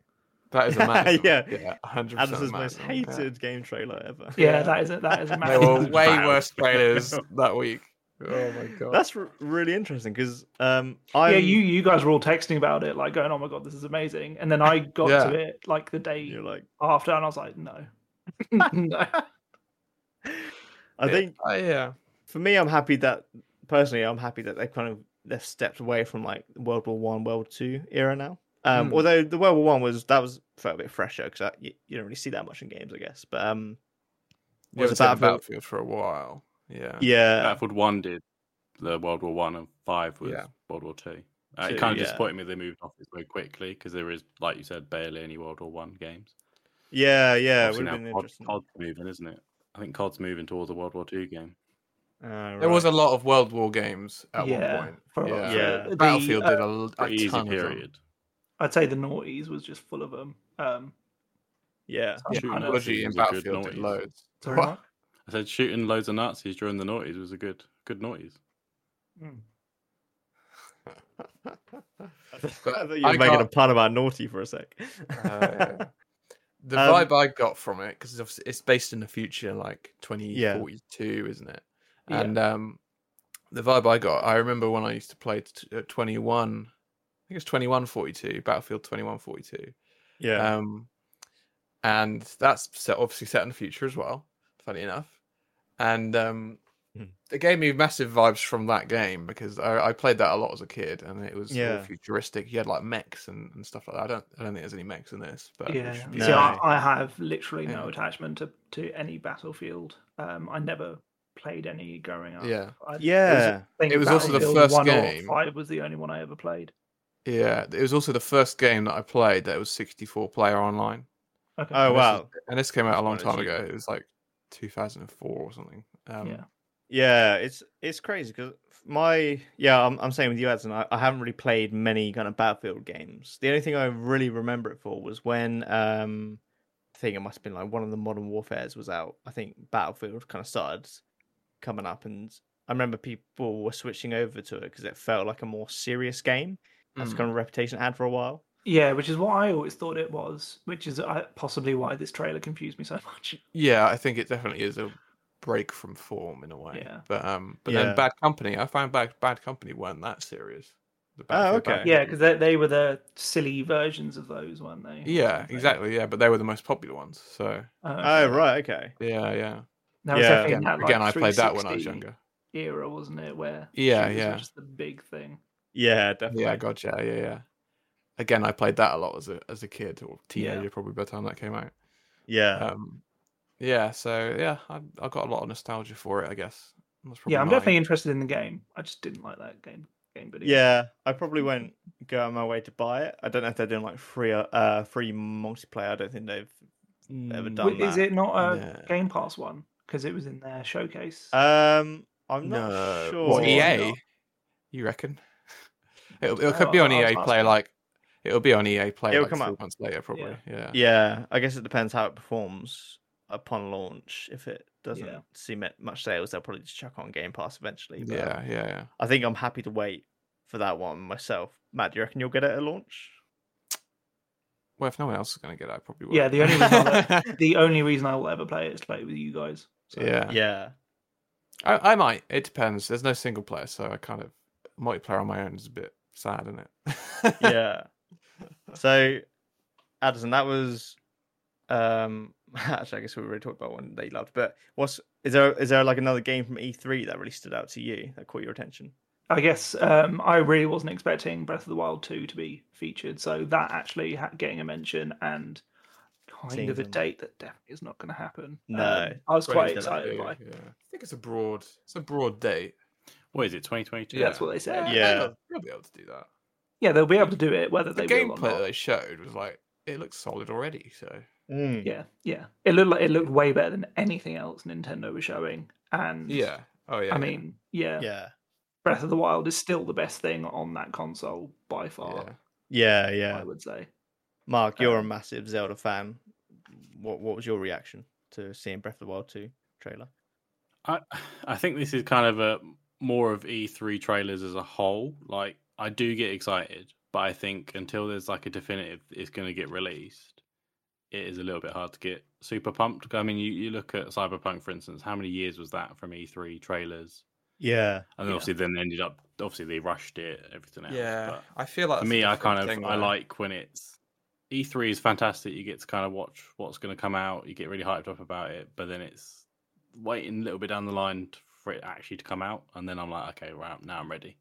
[SPEAKER 3] that is a man.
[SPEAKER 2] Yeah.
[SPEAKER 3] yeah, hundred percent.
[SPEAKER 2] Addison's most hated game trailer ever.
[SPEAKER 4] Yeah, that is a, that is a
[SPEAKER 3] There were
[SPEAKER 4] massive.
[SPEAKER 3] way
[SPEAKER 5] Bad.
[SPEAKER 3] worse trailers that week. Oh my god.
[SPEAKER 2] That's r- really interesting because um,
[SPEAKER 4] Yeah,
[SPEAKER 2] I
[SPEAKER 4] you you guys were all texting about it, like going, "Oh my god, this is amazing!" And then I got
[SPEAKER 3] Yeah.
[SPEAKER 4] to it like the day
[SPEAKER 2] you're like
[SPEAKER 4] after, and I was like, "No, no."
[SPEAKER 2] I
[SPEAKER 3] Yeah.
[SPEAKER 2] think
[SPEAKER 3] Oh, yeah.
[SPEAKER 2] for me, I'm happy that personally, I'm happy that they've kind of they've stepped away from like World War One, World War Two era now. Um,
[SPEAKER 3] Mm.
[SPEAKER 2] Although the World War One was that was felt a bit fresher because you, you don't really see that much in games, I guess. But um,
[SPEAKER 3] Yeah, it
[SPEAKER 2] was
[SPEAKER 3] was
[SPEAKER 2] a
[SPEAKER 3] about uh,
[SPEAKER 2] Battlefield-
[SPEAKER 3] Battlefield for a while. Yeah.
[SPEAKER 2] yeah,
[SPEAKER 5] Battlefield One did the World War One and Five was
[SPEAKER 3] Yeah.
[SPEAKER 5] World War Two. Uh,
[SPEAKER 2] Two,
[SPEAKER 5] it kind of
[SPEAKER 2] yeah.
[SPEAKER 5] disappointed me they moved off it so quickly because there is, like you said, barely any World War One games.
[SPEAKER 2] yeah, yeah,
[SPEAKER 5] Obviously
[SPEAKER 2] would have
[SPEAKER 5] now
[SPEAKER 2] been
[SPEAKER 5] COD-
[SPEAKER 2] interesting.
[SPEAKER 5] COD's moving, isn't it? I think COD's moving towards a World War Two game.
[SPEAKER 2] Ah,
[SPEAKER 3] There was a
[SPEAKER 2] right.
[SPEAKER 3] lot of World War games at
[SPEAKER 4] Yeah,
[SPEAKER 3] one point.
[SPEAKER 4] for a-
[SPEAKER 3] yeah.
[SPEAKER 4] for
[SPEAKER 2] Yeah.
[SPEAKER 4] the,
[SPEAKER 3] Battlefield
[SPEAKER 4] uh,
[SPEAKER 3] did a, l- a
[SPEAKER 5] Pretty easy
[SPEAKER 3] ton of them.
[SPEAKER 5] period.
[SPEAKER 4] I'd say the noughties was just full of them. Um,
[SPEAKER 2] yeah.
[SPEAKER 4] so I'm
[SPEAKER 3] Yeah,
[SPEAKER 5] Shooting
[SPEAKER 4] kind of-
[SPEAKER 5] was
[SPEAKER 3] Trilogy and
[SPEAKER 5] a good
[SPEAKER 3] Battlefield did
[SPEAKER 5] noise.
[SPEAKER 3] loads.
[SPEAKER 4] sorry,
[SPEAKER 3] What?
[SPEAKER 4] Mark?
[SPEAKER 5] I said shooting loads of Nazis during the noughties was a good, good noughties.
[SPEAKER 4] Mm.
[SPEAKER 2] I thought you
[SPEAKER 3] I
[SPEAKER 2] were making a
[SPEAKER 3] can't-
[SPEAKER 2] pun about naughty for a sec.
[SPEAKER 3] Uh, the
[SPEAKER 2] Um,
[SPEAKER 3] vibe I got from it because it's obviously it's based in the future, like 2042, isn't it?
[SPEAKER 4] Yeah.
[SPEAKER 3] And um, the vibe I got, I remember when I used to play t- at 21, I think it was 2142, Battlefield 2142.
[SPEAKER 2] Yeah.
[SPEAKER 3] Um, and that's set, obviously set in the future as well, funny enough. And um,
[SPEAKER 2] Mhm.
[SPEAKER 3] it gave me massive vibes from that game because I, I played that a lot as a kid, and it was all
[SPEAKER 2] Yeah.
[SPEAKER 3] futuristic. You had like mechs and, and stuff like that. I don't, I don't think there's any mechs in this, but it
[SPEAKER 4] yeah.
[SPEAKER 3] should be
[SPEAKER 4] See, I,
[SPEAKER 3] okay.
[SPEAKER 4] I have literally no
[SPEAKER 3] uh, Yeah.
[SPEAKER 4] attachment to, to any Battlefield. Um, I never played any growing up.
[SPEAKER 3] Yeah.
[SPEAKER 4] I
[SPEAKER 2] yeah.
[SPEAKER 4] think
[SPEAKER 3] uh, It was also the
[SPEAKER 4] Battlefield
[SPEAKER 3] first
[SPEAKER 4] 1 or
[SPEAKER 3] game.
[SPEAKER 4] Five was the only one I ever played.
[SPEAKER 3] Yeah, it was also the first game that I played that was 64 player online.
[SPEAKER 4] Okay.
[SPEAKER 2] Oh
[SPEAKER 3] And this
[SPEAKER 2] wow.
[SPEAKER 3] is- and this came out a long
[SPEAKER 2] That's quite
[SPEAKER 3] time ago.
[SPEAKER 2] achievable.
[SPEAKER 3] It was like 2004 or something. Um,
[SPEAKER 4] yeah.
[SPEAKER 2] Yeah, it's it's crazy because my yeah, I'm I'm saying with you, Edson, I, I haven't really played many kind of Battlefield games. The only thing I really remember it for was when um, I think it must have been like one of the Modern Warfare's was out. I think Battlefield kind of started coming up, and I remember people were switching over to it because it felt like a more serious game.
[SPEAKER 4] Hmm.
[SPEAKER 2] That's
[SPEAKER 3] Mm.
[SPEAKER 2] kind of reputation it had for a while.
[SPEAKER 4] Yeah, which is what I always thought it was, which is uh, possibly why this trailer confused me so much.
[SPEAKER 3] Yeah, I think it definitely is a break from form in a way.
[SPEAKER 4] Yeah.
[SPEAKER 3] But um, but
[SPEAKER 2] Yeah.
[SPEAKER 3] then Bad Company, I found Bad Bad Company weren't that serious. The Battlefield Bad
[SPEAKER 2] Oh, okay.
[SPEAKER 4] Yeah,
[SPEAKER 3] Company.
[SPEAKER 4] because they, they were the silly versions of those, weren't they? or
[SPEAKER 3] yeah,
[SPEAKER 4] something?
[SPEAKER 3] exactly. Yeah, but they were the most popular ones. So
[SPEAKER 4] Oh,
[SPEAKER 2] Oh
[SPEAKER 4] okay.
[SPEAKER 2] right, okay.
[SPEAKER 3] yeah, yeah.
[SPEAKER 4] That was
[SPEAKER 2] Yeah.
[SPEAKER 4] definitely in
[SPEAKER 3] Again,
[SPEAKER 4] that, like,
[SPEAKER 3] again I played that when I was
[SPEAKER 4] 360
[SPEAKER 3] younger.
[SPEAKER 4] Era, wasn't it? Where
[SPEAKER 3] Yeah,
[SPEAKER 4] shooters were
[SPEAKER 3] yeah.
[SPEAKER 4] just the big thing.
[SPEAKER 2] Yeah, definitely.
[SPEAKER 3] Yeah, gotcha. Yeah, yeah. Again, I played that a lot as a as a kid or
[SPEAKER 4] Yeah.
[SPEAKER 3] teenager, probably by the time that came out.
[SPEAKER 2] yeah.
[SPEAKER 3] Um, yeah. So yeah, I I got a lot of nostalgia for it. I guess. That's probably
[SPEAKER 4] Yeah, I'm
[SPEAKER 3] mine.
[SPEAKER 4] definitely interested in the game. I just didn't like that game game video.
[SPEAKER 2] Yeah, I probably
[SPEAKER 3] Mm-hmm.
[SPEAKER 2] won't go out of my way to buy it. I don't know if they're doing like free uh free multiplayer. I don't think they've ever
[SPEAKER 3] Mm,
[SPEAKER 2] done
[SPEAKER 4] Wait, is
[SPEAKER 2] that.
[SPEAKER 4] it not a
[SPEAKER 3] Yeah.
[SPEAKER 4] Game Pass one? Because it was in their showcase.
[SPEAKER 2] Um, I'm not
[SPEAKER 3] No.
[SPEAKER 2] sure.
[SPEAKER 3] What, E
[SPEAKER 4] Why
[SPEAKER 3] EA?
[SPEAKER 4] not?
[SPEAKER 3] You reckon? It'll, it
[SPEAKER 4] know,
[SPEAKER 3] could be on
[SPEAKER 4] I- I was
[SPEAKER 3] EA Play.
[SPEAKER 4] asking.
[SPEAKER 3] Like, it'll be on EA Play.
[SPEAKER 2] It'll
[SPEAKER 3] like,
[SPEAKER 2] come
[SPEAKER 3] three
[SPEAKER 2] up.
[SPEAKER 3] months later, probably. Yeah.
[SPEAKER 2] Yeah, I guess it depends how it performs upon launch. If it doesn't
[SPEAKER 4] Yeah.
[SPEAKER 2] see mu- much sales, they'll probably just chuck on Game Pass eventually. but
[SPEAKER 3] Yeah. Yeah. yeah.
[SPEAKER 2] I think I'm happy to wait for that one myself. Matt, do you reckon you'll get it at launch?
[SPEAKER 3] Well, if no one else is going to get it, I probably will.
[SPEAKER 4] Yeah, the only reason I the only reason I will ever play it is to play it with you guys. So.
[SPEAKER 3] yeah.
[SPEAKER 2] Yeah,
[SPEAKER 3] I, I might. It depends. There's no single player, so I kind of multiplayer on my own is a bit sad, isn't it?
[SPEAKER 2] yeah. so, Addison, that was. Um, actually, I guess we already talked about one they loved. But what's is there? Is there like another game from E3 that really stood out to you that caught your attention?
[SPEAKER 4] I guess um, I really wasn't expecting Breath of the Wild 2 to be featured, so that actually ha- getting a mention and kind
[SPEAKER 2] Seeing
[SPEAKER 4] of a
[SPEAKER 2] them.
[SPEAKER 4] date that definitely is not going to happen.
[SPEAKER 2] No.
[SPEAKER 4] Um, I was
[SPEAKER 2] Twenty
[SPEAKER 4] quite
[SPEAKER 3] Yeah,
[SPEAKER 4] excited
[SPEAKER 3] yeah.
[SPEAKER 4] by.
[SPEAKER 3] I think it's a broad. It's a broad date.
[SPEAKER 5] What is it? 2022.
[SPEAKER 4] That's what they said.
[SPEAKER 2] Yeah.
[SPEAKER 3] they'll- They'll be able to do that.
[SPEAKER 4] Yeah, they'll be able to do it whether
[SPEAKER 3] The
[SPEAKER 4] they will or
[SPEAKER 3] gameplay
[SPEAKER 4] not.
[SPEAKER 3] that they showed was like it looks solid already. So
[SPEAKER 2] Mm,
[SPEAKER 4] Yeah, yeah. It looked like it looked way better than anything else Nintendo was showing. And
[SPEAKER 3] yeah. Oh yeah.
[SPEAKER 4] I mean, yeah,
[SPEAKER 2] Yeah.
[SPEAKER 4] Breath of the Wild is still the best thing on that console by far.
[SPEAKER 2] Yeah,
[SPEAKER 3] yeah.
[SPEAKER 2] yeah.
[SPEAKER 4] I would say.
[SPEAKER 2] Mark, you're a
[SPEAKER 4] Um,
[SPEAKER 2] massive Zelda fan. What what was your reaction to seeing Breath of the Wild 2 trailer?
[SPEAKER 5] I I think this is kind of a more of E3 trailers as a whole. Like I do get excited, but I think until there's like a definitive it's going to get released, it is a little bit hard to get super pumped. I mean, you, you look at Cyberpunk for instance, how many years was that from E3 trailers?
[SPEAKER 2] Yeah.
[SPEAKER 5] And then
[SPEAKER 4] Yeah.
[SPEAKER 5] obviously then they ended up obviously they rushed it everything else.
[SPEAKER 3] Yeah,
[SPEAKER 5] but-
[SPEAKER 3] I feel like
[SPEAKER 5] for
[SPEAKER 3] that's a
[SPEAKER 5] me, I
[SPEAKER 3] different
[SPEAKER 5] kind of
[SPEAKER 3] thing,
[SPEAKER 5] I
[SPEAKER 3] though.
[SPEAKER 5] like when it's E3 is fantastic. You get to kind of watch what's going to come out. You get really hyped up about it, but then it's waiting a little bit down the line t- for it actually to come out, and then I'm like, okay, right now I'm ready.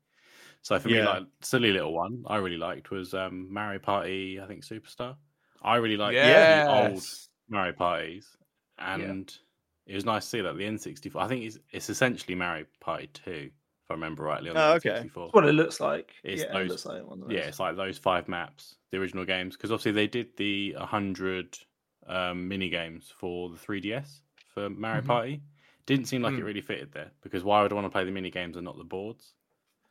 [SPEAKER 5] So for me,
[SPEAKER 2] Yeah.
[SPEAKER 5] like silly little one I really liked was um, Mario Party. I think Superstar. I really like the old
[SPEAKER 3] yes.
[SPEAKER 5] Mario parties, and it was nice to see that the N64. I think it's it's essentially Mario Party Two, if I remember rightly. On
[SPEAKER 2] Oh,
[SPEAKER 5] the
[SPEAKER 2] okay.
[SPEAKER 5] N64.
[SPEAKER 4] That's what it looks like.
[SPEAKER 5] It's
[SPEAKER 4] yeah, it
[SPEAKER 5] those-
[SPEAKER 4] looks like one of those.
[SPEAKER 5] Yeah, it's like those five maps, the original games, because obviously they did the 100 um, mini games for the 3DS for Mario
[SPEAKER 2] Mm-hmm.
[SPEAKER 4] Mhm.
[SPEAKER 5] Party. Didn't seem like it
[SPEAKER 3] Mm.
[SPEAKER 5] really fitted there because why would I want to play the mini games and not the boards?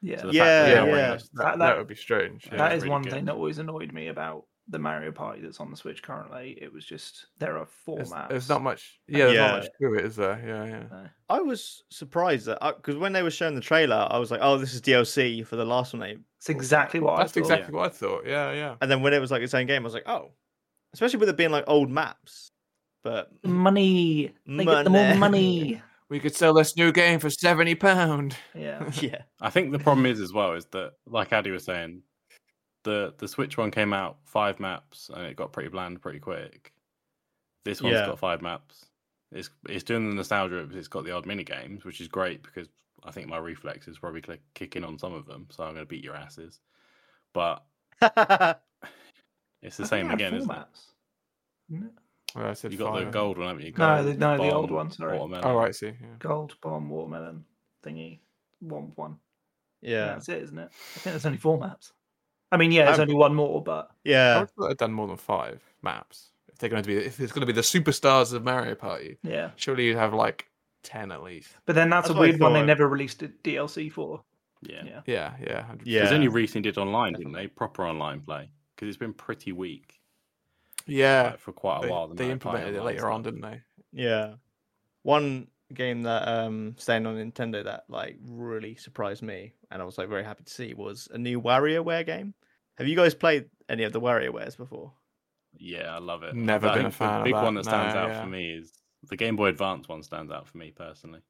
[SPEAKER 4] yeah.
[SPEAKER 5] So the
[SPEAKER 2] Yeah,
[SPEAKER 5] fact that they were
[SPEAKER 2] yeah.
[SPEAKER 5] almost-
[SPEAKER 3] That,
[SPEAKER 4] That-
[SPEAKER 3] that,
[SPEAKER 4] that-
[SPEAKER 3] would be strange.
[SPEAKER 5] yeah,
[SPEAKER 4] that
[SPEAKER 5] it's
[SPEAKER 4] is
[SPEAKER 5] really
[SPEAKER 4] one
[SPEAKER 5] good.
[SPEAKER 4] thing that always annoyed me about the Mario Party that's on the Switch currently. It was just there are four
[SPEAKER 3] There's,
[SPEAKER 4] maps.
[SPEAKER 3] there's not much. Yeah, there's
[SPEAKER 2] Yeah.
[SPEAKER 3] not much to it, is there? Yeah, yeah.
[SPEAKER 4] No.
[SPEAKER 2] I was surprised that because when they were showing the trailer, I was like, "Oh, this is DLC for the last one." They...
[SPEAKER 4] It's exactly what I
[SPEAKER 3] That's
[SPEAKER 4] thought.
[SPEAKER 3] exactly what I thought. Yeah, yeah.
[SPEAKER 2] And then when it was like its own game, I was like, "Oh, especially with it being like old maps. But
[SPEAKER 4] Money. They get them all money.
[SPEAKER 3] We could sell this new game for seventy pound.
[SPEAKER 4] Yeah.
[SPEAKER 2] yeah,
[SPEAKER 5] I think the problem is as well is that, like Addy was saying, the the Switch one came out five maps and it got pretty bland pretty quick. This one's
[SPEAKER 2] Yeah.
[SPEAKER 5] got five maps. It's it's doing the nostalgia. because It's got the odd mini games, which is great because I think my reflex is probably click, kicking on some of them, so I'm going to beat your asses. But it's the
[SPEAKER 4] I think
[SPEAKER 5] same
[SPEAKER 4] they had
[SPEAKER 5] again,
[SPEAKER 4] four
[SPEAKER 5] isn't it?
[SPEAKER 4] maps. No,
[SPEAKER 3] Well, I said
[SPEAKER 5] You got the
[SPEAKER 3] five.
[SPEAKER 5] gold one, haven't you?
[SPEAKER 4] No,
[SPEAKER 5] Gold,
[SPEAKER 4] the- no, the old
[SPEAKER 5] bomb,
[SPEAKER 4] one, sorry.
[SPEAKER 5] watermelon.
[SPEAKER 3] Oh, I see. Yeah.
[SPEAKER 4] Gold bomb watermelon thingy. One one.
[SPEAKER 2] yeah,
[SPEAKER 4] That's it, isn't it? I think there's only four maps. I mean, yeah, there's
[SPEAKER 2] Um,
[SPEAKER 4] only one more, but
[SPEAKER 3] I
[SPEAKER 2] yeah.
[SPEAKER 3] would have done more than five maps. If they're going to be, if it's going to be the superstars of Mario Party,
[SPEAKER 4] yeah.
[SPEAKER 3] surely you'd have like ten at least.
[SPEAKER 4] But then that's,
[SPEAKER 2] That's
[SPEAKER 4] a
[SPEAKER 2] what I
[SPEAKER 4] weird one. They
[SPEAKER 2] thought.
[SPEAKER 4] never released a DLC for.
[SPEAKER 5] Yeah.
[SPEAKER 4] Yeah.
[SPEAKER 3] Yeah, yeah, 100%.
[SPEAKER 2] Yeah.
[SPEAKER 5] Because only recently did online, didn't they? Proper online play. Because it's been pretty weak
[SPEAKER 3] yeah.
[SPEAKER 5] like, for quite a
[SPEAKER 3] They,
[SPEAKER 5] while. the
[SPEAKER 3] they
[SPEAKER 5] Mario Party
[SPEAKER 3] implemented it
[SPEAKER 5] online
[SPEAKER 3] later on,
[SPEAKER 5] stuff.
[SPEAKER 3] didn't they?
[SPEAKER 2] Yeah. One game that um staying on Nintendo that like really surprised me and I was like very happy to see was a new WarioWare game. Have you guys played any of the WarioWares before?
[SPEAKER 5] Yeah, I love it.
[SPEAKER 3] Never
[SPEAKER 5] But I
[SPEAKER 3] been a
[SPEAKER 5] think the
[SPEAKER 3] fan of
[SPEAKER 5] big
[SPEAKER 3] that,
[SPEAKER 5] one that stands
[SPEAKER 3] no,
[SPEAKER 5] out
[SPEAKER 3] yeah.
[SPEAKER 5] for me is the Game Boy Advance one stands out for me personally.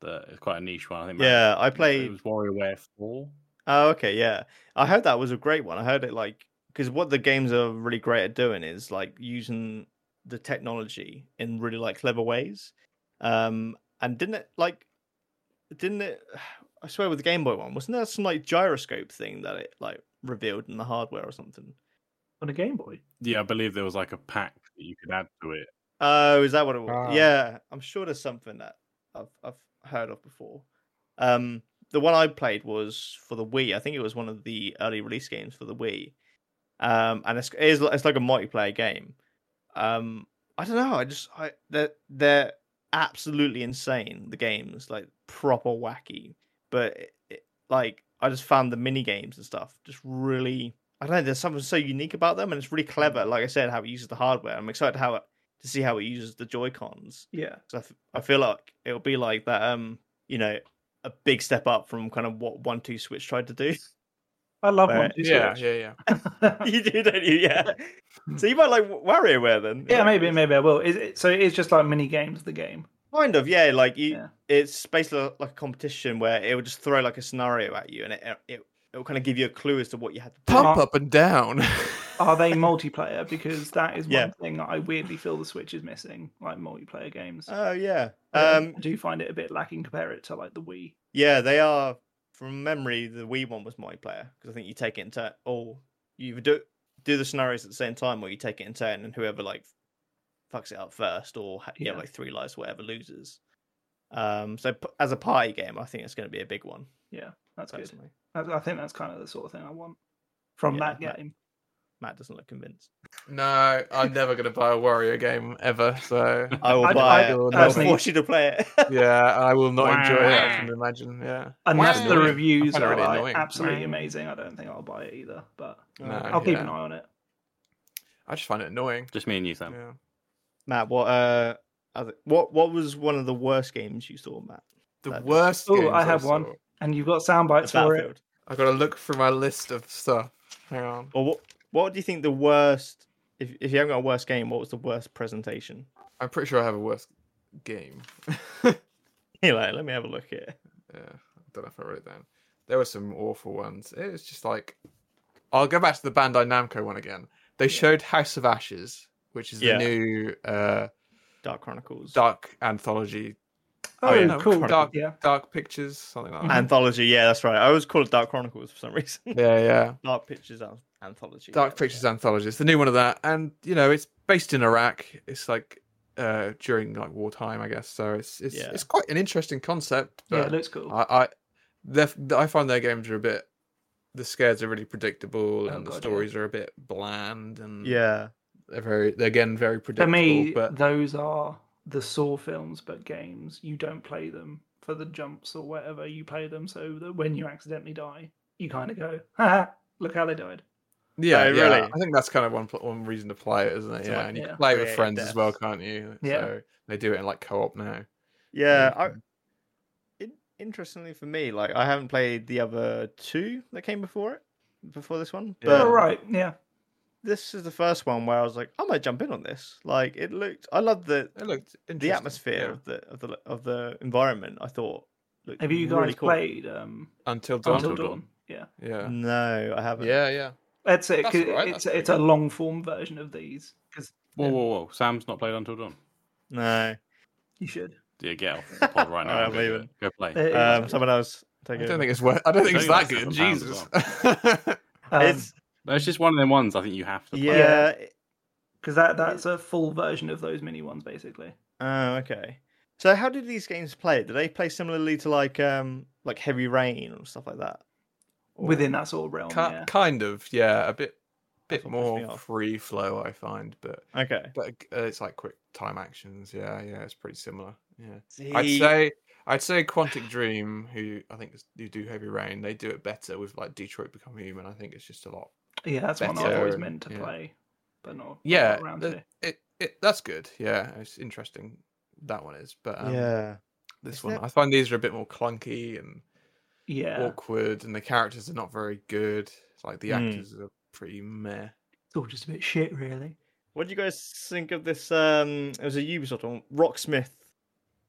[SPEAKER 5] The, it's quite a niche one. I think.
[SPEAKER 2] Yeah, I
[SPEAKER 5] It
[SPEAKER 2] played
[SPEAKER 5] was WarioWare Four.
[SPEAKER 2] Oh, okay, yeah. I heard that was a great one. I heard it like because what the games are really great at doing is like using the technology in really like clever ways. Um, and didn't it like didn't it? I swear with the Game Boy one, wasn't there some like gyroscope thing that it like revealed in the hardware or something?
[SPEAKER 4] On a Game Boy.
[SPEAKER 5] Yeah, I believe there was like a pack that you could add to it.
[SPEAKER 2] Oh, is that what it was?
[SPEAKER 3] Ah.
[SPEAKER 2] Yeah, I'm sure there's something that I've I've heard of before. Um, the one I played was for the Wii. I think it was one of the early release games for the Wii. Um, and it's it is li- it's like a multiplayer game. Um, I don't know. I just I they're they're absolutely insane. The games like proper wacky, but it, it, like I just found the mini games and stuff just really. I don't know. There's something so unique about them, and it's really clever. Like I said, how it uses the hardware. I'm excited how it to see how it uses the Joy Cons.
[SPEAKER 4] Yeah.
[SPEAKER 2] So I, f- I feel like it'll be like that. Um, you know, a big step up from kind of what One Two Switch tried to do.
[SPEAKER 4] I love
[SPEAKER 2] Right.
[SPEAKER 4] one. Two
[SPEAKER 3] Yeah,
[SPEAKER 4] Switch.
[SPEAKER 3] yeah, yeah.
[SPEAKER 2] you do, don't you? Yeah. So you might like WarioWare then.
[SPEAKER 4] Yeah,
[SPEAKER 2] Like,
[SPEAKER 4] maybe,
[SPEAKER 2] it's
[SPEAKER 4] maybe I will. Is it, so it's just like mini games, the game.
[SPEAKER 2] Kind of, yeah. Like you,
[SPEAKER 4] Yeah.
[SPEAKER 2] it's basically li- like a competition where it will just throw like a scenario at you, and it it it will kind of give you a clue as to what you had to do.
[SPEAKER 3] Pump up and down.
[SPEAKER 4] Are they multiplayer? Because that is one
[SPEAKER 2] Yeah.
[SPEAKER 4] thing that I weirdly feel the Switch is missing, like multiplayer games.
[SPEAKER 2] Oh yeah.
[SPEAKER 4] Um,
[SPEAKER 2] Um,
[SPEAKER 4] I do find it a bit lacking compare it to like the Wii.
[SPEAKER 2] Yeah, they are. From memory, the Wii one was multiplayer because I think you take it in turn, or you either do do the scenarios at the same time, or you take it in turn, and whoever like fucks it up first, or ha- yeah,
[SPEAKER 4] Yeah.
[SPEAKER 2] like three lives, whatever loses. Um, so p- as a party game, I think it's going to be a big one.
[SPEAKER 4] Yeah, that's good.
[SPEAKER 2] Personally,
[SPEAKER 4] I, I think that's kind of the sort of thing I want from
[SPEAKER 2] Yeah,
[SPEAKER 4] that
[SPEAKER 2] that-
[SPEAKER 4] game.
[SPEAKER 2] Matt doesn't look convinced.
[SPEAKER 3] no, I'm never going to buy a Wario game ever. So,
[SPEAKER 2] I will
[SPEAKER 4] I'd-
[SPEAKER 2] buy it.
[SPEAKER 4] I'd
[SPEAKER 2] and I'll
[SPEAKER 4] personally-
[SPEAKER 2] force you to play it.
[SPEAKER 3] yeah, I will not enjoy it. I can imagine. Yeah.
[SPEAKER 4] Unless the
[SPEAKER 3] annoying.
[SPEAKER 4] reviews
[SPEAKER 3] I find it
[SPEAKER 4] are
[SPEAKER 3] really
[SPEAKER 4] like,
[SPEAKER 3] annoying.
[SPEAKER 4] absolutely
[SPEAKER 3] Wow.
[SPEAKER 4] amazing, I don't think I'll buy it either. But
[SPEAKER 3] No,
[SPEAKER 4] I'll keep
[SPEAKER 3] yeah.
[SPEAKER 4] an eye on it.
[SPEAKER 3] I just find it annoying.
[SPEAKER 5] Just me and you, Sam.
[SPEAKER 3] Yeah.
[SPEAKER 2] Matt, what uh, other, what what was one of the worst games you saw, Matt?
[SPEAKER 3] The
[SPEAKER 2] That-
[SPEAKER 3] worst.
[SPEAKER 4] Ooh,
[SPEAKER 3] games
[SPEAKER 4] I have one.
[SPEAKER 3] saw-
[SPEAKER 4] And you've got sound bites for it.
[SPEAKER 2] Battlefield.
[SPEAKER 3] I got to look through my list of stuff. Hang on.
[SPEAKER 2] Or what? What do you think the worst? If if you haven't got a worst game, what was the worst presentation?
[SPEAKER 3] I'm pretty sure I have a worse game.
[SPEAKER 2] You're like, let me have a look here.
[SPEAKER 3] Yeah, I don't know if I wrote it down. There were some awful ones. It was just like, I'll go back to the Bandai Namco one again. They showed House of Ashes, which is
[SPEAKER 2] Yeah.
[SPEAKER 3] the new uh,
[SPEAKER 2] Dark Chronicles.
[SPEAKER 3] dark anthology,
[SPEAKER 4] Oh,
[SPEAKER 2] Oh, yeah,
[SPEAKER 4] cool.
[SPEAKER 2] Chronicles.
[SPEAKER 3] Dark,
[SPEAKER 4] Yeah.
[SPEAKER 3] dark pictures, something like that.
[SPEAKER 2] Anthology, yeah, that's right. I always call it Dark Chronicles for some reason.
[SPEAKER 3] yeah, yeah.
[SPEAKER 2] Dark Pictures An- Anthology.
[SPEAKER 3] Dark
[SPEAKER 2] yeah,
[SPEAKER 3] Pictures
[SPEAKER 2] yeah.
[SPEAKER 3] anthology. It's the new one of that, and you know it's based in Iraq. It's like uh during like wartime, I guess. So it's it's
[SPEAKER 2] Yeah.
[SPEAKER 3] it's quite an interesting concept.
[SPEAKER 4] Yeah,
[SPEAKER 3] But
[SPEAKER 4] it looks cool.
[SPEAKER 3] I, I, their, I find their games are a bit. The scares are really predictable,
[SPEAKER 4] Oh,
[SPEAKER 3] and the
[SPEAKER 4] God, yeah.
[SPEAKER 3] stories are a bit bland, and
[SPEAKER 2] Yeah.
[SPEAKER 3] they're very, they're again, very
[SPEAKER 4] For
[SPEAKER 3] predictable.
[SPEAKER 4] me,
[SPEAKER 3] but
[SPEAKER 4] those are the Saw films, but games. You don't play them for the jumps or whatever. You play them so that when you accidentally die, you kind of go, ha, look how they died.
[SPEAKER 3] yeah,
[SPEAKER 2] Oh,
[SPEAKER 3] yeah,
[SPEAKER 2] really?
[SPEAKER 3] I think that's kind of one pl- one reason to play it, isn't it?
[SPEAKER 2] To,
[SPEAKER 3] yeah,
[SPEAKER 2] like,
[SPEAKER 3] and you
[SPEAKER 4] yeah,
[SPEAKER 3] can play it with
[SPEAKER 2] create
[SPEAKER 3] friends as well,
[SPEAKER 2] deaths.
[SPEAKER 3] can't you?
[SPEAKER 4] Yeah.
[SPEAKER 3] So they do it in like co-op now.
[SPEAKER 2] Yeah. I, in, interestingly for me, like, I haven't played the other two that came before it, before this one.
[SPEAKER 3] Yeah.
[SPEAKER 2] But
[SPEAKER 4] Oh, right. Yeah.
[SPEAKER 2] this is the first one where I was like, I might jump in on this. Like it looked, I loved the
[SPEAKER 3] It looked interesting.
[SPEAKER 2] the atmosphere
[SPEAKER 3] yeah.
[SPEAKER 2] of the of the of the environment. I thought. looked
[SPEAKER 4] Have you guys
[SPEAKER 2] really cool.
[SPEAKER 4] played um,
[SPEAKER 3] Until Dawn.
[SPEAKER 4] Until
[SPEAKER 5] Until Dawn.
[SPEAKER 4] Dawn? Yeah,
[SPEAKER 3] Yeah.
[SPEAKER 2] No, I haven't.
[SPEAKER 3] Yeah, yeah.
[SPEAKER 4] that's it.
[SPEAKER 3] That's
[SPEAKER 4] 'cause
[SPEAKER 3] alright,
[SPEAKER 4] It's
[SPEAKER 3] that's
[SPEAKER 4] it's a
[SPEAKER 3] pretty
[SPEAKER 4] long form version of these because
[SPEAKER 5] Whoa, whoa, whoa! Sam's not played Until Dawn.
[SPEAKER 2] No.
[SPEAKER 4] you should.
[SPEAKER 5] Yeah, get off the pod right now.
[SPEAKER 2] Alright,
[SPEAKER 5] and go, do
[SPEAKER 2] leaving.
[SPEAKER 5] it. go play.
[SPEAKER 4] It is-
[SPEAKER 2] Um, someone else
[SPEAKER 3] I
[SPEAKER 2] take it.
[SPEAKER 3] don't think it's worth. I don't think it's
[SPEAKER 5] Don't
[SPEAKER 3] that
[SPEAKER 5] you
[SPEAKER 3] good.
[SPEAKER 5] like
[SPEAKER 3] Jesus.
[SPEAKER 4] um,
[SPEAKER 2] it's
[SPEAKER 5] No, It's just one of them ones. I think you have to. Play.
[SPEAKER 2] yeah. it-
[SPEAKER 4] Because that that's a full version of those mini ones, basically.
[SPEAKER 2] Oh, okay. So how did these games play? Did they play similarly to like um like Heavy Rain or stuff like that? Or-
[SPEAKER 4] Within that sort of realm,
[SPEAKER 3] Ki-
[SPEAKER 4] yeah.
[SPEAKER 3] Kind of, yeah. A bit,
[SPEAKER 2] That's
[SPEAKER 3] bit
[SPEAKER 2] what pissed me
[SPEAKER 3] more
[SPEAKER 2] off.
[SPEAKER 3] free flow, I find, but
[SPEAKER 2] Okay.
[SPEAKER 3] but uh, it's like quick time actions. Yeah, yeah. It's pretty similar. Yeah. I'd
[SPEAKER 2] See,
[SPEAKER 3] say I'd say Quantic Dream, who I think is, who do Heavy Rain, they do it better with like Detroit Become Human. I think it's just a lot.
[SPEAKER 4] Yeah, that's one I've always
[SPEAKER 3] Better,
[SPEAKER 4] meant to
[SPEAKER 3] yeah.
[SPEAKER 4] play, but not
[SPEAKER 3] Yeah,
[SPEAKER 4] not around
[SPEAKER 3] the-
[SPEAKER 4] to.
[SPEAKER 3] It it that's good. Yeah, it's interesting. That one is, but um,
[SPEAKER 2] yeah.
[SPEAKER 3] this
[SPEAKER 2] Is
[SPEAKER 3] one
[SPEAKER 2] that-
[SPEAKER 3] I find these are a bit more clunky and
[SPEAKER 4] Yeah,
[SPEAKER 3] awkward, and the characters are not very good. Like the
[SPEAKER 4] Mm.
[SPEAKER 2] Hmm.
[SPEAKER 3] actors are pretty meh.
[SPEAKER 4] it's all just a bit shit, really.
[SPEAKER 2] What do you guys think of this? Um, it was a Ubisoft one, Rocksmith.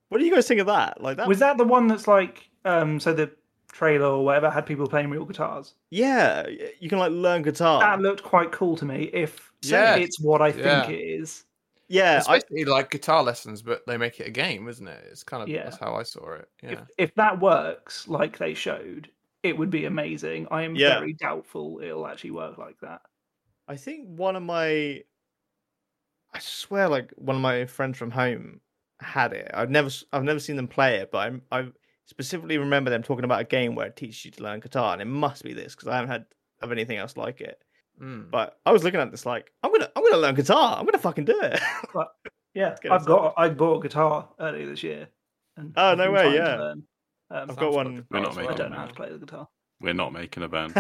[SPEAKER 2] What do you guys think of that? Like that?
[SPEAKER 4] Was that the one that's like um? So the trailer or whatever had people playing real guitars.
[SPEAKER 2] Yeah, y- you can like learn guitar.
[SPEAKER 4] That looked quite cool to me. If
[SPEAKER 3] Yeah,
[SPEAKER 4] it's what I
[SPEAKER 3] yeah.
[SPEAKER 4] think it is.
[SPEAKER 2] yeah,
[SPEAKER 3] it's
[SPEAKER 2] I,
[SPEAKER 3] basically like guitar lessons, but they make it a game, isn't it? It's kind of
[SPEAKER 4] Yeah.
[SPEAKER 3] that's how I saw it. Yeah,
[SPEAKER 4] If if that works like they showed, it would be amazing. I am
[SPEAKER 2] Yeah.
[SPEAKER 4] very doubtful it'll actually work like that.
[SPEAKER 2] I think one of my, I swear, like one of my friends from home had it. I've never, s- I've never seen them play it, but I, I specifically remember them talking about a game where it teaches you to learn guitar, and it must be this because I haven't had of anything else like it.
[SPEAKER 3] Mm.
[SPEAKER 2] But I was looking at this like, I'm gonna, I'm gonna learn guitar. I'm gonna fucking do it.
[SPEAKER 4] Yeah,
[SPEAKER 2] get
[SPEAKER 4] I've got I bought a guitar earlier this year. And
[SPEAKER 2] Oh,
[SPEAKER 4] I've
[SPEAKER 2] no
[SPEAKER 4] been
[SPEAKER 2] way,
[SPEAKER 4] trying to
[SPEAKER 2] yeah.
[SPEAKER 4] learn. Um,
[SPEAKER 2] I've
[SPEAKER 3] Sounds
[SPEAKER 2] got one-
[SPEAKER 3] fucking
[SPEAKER 5] We're
[SPEAKER 3] great as
[SPEAKER 4] I
[SPEAKER 5] not making
[SPEAKER 3] well,
[SPEAKER 4] don't know
[SPEAKER 3] man.
[SPEAKER 4] how to play the guitar.
[SPEAKER 5] We're not making a ban.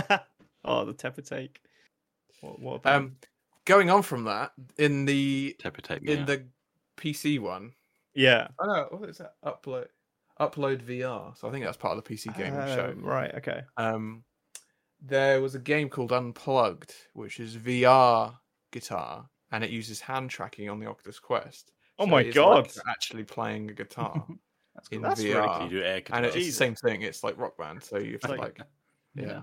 [SPEAKER 2] oh, the tepid take. What, what about?
[SPEAKER 3] Um, going on from that, in the
[SPEAKER 5] Tepetate me.
[SPEAKER 3] in
[SPEAKER 5] out.
[SPEAKER 3] the PC one,
[SPEAKER 2] yeah.
[SPEAKER 3] oh no, what is that? Upload, upload VR. So I think that's part of the PC gaming show.
[SPEAKER 4] Oh,
[SPEAKER 2] Um, Right. Okay.
[SPEAKER 3] Um, there was a game called Unplugged, which is VR guitar, and it uses hand tracking on the Oculus Quest.
[SPEAKER 2] Oh
[SPEAKER 3] So
[SPEAKER 2] my
[SPEAKER 3] it is like
[SPEAKER 2] God.
[SPEAKER 3] you're actually playing a guitar
[SPEAKER 4] That's
[SPEAKER 3] in
[SPEAKER 4] cool.
[SPEAKER 2] That's really
[SPEAKER 3] VR.
[SPEAKER 5] So you do air guitar.
[SPEAKER 3] and it's the
[SPEAKER 2] Jesus.
[SPEAKER 3] same thing. It's like Rock Band, so you have to
[SPEAKER 2] Like-
[SPEAKER 3] like, yeah,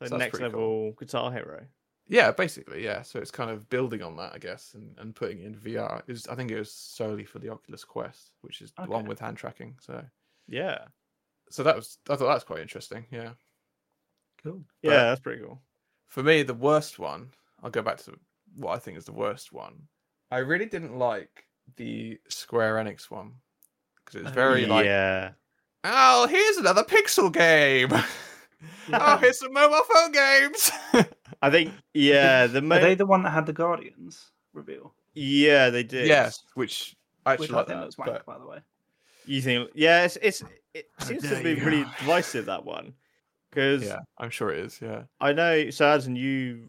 [SPEAKER 2] So,
[SPEAKER 3] So that's
[SPEAKER 2] next
[SPEAKER 3] pretty
[SPEAKER 2] level
[SPEAKER 3] cool.
[SPEAKER 2] guitar hero.
[SPEAKER 3] yeah, basically, yeah. So it's kind of building on that, I guess, and, and putting it in VR. It was, I think it was solely for the Oculus Quest, which is the one
[SPEAKER 4] Okay.
[SPEAKER 3] with hand tracking. So,
[SPEAKER 2] Yeah.
[SPEAKER 3] so that was I thought that was quite interesting. Yeah,
[SPEAKER 4] cool.
[SPEAKER 2] Yeah,
[SPEAKER 3] But-
[SPEAKER 2] that's pretty cool.
[SPEAKER 3] for me, the worst one. I'll go back to what I think is the worst one. I really didn't like the Square Enix one because it was
[SPEAKER 4] Oh,
[SPEAKER 3] very like
[SPEAKER 2] yeah.
[SPEAKER 3] Oh, here's another pixel game. oh, here's some mobile phone games.
[SPEAKER 2] I think yeah, the mo-
[SPEAKER 4] Are they the one that had the Guardians reveal?
[SPEAKER 2] yeah they did.
[SPEAKER 3] yes, which I actually
[SPEAKER 4] Which I
[SPEAKER 3] like
[SPEAKER 4] think
[SPEAKER 3] that.
[SPEAKER 4] looks wank,
[SPEAKER 3] but
[SPEAKER 4] by the way.
[SPEAKER 2] you think yeah, it's, it's it
[SPEAKER 3] How
[SPEAKER 2] seems to
[SPEAKER 3] dare
[SPEAKER 2] be
[SPEAKER 3] you.
[SPEAKER 2] really divisive that one because
[SPEAKER 3] yeah, I'm sure it is. Yeah,
[SPEAKER 2] I know so Addison, you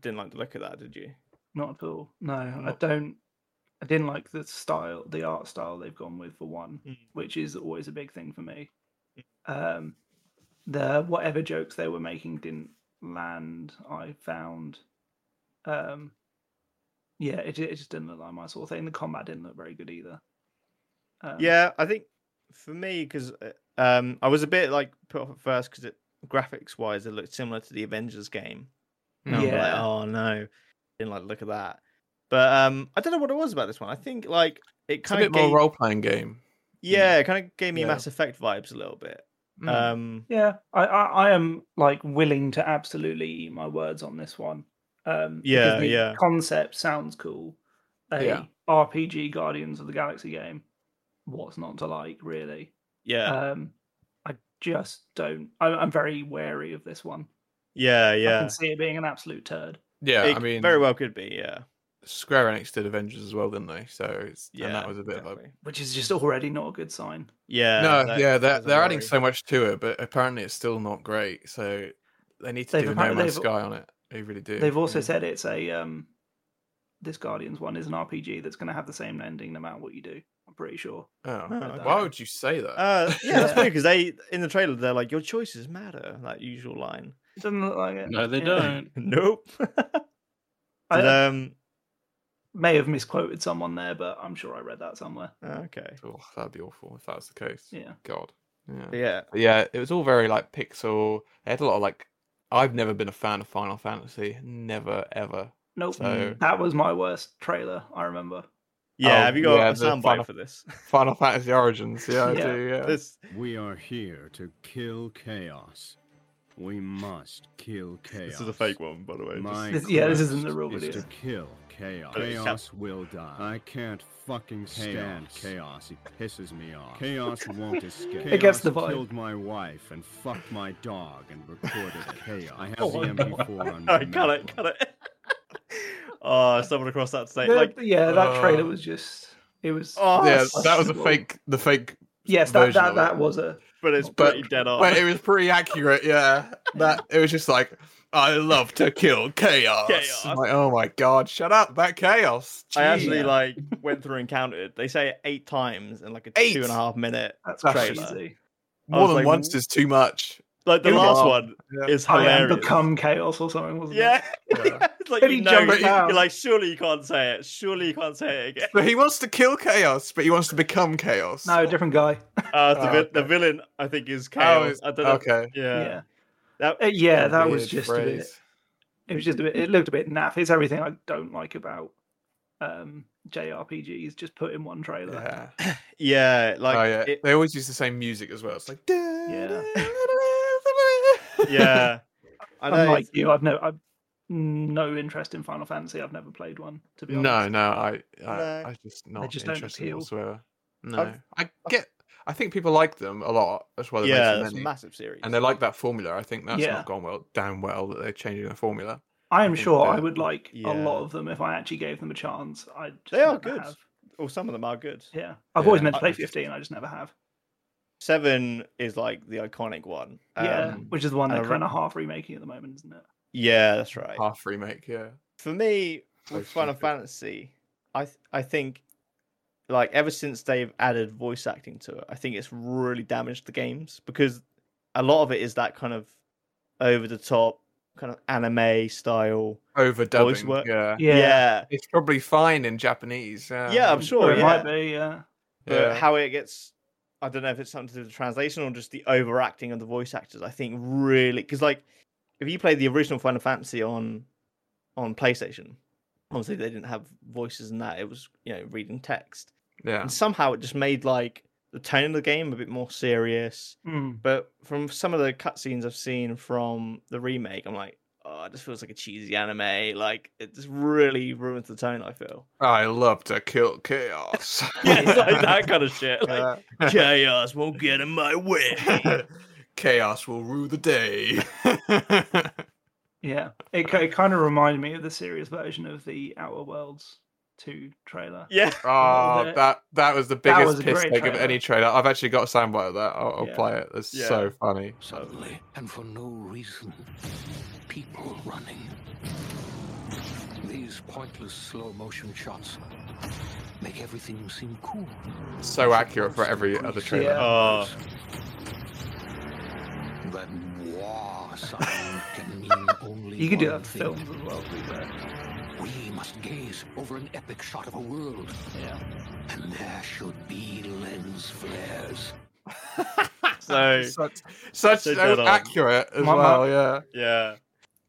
[SPEAKER 2] didn't like the look of that, did you?
[SPEAKER 4] Not at all. No, I
[SPEAKER 2] Not-
[SPEAKER 4] don't. I didn't like the style, the art style they've gone with for one,
[SPEAKER 2] Mm.
[SPEAKER 4] which is always a big thing for me. Um, the whatever jokes they were making didn't land. I found, um, yeah, it, it just didn't look like my sort of thing. The combat didn't look very good either. Um,
[SPEAKER 2] yeah, I think for me because um I was a bit like put off at first because it graphics wise it looked similar to the Avengers game. And I'm like,
[SPEAKER 4] Yeah.
[SPEAKER 2] oh no, didn't like the look of that. But um I don't know what it was about this one. I think like it
[SPEAKER 3] it's a
[SPEAKER 2] kind
[SPEAKER 3] bit
[SPEAKER 2] of
[SPEAKER 3] more
[SPEAKER 2] gave,
[SPEAKER 3] role playing game.
[SPEAKER 2] yeah, it kind of gave me
[SPEAKER 3] Yeah.
[SPEAKER 2] Mass Effect vibes a little bit.
[SPEAKER 3] Mm.
[SPEAKER 2] Um
[SPEAKER 4] Yeah, I, I, I am like willing to absolutely eat my words on this one. Um, because
[SPEAKER 2] Yeah,
[SPEAKER 4] the
[SPEAKER 2] yeah.
[SPEAKER 4] Concept sounds cool. A
[SPEAKER 3] Yeah.
[SPEAKER 4] RPG Guardians of the Galaxy game. What's not to like, really?
[SPEAKER 2] yeah.
[SPEAKER 3] Uh,
[SPEAKER 4] Um, I just don't. I, I'm very wary of this one.
[SPEAKER 2] Yeah,
[SPEAKER 4] I
[SPEAKER 2] yeah.
[SPEAKER 4] can see it being an absolute turd.
[SPEAKER 3] yeah,
[SPEAKER 2] It
[SPEAKER 3] I mean,
[SPEAKER 2] very well could be. Yeah,
[SPEAKER 3] Square Enix did Avengers as well, didn't they? So it's
[SPEAKER 2] yeah.
[SPEAKER 3] and that was a bit of a
[SPEAKER 2] definitely.
[SPEAKER 4] Which is just already not a good sign.
[SPEAKER 2] yeah.
[SPEAKER 3] no,
[SPEAKER 2] that
[SPEAKER 3] yeah. They're
[SPEAKER 2] was a
[SPEAKER 3] they're adding
[SPEAKER 2] worry.
[SPEAKER 3] so much to it, but apparently it's still not great. So they need to
[SPEAKER 4] They've
[SPEAKER 3] do a No
[SPEAKER 4] apparently-
[SPEAKER 3] Man's
[SPEAKER 4] they've-
[SPEAKER 3] Sky on it. They really do.
[SPEAKER 4] They've also
[SPEAKER 3] yeah.
[SPEAKER 4] said it's a um, this Guardians one is an RPG that's going to have the same ending no matter what you do. I'm pretty sure.
[SPEAKER 3] Oh,
[SPEAKER 2] Oh,
[SPEAKER 3] why
[SPEAKER 2] okay.
[SPEAKER 3] would you say that?
[SPEAKER 2] Uh, yeah, that's
[SPEAKER 4] Yeah.
[SPEAKER 2] funny because they in the trailer they're like your choices matter. That usual line.
[SPEAKER 4] It doesn't look like it.
[SPEAKER 5] No, they
[SPEAKER 4] Yeah.
[SPEAKER 5] don't.
[SPEAKER 2] Nope.
[SPEAKER 4] I,
[SPEAKER 2] Did,
[SPEAKER 4] I
[SPEAKER 2] um,
[SPEAKER 4] may have misquoted someone there, but I'm sure I read that somewhere.
[SPEAKER 2] ah, okay.
[SPEAKER 3] Oh, that'd be awful if that was the case.
[SPEAKER 4] Yeah.
[SPEAKER 3] God. Yeah.
[SPEAKER 2] But Yeah.
[SPEAKER 3] But yeah, it was all very like pixel. They had a lot of like. I've never been a fan of Final Fantasy. Never ever.
[SPEAKER 4] Nope.
[SPEAKER 3] So
[SPEAKER 4] That was my worst trailer, I remember.
[SPEAKER 2] Yeah.
[SPEAKER 3] Oh,
[SPEAKER 2] have you got
[SPEAKER 3] yeah,
[SPEAKER 2] a
[SPEAKER 3] the
[SPEAKER 2] soundbite
[SPEAKER 3] final-
[SPEAKER 2] for this?
[SPEAKER 3] Final Fantasy Origins. Yeah, I
[SPEAKER 4] Yeah.
[SPEAKER 3] do. Yeah.
[SPEAKER 2] this?
[SPEAKER 8] We are here to kill chaos. We must kill chaos.
[SPEAKER 2] This is a fake one, by the way. just-
[SPEAKER 8] My
[SPEAKER 4] This- yeah, this isn't the
[SPEAKER 8] quest
[SPEAKER 4] real
[SPEAKER 8] is
[SPEAKER 4] video.
[SPEAKER 8] to kill chaos.
[SPEAKER 2] But it's-
[SPEAKER 8] Chaos will die. I can't fucking stand chaos. He pisses me off. Chaos won't escape. Chaos
[SPEAKER 4] It gets the vibe.
[SPEAKER 8] killed my wife and fucked my dog and recorded it. Chaos. I have
[SPEAKER 2] Oh,
[SPEAKER 8] the
[SPEAKER 2] no.
[SPEAKER 8] MP4 on my
[SPEAKER 2] Alright, cut it,
[SPEAKER 8] MacBook.
[SPEAKER 2] cut it. oh, someone across that state,
[SPEAKER 4] The-
[SPEAKER 2] like,
[SPEAKER 4] yeah, that trailer
[SPEAKER 3] uh,
[SPEAKER 4] was just. It was.
[SPEAKER 2] oh,
[SPEAKER 3] yeah,
[SPEAKER 2] s-
[SPEAKER 3] that was a
[SPEAKER 4] Well,
[SPEAKER 3] fake. The fake.
[SPEAKER 4] yes, that,
[SPEAKER 3] version
[SPEAKER 4] that,
[SPEAKER 3] of
[SPEAKER 4] that
[SPEAKER 3] it.
[SPEAKER 4] was a.
[SPEAKER 2] but it's
[SPEAKER 3] but-
[SPEAKER 2] pretty dead on.
[SPEAKER 3] But it was pretty accurate. Yeah. That it was just like I love to kill chaos.
[SPEAKER 2] Chaos.
[SPEAKER 3] I'm like oh my god, shut up! That chaos.
[SPEAKER 2] I actually
[SPEAKER 3] Jeez.
[SPEAKER 2] like went through and counted. They say it eight times in like a
[SPEAKER 3] Eight?
[SPEAKER 2] two and a half minute.
[SPEAKER 4] That's
[SPEAKER 2] Trailer.
[SPEAKER 4] crazy.
[SPEAKER 2] I
[SPEAKER 3] more
[SPEAKER 2] was
[SPEAKER 3] than
[SPEAKER 2] like,
[SPEAKER 3] once is too much.
[SPEAKER 2] Like the
[SPEAKER 3] It was-
[SPEAKER 2] last one
[SPEAKER 3] Yeah.
[SPEAKER 2] is
[SPEAKER 4] I am
[SPEAKER 2] hilarious.
[SPEAKER 4] become chaos or something, wasn't it?
[SPEAKER 2] yeah,
[SPEAKER 3] Yeah.
[SPEAKER 2] it's like
[SPEAKER 4] But
[SPEAKER 2] you
[SPEAKER 4] he
[SPEAKER 2] know,
[SPEAKER 4] jumped
[SPEAKER 2] you're
[SPEAKER 4] out.
[SPEAKER 2] like surely you can't say it. Surely you can't say it again.
[SPEAKER 3] But he wants to kill chaos, but he wants to become chaos.
[SPEAKER 4] No, different guy.
[SPEAKER 2] Uh, the,
[SPEAKER 3] Oh,
[SPEAKER 2] vi-
[SPEAKER 3] okay. Oh,
[SPEAKER 2] the villain, I think, is chaos. I don't know.
[SPEAKER 3] Okay.
[SPEAKER 2] Yeah,
[SPEAKER 4] Yeah.
[SPEAKER 2] That-
[SPEAKER 4] Uh, yeah, that was
[SPEAKER 3] Weird
[SPEAKER 4] just a bit.
[SPEAKER 3] phrase.
[SPEAKER 4] it was just a bit it looked a bit naff it's everything i don't like about um jrpgs just put in one trailer
[SPEAKER 3] Yeah.
[SPEAKER 2] yeah. Like,
[SPEAKER 3] oh yeah.
[SPEAKER 2] it-
[SPEAKER 3] they always use the same music as well. It's like
[SPEAKER 4] Yeah.
[SPEAKER 2] yeah. I know.
[SPEAKER 4] unlike
[SPEAKER 2] it's-
[SPEAKER 4] you i've no i've no interest in final fantasy i've never played one to be
[SPEAKER 3] No,
[SPEAKER 4] honest
[SPEAKER 3] no, I, I,
[SPEAKER 2] No.
[SPEAKER 3] I just not
[SPEAKER 4] just don't
[SPEAKER 3] interested
[SPEAKER 4] appeal.
[SPEAKER 3] whatsoever. No, i get. I think people like them a lot. That's why they
[SPEAKER 2] yeah,
[SPEAKER 3] make
[SPEAKER 2] that's a
[SPEAKER 3] so many,
[SPEAKER 2] massive series.
[SPEAKER 3] and they like that formula. I think that's
[SPEAKER 4] Yeah.
[SPEAKER 3] not gone well, down well that they're changing the formula.
[SPEAKER 4] i
[SPEAKER 3] I
[SPEAKER 4] am
[SPEAKER 3] think
[SPEAKER 4] sure i
[SPEAKER 3] that-
[SPEAKER 4] would like a
[SPEAKER 2] yeah.
[SPEAKER 4] lot of them if i actually gave them a chance i just
[SPEAKER 2] They are
[SPEAKER 4] never
[SPEAKER 2] good.
[SPEAKER 4] have.
[SPEAKER 2] Well, some of them are good.
[SPEAKER 4] yeah i've always
[SPEAKER 3] Yeah.
[SPEAKER 4] meant to
[SPEAKER 2] I-
[SPEAKER 4] play 15 i just never have
[SPEAKER 2] Seven is like the iconic one.
[SPEAKER 4] yeah
[SPEAKER 2] Um,
[SPEAKER 4] which is the one
[SPEAKER 2] and
[SPEAKER 4] they're
[SPEAKER 2] I re-
[SPEAKER 4] kind of half remaking at the moment isn't it
[SPEAKER 2] yeah, that's right.
[SPEAKER 3] Half remake, yeah.
[SPEAKER 2] For me,
[SPEAKER 3] So
[SPEAKER 2] with Final
[SPEAKER 3] stupid.
[SPEAKER 2] Fantasy, I th- I think like ever since they've added voice acting to it, I think it's really damaged the games because a lot of it is that kind of over the top kind of anime style.
[SPEAKER 3] Overdubbing,
[SPEAKER 2] work.
[SPEAKER 3] yeah.
[SPEAKER 2] yeah,
[SPEAKER 3] It's probably fine in Japanese. Yeah,
[SPEAKER 2] Yeah, I'm
[SPEAKER 4] Or
[SPEAKER 2] sure.
[SPEAKER 4] it
[SPEAKER 2] yeah.
[SPEAKER 4] might be yeah
[SPEAKER 2] but
[SPEAKER 3] Yeah.
[SPEAKER 2] how it gets i don't know if it's something to do with the translation or just the overacting of the voice actors i think really because like if you play the original final fantasy on on playstation obviously they didn't have voices and that it was you know reading text
[SPEAKER 3] yeah.
[SPEAKER 2] and somehow it just made like the tone of the game a bit more serious
[SPEAKER 4] Mm.
[SPEAKER 2] but from some of the cutscenes i've seen from the remake i'm like oh it just feels like a cheesy anime like it just really ruins the tone i feel
[SPEAKER 3] I love to kill chaos.
[SPEAKER 2] yeah it's like that kind of shit like,
[SPEAKER 3] Yeah.
[SPEAKER 4] Uh,
[SPEAKER 2] chaos won't get in my way.
[SPEAKER 3] Chaos will rule the day.
[SPEAKER 4] yeah it, ki- it kind of reminded me of the serious version of the outer worlds 2 trailer
[SPEAKER 2] yeah.
[SPEAKER 3] Ah,
[SPEAKER 4] bit.
[SPEAKER 3] that that was the
[SPEAKER 4] That was
[SPEAKER 3] biggest
[SPEAKER 4] a
[SPEAKER 3] piss
[SPEAKER 4] great
[SPEAKER 3] take of any trailer. I've actually got a soundbite of that. I'll, I'll
[SPEAKER 4] Yeah.
[SPEAKER 3] play it. It's
[SPEAKER 2] Yeah.
[SPEAKER 3] so funny.
[SPEAKER 6] Suddenly, and for no reason, people running. These pointless slow motion shots make everything seem cool.
[SPEAKER 3] So accurate for every other trailer.
[SPEAKER 4] Yeah.
[SPEAKER 2] Oh.
[SPEAKER 6] That war sound can mean only
[SPEAKER 4] You could do
[SPEAKER 6] one
[SPEAKER 4] that for
[SPEAKER 6] thing.
[SPEAKER 4] films as well. to be fair.
[SPEAKER 6] We must gaze over an epic shot of a world,
[SPEAKER 4] Yeah.
[SPEAKER 6] and there should be lens flares.
[SPEAKER 2] So
[SPEAKER 3] Such, such
[SPEAKER 2] So
[SPEAKER 3] so
[SPEAKER 2] dead on.
[SPEAKER 3] accurate as
[SPEAKER 4] My- my-
[SPEAKER 3] well. Yeah,
[SPEAKER 2] yeah.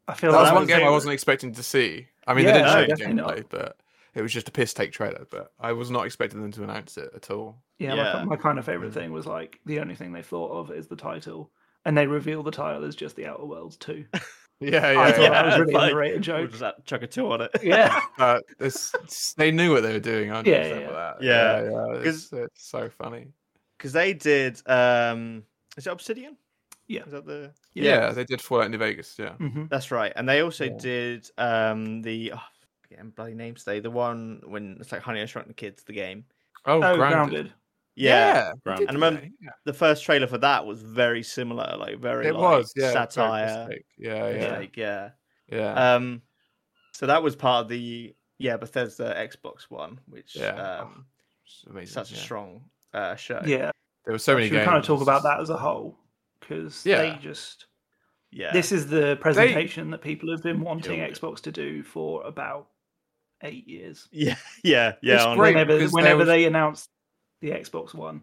[SPEAKER 4] I feel
[SPEAKER 3] that
[SPEAKER 4] like
[SPEAKER 3] was one game I
[SPEAKER 4] it.
[SPEAKER 3] wasn't expecting to see. I mean,
[SPEAKER 4] Yeah,
[SPEAKER 3] they
[SPEAKER 2] no,
[SPEAKER 3] didn't show
[SPEAKER 4] definitely not.
[SPEAKER 3] gameplay, but it was just a piss take trailer. But I was not expecting them to announce it at all.
[SPEAKER 4] Yeah,
[SPEAKER 2] Yeah. Mm.
[SPEAKER 4] My, my kind of favorite thing was like the only thing they thought of is the title, and they reveal the title as just the Outer Worlds Two.
[SPEAKER 3] Yeah,
[SPEAKER 4] I
[SPEAKER 3] yeah.
[SPEAKER 4] thought
[SPEAKER 3] yeah.
[SPEAKER 4] that was
[SPEAKER 2] Yeah,
[SPEAKER 4] really
[SPEAKER 2] like,
[SPEAKER 4] underrated
[SPEAKER 2] We'll
[SPEAKER 4] joke.
[SPEAKER 2] just add- chuck a two on it.
[SPEAKER 4] Yeah,
[SPEAKER 3] Uh, it's, it's- they knew what they were doing. 100%
[SPEAKER 4] Yeah,
[SPEAKER 3] with
[SPEAKER 4] yeah.
[SPEAKER 3] that.
[SPEAKER 2] Yeah.
[SPEAKER 3] yeah. yeah. It's,
[SPEAKER 2] 'Cause-
[SPEAKER 3] it's so funny.
[SPEAKER 2] Because they did um is it Obsidian?
[SPEAKER 4] Yeah.
[SPEAKER 2] Is that the
[SPEAKER 3] Yeah, they did Fallout New Vegas. Yeah.
[SPEAKER 4] hmm
[SPEAKER 2] That's right. And they also
[SPEAKER 3] Yeah.
[SPEAKER 2] did um the oh, forgetting bloody names today. The one when it's like Honey I Shrunk the Kids, the game.
[SPEAKER 3] Oh,
[SPEAKER 4] Oh,
[SPEAKER 3] grounded.
[SPEAKER 4] grounded.
[SPEAKER 2] Yeah.
[SPEAKER 5] Grand.
[SPEAKER 3] did
[SPEAKER 2] And remember-
[SPEAKER 3] they? Yeah.
[SPEAKER 2] The first trailer for that was very similar, like very
[SPEAKER 3] it
[SPEAKER 2] like,
[SPEAKER 3] was yeah, very
[SPEAKER 2] satire.
[SPEAKER 3] mistake. Yeah, yeah,
[SPEAKER 2] Like, yeah.
[SPEAKER 3] yeah.
[SPEAKER 2] Um, so that was part of the yeah Bethesda Xbox one, which
[SPEAKER 3] Yeah.
[SPEAKER 2] um,
[SPEAKER 3] It's amazing.
[SPEAKER 2] is such a
[SPEAKER 3] yeah.
[SPEAKER 2] strong uh, show.
[SPEAKER 4] Yeah,
[SPEAKER 3] There were so many
[SPEAKER 4] should we
[SPEAKER 3] games.
[SPEAKER 4] kind of talk about that as a whole because
[SPEAKER 3] Yeah.
[SPEAKER 4] they just
[SPEAKER 2] Yeah.
[SPEAKER 4] This is the presentation that people have been wanting
[SPEAKER 5] Killed it.
[SPEAKER 4] Xbox to do for about eight years.
[SPEAKER 2] yeah, yeah, yeah.
[SPEAKER 3] It's
[SPEAKER 2] on-
[SPEAKER 3] great.
[SPEAKER 4] whenever
[SPEAKER 3] because there
[SPEAKER 4] whenever
[SPEAKER 3] was-
[SPEAKER 4] they announced the Xbox One.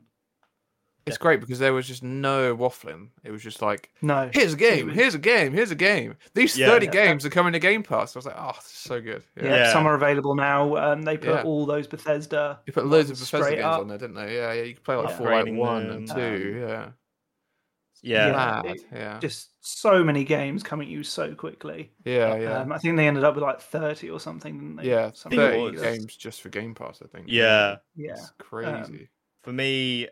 [SPEAKER 3] It's great because there was just no waffling. It was just like,
[SPEAKER 4] No.
[SPEAKER 3] here's a game, here's a game, here's a game. These
[SPEAKER 2] Yeah.
[SPEAKER 3] 30
[SPEAKER 4] Yeah.
[SPEAKER 3] games are coming to Game Pass. I was like, oh, this is so good.
[SPEAKER 4] Yeah.
[SPEAKER 3] Yeah.
[SPEAKER 2] Yeah.
[SPEAKER 4] Some are available now. Um, they put
[SPEAKER 3] Yeah.
[SPEAKER 4] all those Bethesda.
[SPEAKER 3] You put loads of
[SPEAKER 4] Straight
[SPEAKER 3] Bethesda games
[SPEAKER 4] up.
[SPEAKER 3] on there, didn't they? Yeah, yeah. You could play like
[SPEAKER 2] Upgrading
[SPEAKER 3] Fallout 1 and 2.
[SPEAKER 2] them,
[SPEAKER 3] yeah.
[SPEAKER 2] yeah,
[SPEAKER 4] Yeah.
[SPEAKER 3] Mad, yeah.
[SPEAKER 4] Just so many games coming at you so quickly.
[SPEAKER 3] Yeah, yeah.
[SPEAKER 4] Um, I think they ended up with like 30 or something, didn't they?
[SPEAKER 3] yeah,
[SPEAKER 4] Something
[SPEAKER 3] 30
[SPEAKER 2] was.
[SPEAKER 4] ridiculous.
[SPEAKER 3] games just for Game Pass, I think.
[SPEAKER 2] yeah.
[SPEAKER 4] Yeah. Um,
[SPEAKER 3] It's crazy.
[SPEAKER 2] For me,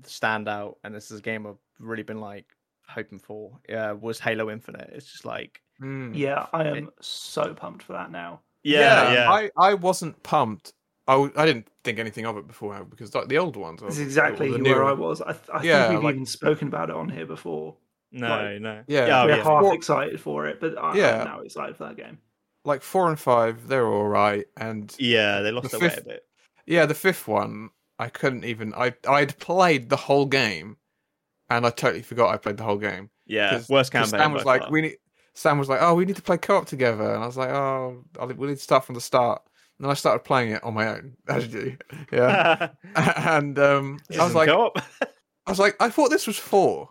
[SPEAKER 2] the standout, and this is a game I've really been like hoping for, uh, was Halo Infinite. It's just like,
[SPEAKER 3] Mm.
[SPEAKER 4] Yeah, I am so pumped for that now.
[SPEAKER 2] yeah, yeah,
[SPEAKER 3] I, I wasn't pumped. I, w- I didn't think anything of it beforehand because like the old ones. I
[SPEAKER 4] This
[SPEAKER 3] was-
[SPEAKER 4] is exactly
[SPEAKER 3] or the
[SPEAKER 4] where
[SPEAKER 3] newer
[SPEAKER 4] I
[SPEAKER 3] one.
[SPEAKER 4] was. I, th- I
[SPEAKER 3] Yeah,
[SPEAKER 4] think we've
[SPEAKER 3] like-
[SPEAKER 4] even spoken about it on here before.
[SPEAKER 2] no,
[SPEAKER 4] Like-
[SPEAKER 2] no,
[SPEAKER 3] Yeah.
[SPEAKER 2] yeah, oh,
[SPEAKER 4] We're
[SPEAKER 2] yeah.
[SPEAKER 4] half
[SPEAKER 3] Well-
[SPEAKER 4] excited for it, but I,
[SPEAKER 3] Yeah.
[SPEAKER 4] I'm now excited for that game.
[SPEAKER 3] Like four and five, they're all right, and
[SPEAKER 2] Yeah, they lost
[SPEAKER 3] The
[SPEAKER 2] their way a
[SPEAKER 3] fifth-
[SPEAKER 2] bit.
[SPEAKER 3] Yeah, the fifth one, I couldn't even. I I'd played the whole game, and I totally forgot I played the whole game.
[SPEAKER 2] Yeah,
[SPEAKER 3] 'Cause-
[SPEAKER 2] worst
[SPEAKER 3] 'Cause
[SPEAKER 2] campaign.
[SPEAKER 3] Sam was
[SPEAKER 2] by
[SPEAKER 3] like,
[SPEAKER 2] far.
[SPEAKER 3] "We need." Sam was like, "Oh, we need to play co-op together," and I was like, "Oh, I'll, we need to start from the start." And then I started playing it on my own, as you do. Yeah, and um,
[SPEAKER 2] This
[SPEAKER 3] I uh, was
[SPEAKER 2] isn't
[SPEAKER 3] like,
[SPEAKER 2] co-op.
[SPEAKER 3] I was like, I thought this was four.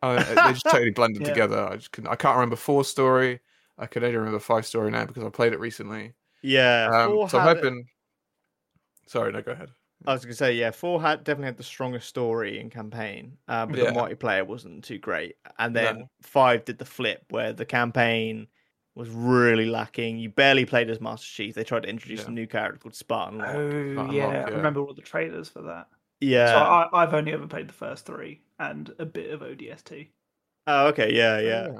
[SPEAKER 3] Uh, they just totally blended
[SPEAKER 4] Yeah.
[SPEAKER 3] together. I just couldn't. I can't remember four story. I could only remember five story now because I played it recently.
[SPEAKER 2] yeah,
[SPEAKER 3] Um,
[SPEAKER 2] four
[SPEAKER 3] so I'm
[SPEAKER 2] had-
[SPEAKER 3] hoping. Sorry, no, go ahead.
[SPEAKER 2] I was gonna say, yeah, four had definitely had the strongest story and campaign, uh, but
[SPEAKER 3] Yeah.
[SPEAKER 2] the multiplayer wasn't too great. And
[SPEAKER 3] No.
[SPEAKER 2] then five did the flip, where the campaign was really lacking. You barely played as Master Chief. They tried to introduce
[SPEAKER 3] Yeah.
[SPEAKER 2] a new character called Spartan. Locke.
[SPEAKER 4] Oh,
[SPEAKER 3] Unlocked,
[SPEAKER 4] yeah. I
[SPEAKER 3] yeah.
[SPEAKER 4] remember all the trailers for that.
[SPEAKER 2] yeah.
[SPEAKER 4] So I, I've only ever played the first three and a bit of ODST.
[SPEAKER 2] oh, okay. Yeah, yeah.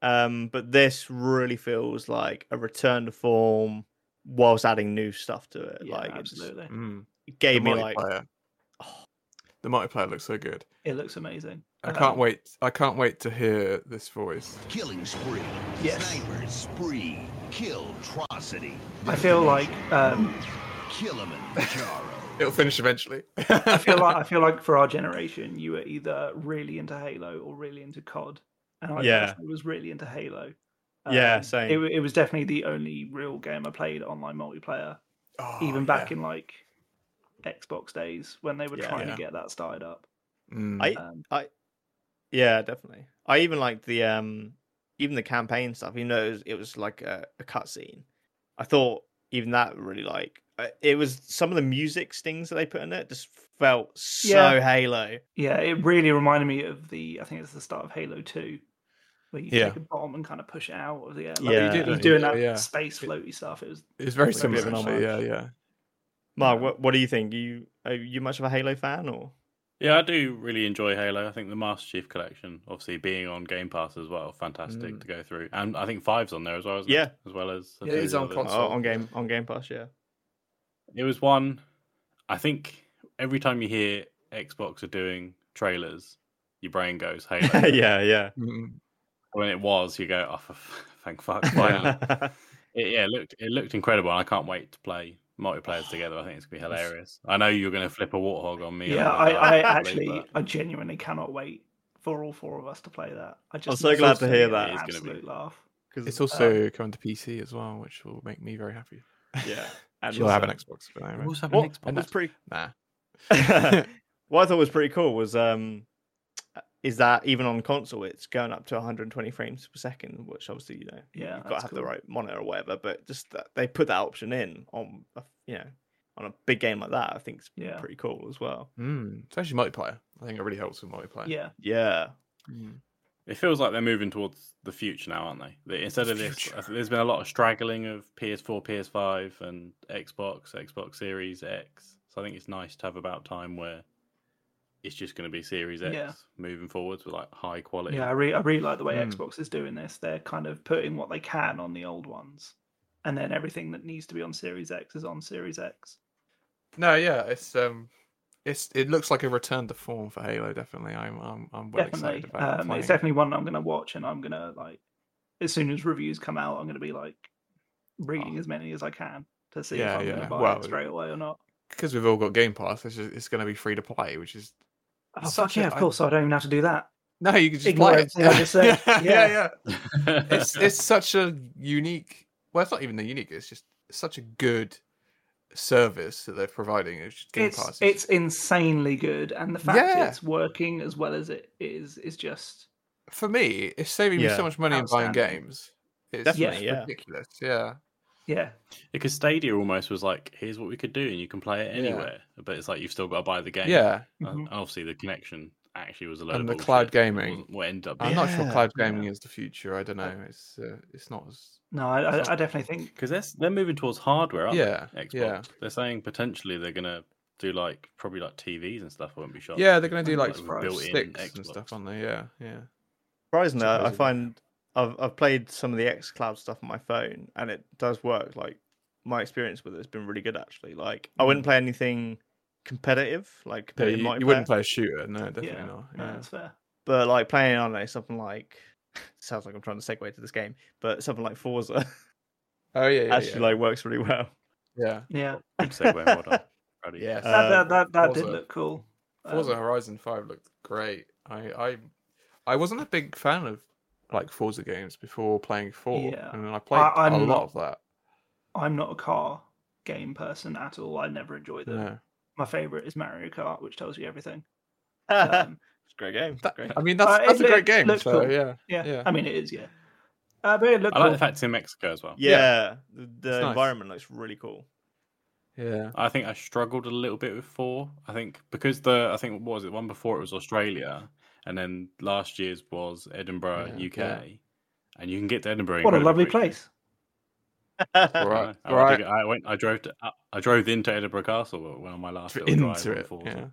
[SPEAKER 2] Um, but this really feels like a return to form, whilst adding new stuff to it.
[SPEAKER 4] Yeah,
[SPEAKER 2] like, it's-
[SPEAKER 4] absolutely.
[SPEAKER 3] Mm.
[SPEAKER 2] it
[SPEAKER 3] The
[SPEAKER 2] gave me like,
[SPEAKER 3] multiplayer. the multiplayer looks so good.
[SPEAKER 4] It looks amazing.
[SPEAKER 3] I
[SPEAKER 4] Um,
[SPEAKER 3] can't wait. I can't wait to hear this voice.
[SPEAKER 6] Killing spree.
[SPEAKER 4] Yes.
[SPEAKER 6] Sniper spree. Kill atrocity.
[SPEAKER 4] I feel like um,
[SPEAKER 6] Kilimanjaro.
[SPEAKER 3] It'll finish eventually.
[SPEAKER 4] I feel like I feel like for our generation, you were either really into Halo or really into COD, and I
[SPEAKER 2] Yeah.
[SPEAKER 4] personally was really into Halo.
[SPEAKER 2] Yeah,
[SPEAKER 4] Um,
[SPEAKER 2] same.
[SPEAKER 4] It, wa- it was definitely the only real game I played online multiplayer,
[SPEAKER 3] Oh,
[SPEAKER 4] even back
[SPEAKER 3] yeah.
[SPEAKER 4] in like Xbox days when they were
[SPEAKER 2] Yeah.
[SPEAKER 4] trying
[SPEAKER 3] Yeah.
[SPEAKER 4] to get that started up.
[SPEAKER 3] Mm.
[SPEAKER 2] I-
[SPEAKER 4] Um,
[SPEAKER 2] yeah, definitely. I even liked the um, even the campaign stuff. You know, it was, it was like a, a cutscene. I thought even that really like uh, it was some of the music stings that they put in it just felt so
[SPEAKER 4] Yeah.
[SPEAKER 2] Halo.
[SPEAKER 4] yeah, it really reminded me of the I think it's the start of Halo Two, where you
[SPEAKER 3] Yeah.
[SPEAKER 4] take a bomb and kind of push it out of the air.
[SPEAKER 2] Yeah. You
[SPEAKER 4] yeah,
[SPEAKER 2] do
[SPEAKER 4] he's
[SPEAKER 3] that,
[SPEAKER 4] doing
[SPEAKER 3] yeah,
[SPEAKER 4] that
[SPEAKER 3] yeah.
[SPEAKER 4] space floaty stuff. It was
[SPEAKER 3] It's very
[SPEAKER 2] Like a bit
[SPEAKER 3] similar.
[SPEAKER 2] of an
[SPEAKER 3] Actually. Yeah,
[SPEAKER 2] homage.
[SPEAKER 3] yeah.
[SPEAKER 2] Mark, what what do you think? You are you much of a Halo fan or?
[SPEAKER 5] Yeah, I do really enjoy Halo. I think the Master Chief collection, obviously being on Game Pass as well, fantastic
[SPEAKER 3] Mm.
[SPEAKER 5] to go through. And I think five's on there as well, isn't it?
[SPEAKER 2] Yeah.
[SPEAKER 5] As well as a
[SPEAKER 3] Yeah,
[SPEAKER 5] few
[SPEAKER 3] it is on
[SPEAKER 5] others.
[SPEAKER 2] Oh,
[SPEAKER 3] console.
[SPEAKER 2] on game on Game Pass, yeah.
[SPEAKER 5] It was one. I think every time you hear Xbox are doing trailers, your brain goes Halo.
[SPEAKER 2] yeah, yeah.
[SPEAKER 3] Mm.
[SPEAKER 5] When it was, you go, oh, for f- thank fuck, finally. it, yeah, it looked it looked incredible. and I can't wait to play multiplayers together. I think it's gonna be hilarious. I know you're gonna flip a warthog on me.
[SPEAKER 4] Yeah,
[SPEAKER 5] on the
[SPEAKER 4] I, I
[SPEAKER 5] dark, probably,
[SPEAKER 4] actually,
[SPEAKER 5] but-
[SPEAKER 4] I genuinely cannot wait for all four of us to play that. I just
[SPEAKER 2] so glad to hear that.
[SPEAKER 4] It's
[SPEAKER 5] It's gonna be-
[SPEAKER 4] absolute laugh.
[SPEAKER 2] Cause,
[SPEAKER 3] It's
[SPEAKER 4] uh,
[SPEAKER 3] also coming to PC as well, which will make me very happy.
[SPEAKER 2] yeah.
[SPEAKER 3] And
[SPEAKER 2] and
[SPEAKER 3] She'll have an
[SPEAKER 2] also-
[SPEAKER 3] Xbox, but
[SPEAKER 5] We'll
[SPEAKER 3] anyway.
[SPEAKER 5] also have an
[SPEAKER 2] What
[SPEAKER 5] Xbox.
[SPEAKER 2] was pretty
[SPEAKER 3] Nah.
[SPEAKER 2] what I thought was pretty cool was um is that even on console it's going up to 120 frames per second, which obviously you know
[SPEAKER 4] Yeah,
[SPEAKER 2] you've got to
[SPEAKER 4] that's
[SPEAKER 2] have the
[SPEAKER 4] cool.
[SPEAKER 2] right monitor or whatever. But just that they put that option in on a, you know on a big game like that, I think it's
[SPEAKER 4] Yeah.
[SPEAKER 2] pretty cool as well.
[SPEAKER 3] Mm. It's actually multiplayer. I think it really helps with multiplayer.
[SPEAKER 4] Yeah,
[SPEAKER 2] Yeah,
[SPEAKER 3] Mm.
[SPEAKER 5] It feels like they're moving towards the future now, aren't they? That Instead of this, I
[SPEAKER 3] future.
[SPEAKER 5] think there's been a lot of straggling of PS4, PS5, and Xbox, Xbox Series X. So I think it's nice to have about time where it's just going to be Series X
[SPEAKER 4] Yeah.
[SPEAKER 5] moving forwards with like high quality.
[SPEAKER 4] yeah. I, re- I really like the way
[SPEAKER 2] Hmm.
[SPEAKER 3] Mm.
[SPEAKER 4] Xbox is doing this. They're kind of putting what they can on the old ones, and then everything that needs to be on Series X is on Series X.
[SPEAKER 3] No, yeah, it's um, it's it looks like a return to form for Halo. Definitely, I'm I'm I'm well
[SPEAKER 4] definitely,
[SPEAKER 3] excited about
[SPEAKER 4] um,
[SPEAKER 3] playing
[SPEAKER 4] it's
[SPEAKER 3] it.
[SPEAKER 4] definitely one I'm going to watch, and I'm going to like as soon as reviews come out, I'm going to be like reading as many as I can to see
[SPEAKER 3] Oh. Yeah,
[SPEAKER 4] if I'm going
[SPEAKER 3] yeah.
[SPEAKER 4] to buy
[SPEAKER 3] Well,
[SPEAKER 4] it straight away or not.
[SPEAKER 3] because we've all got Game Pass, it's just, it's going to be free to play, which is
[SPEAKER 4] Oh,
[SPEAKER 3] such
[SPEAKER 4] fuck
[SPEAKER 3] a-
[SPEAKER 4] yeah, of
[SPEAKER 3] I-
[SPEAKER 4] course. I don't even have to do that.
[SPEAKER 3] No, you can just
[SPEAKER 4] Ignore
[SPEAKER 3] play it.
[SPEAKER 4] everything I just
[SPEAKER 3] yeah,
[SPEAKER 4] said. Yeah.
[SPEAKER 3] yeah, yeah. It's it's such a unique. Well, it's not even the unique. It's just such a good service that they're providing. It's just Game Pass. is-
[SPEAKER 4] It's it's insanely good, and the fact
[SPEAKER 3] Yeah.
[SPEAKER 4] it's working as well as it is is just
[SPEAKER 3] for me. It's saving me
[SPEAKER 2] Yeah.
[SPEAKER 3] so much money in buying
[SPEAKER 2] Outstanding.
[SPEAKER 3] games. It's
[SPEAKER 2] Definitely,
[SPEAKER 3] just
[SPEAKER 2] yeah.
[SPEAKER 3] ridiculous. Yeah.
[SPEAKER 4] yeah.
[SPEAKER 5] Because Stadia almost was like, here's what we could do, and you can play it
[SPEAKER 3] Yeah. Mm-hmm.
[SPEAKER 5] anywhere. But it's like you've still got to buy the game.
[SPEAKER 3] Yeah.
[SPEAKER 5] And-
[SPEAKER 4] Mhm.
[SPEAKER 5] and obviously, the connection actually was a load
[SPEAKER 3] And
[SPEAKER 5] of
[SPEAKER 3] the cloud
[SPEAKER 5] bullshit. It
[SPEAKER 3] gaming.
[SPEAKER 5] wasn't What ended up
[SPEAKER 3] I'm
[SPEAKER 5] being.
[SPEAKER 3] not sure
[SPEAKER 2] Yeah,
[SPEAKER 3] cloud
[SPEAKER 2] yeah.
[SPEAKER 3] gaming is the future. I don't know. It's uh, it's not as
[SPEAKER 4] No, I, I, I definitely think
[SPEAKER 5] Because they're, they're moving towards hardware, aren't
[SPEAKER 3] Yeah,
[SPEAKER 5] they? Xbox.
[SPEAKER 3] yeah.
[SPEAKER 5] They're saying potentially they're going to do like probably like TVs and stuff won't be shot.
[SPEAKER 3] yeah. They're gonna do
[SPEAKER 5] And,
[SPEAKER 3] like
[SPEAKER 5] with
[SPEAKER 4] Surprise
[SPEAKER 3] sticks and stuff, aren't they? Yeah, yeah.
[SPEAKER 2] Surprisingly, I I
[SPEAKER 3] Surprisingly.
[SPEAKER 2] find I've I've played some of the XCloud stuff on my phone, and it does work. Like my experience with it has been really good, actually. Like I wouldn't play anything competitive, like competitive
[SPEAKER 3] Mm. you,
[SPEAKER 2] multiplayer,
[SPEAKER 3] you wouldn't play a shooter, no, definitely
[SPEAKER 4] yeah,
[SPEAKER 3] not.
[SPEAKER 4] no,
[SPEAKER 3] Yeah.
[SPEAKER 4] that's fair.
[SPEAKER 2] but like playing I don't know something like sounds like I'm trying to segue to this game, but something like Forza
[SPEAKER 3] Oh yeah, yeah,
[SPEAKER 2] actually
[SPEAKER 3] yeah.
[SPEAKER 2] like works really well.
[SPEAKER 3] yeah.
[SPEAKER 4] Yeah,
[SPEAKER 5] Segway model.
[SPEAKER 3] Yes.
[SPEAKER 2] Uh,
[SPEAKER 4] that, that, that, that did
[SPEAKER 3] Forza.
[SPEAKER 4] look cool. Um,
[SPEAKER 3] Forza Horizon Five looked great. I, I I wasn't a big fan of like Forza games before playing four,
[SPEAKER 4] Yeah.
[SPEAKER 3] and then I played a
[SPEAKER 4] I'm
[SPEAKER 3] lot
[SPEAKER 4] not-
[SPEAKER 3] of that.
[SPEAKER 4] I'm not a car game person at all. I never enjoy them.
[SPEAKER 3] No.
[SPEAKER 4] My favorite is Mario Kart, which tells you everything.
[SPEAKER 2] it's
[SPEAKER 4] Um,
[SPEAKER 2] a great game.
[SPEAKER 3] That-
[SPEAKER 2] great.
[SPEAKER 3] I mean, that's,
[SPEAKER 4] Uh,
[SPEAKER 3] that's a
[SPEAKER 4] it-
[SPEAKER 3] great
[SPEAKER 4] it
[SPEAKER 3] game.
[SPEAKER 4] looked
[SPEAKER 3] So
[SPEAKER 4] cool.
[SPEAKER 3] yeah,
[SPEAKER 4] yeah,
[SPEAKER 3] Yeah.
[SPEAKER 4] I mean it is. Yeah, uh, but it looked
[SPEAKER 5] I like
[SPEAKER 4] cool.
[SPEAKER 5] the fact it's in Mexico as well.
[SPEAKER 2] yeah, the, the
[SPEAKER 3] nice.
[SPEAKER 2] environment looks really cool.
[SPEAKER 3] yeah,
[SPEAKER 5] I think I struggled a little bit with four. I think because the I think what was it one before it was Australia, and then last year's was Edinburgh,
[SPEAKER 3] Yeah,
[SPEAKER 5] UK,
[SPEAKER 3] yeah.
[SPEAKER 5] and you can get to Edinburgh.
[SPEAKER 4] what a lovely
[SPEAKER 5] incredibly quickly.
[SPEAKER 4] place.
[SPEAKER 5] I
[SPEAKER 3] All
[SPEAKER 5] know.
[SPEAKER 3] right,
[SPEAKER 5] I,
[SPEAKER 3] all right.
[SPEAKER 5] dig it. I went. I drove to. I- I drove into Edinburgh Castle when on my last little drive
[SPEAKER 3] into it.
[SPEAKER 5] on
[SPEAKER 3] Yeah.
[SPEAKER 5] Forza.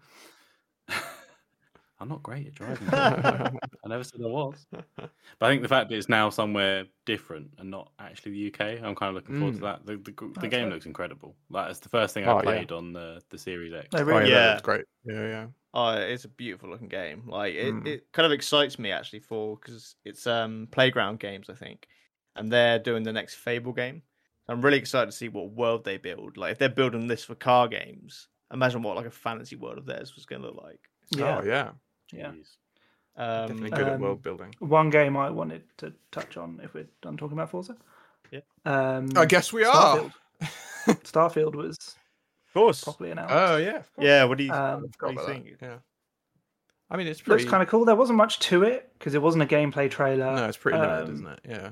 [SPEAKER 5] I'm not great at driving. I never said I was. But I think the fact that it's now somewhere different and not actually the UK, I'm kind of looking forward to that. The, the, gr- the
[SPEAKER 4] That's
[SPEAKER 5] game
[SPEAKER 4] right.
[SPEAKER 5] looks incredible. Like it's the first thing
[SPEAKER 3] Mm. Oh,
[SPEAKER 5] I
[SPEAKER 3] yeah.
[SPEAKER 5] played on the, the Series X.
[SPEAKER 4] They
[SPEAKER 3] Oh, yeah,
[SPEAKER 4] really
[SPEAKER 2] Yeah.
[SPEAKER 3] yeah. It's great. Yeah, yeah.
[SPEAKER 2] Oh, it's a beautiful looking game. Like it,
[SPEAKER 3] Mm.
[SPEAKER 2] it kind of excites me actually for because it's um playground games I think, and they're doing the next Fable game. I'm really excited to see what world they build. Like if they're building this for car games, imagine what like a fantasy world of theirs was going to look like.
[SPEAKER 4] yeah.
[SPEAKER 3] Oh yeah,
[SPEAKER 4] Yeah.
[SPEAKER 5] Jeez.
[SPEAKER 2] Um,
[SPEAKER 3] definitely good at
[SPEAKER 4] Um,
[SPEAKER 3] world building.
[SPEAKER 4] One game I wanted to touch on if we're done talking about Forza.
[SPEAKER 2] Yeah.
[SPEAKER 4] Um,
[SPEAKER 3] I guess we are.
[SPEAKER 4] Starfield. Starfield was
[SPEAKER 2] of course.
[SPEAKER 4] properly announced.
[SPEAKER 3] Oh yeah, of course.
[SPEAKER 2] Yeah. What do you?
[SPEAKER 3] Forgot
[SPEAKER 4] Um,
[SPEAKER 2] What do you
[SPEAKER 3] about that,
[SPEAKER 2] think?
[SPEAKER 3] Yeah. I mean, it's
[SPEAKER 4] looks
[SPEAKER 3] pretty.
[SPEAKER 4] kind of cool. There wasn't much to it because it wasn't a gameplay trailer.
[SPEAKER 3] no, it's pretty limited,
[SPEAKER 4] um,
[SPEAKER 3] isn't it? Yeah.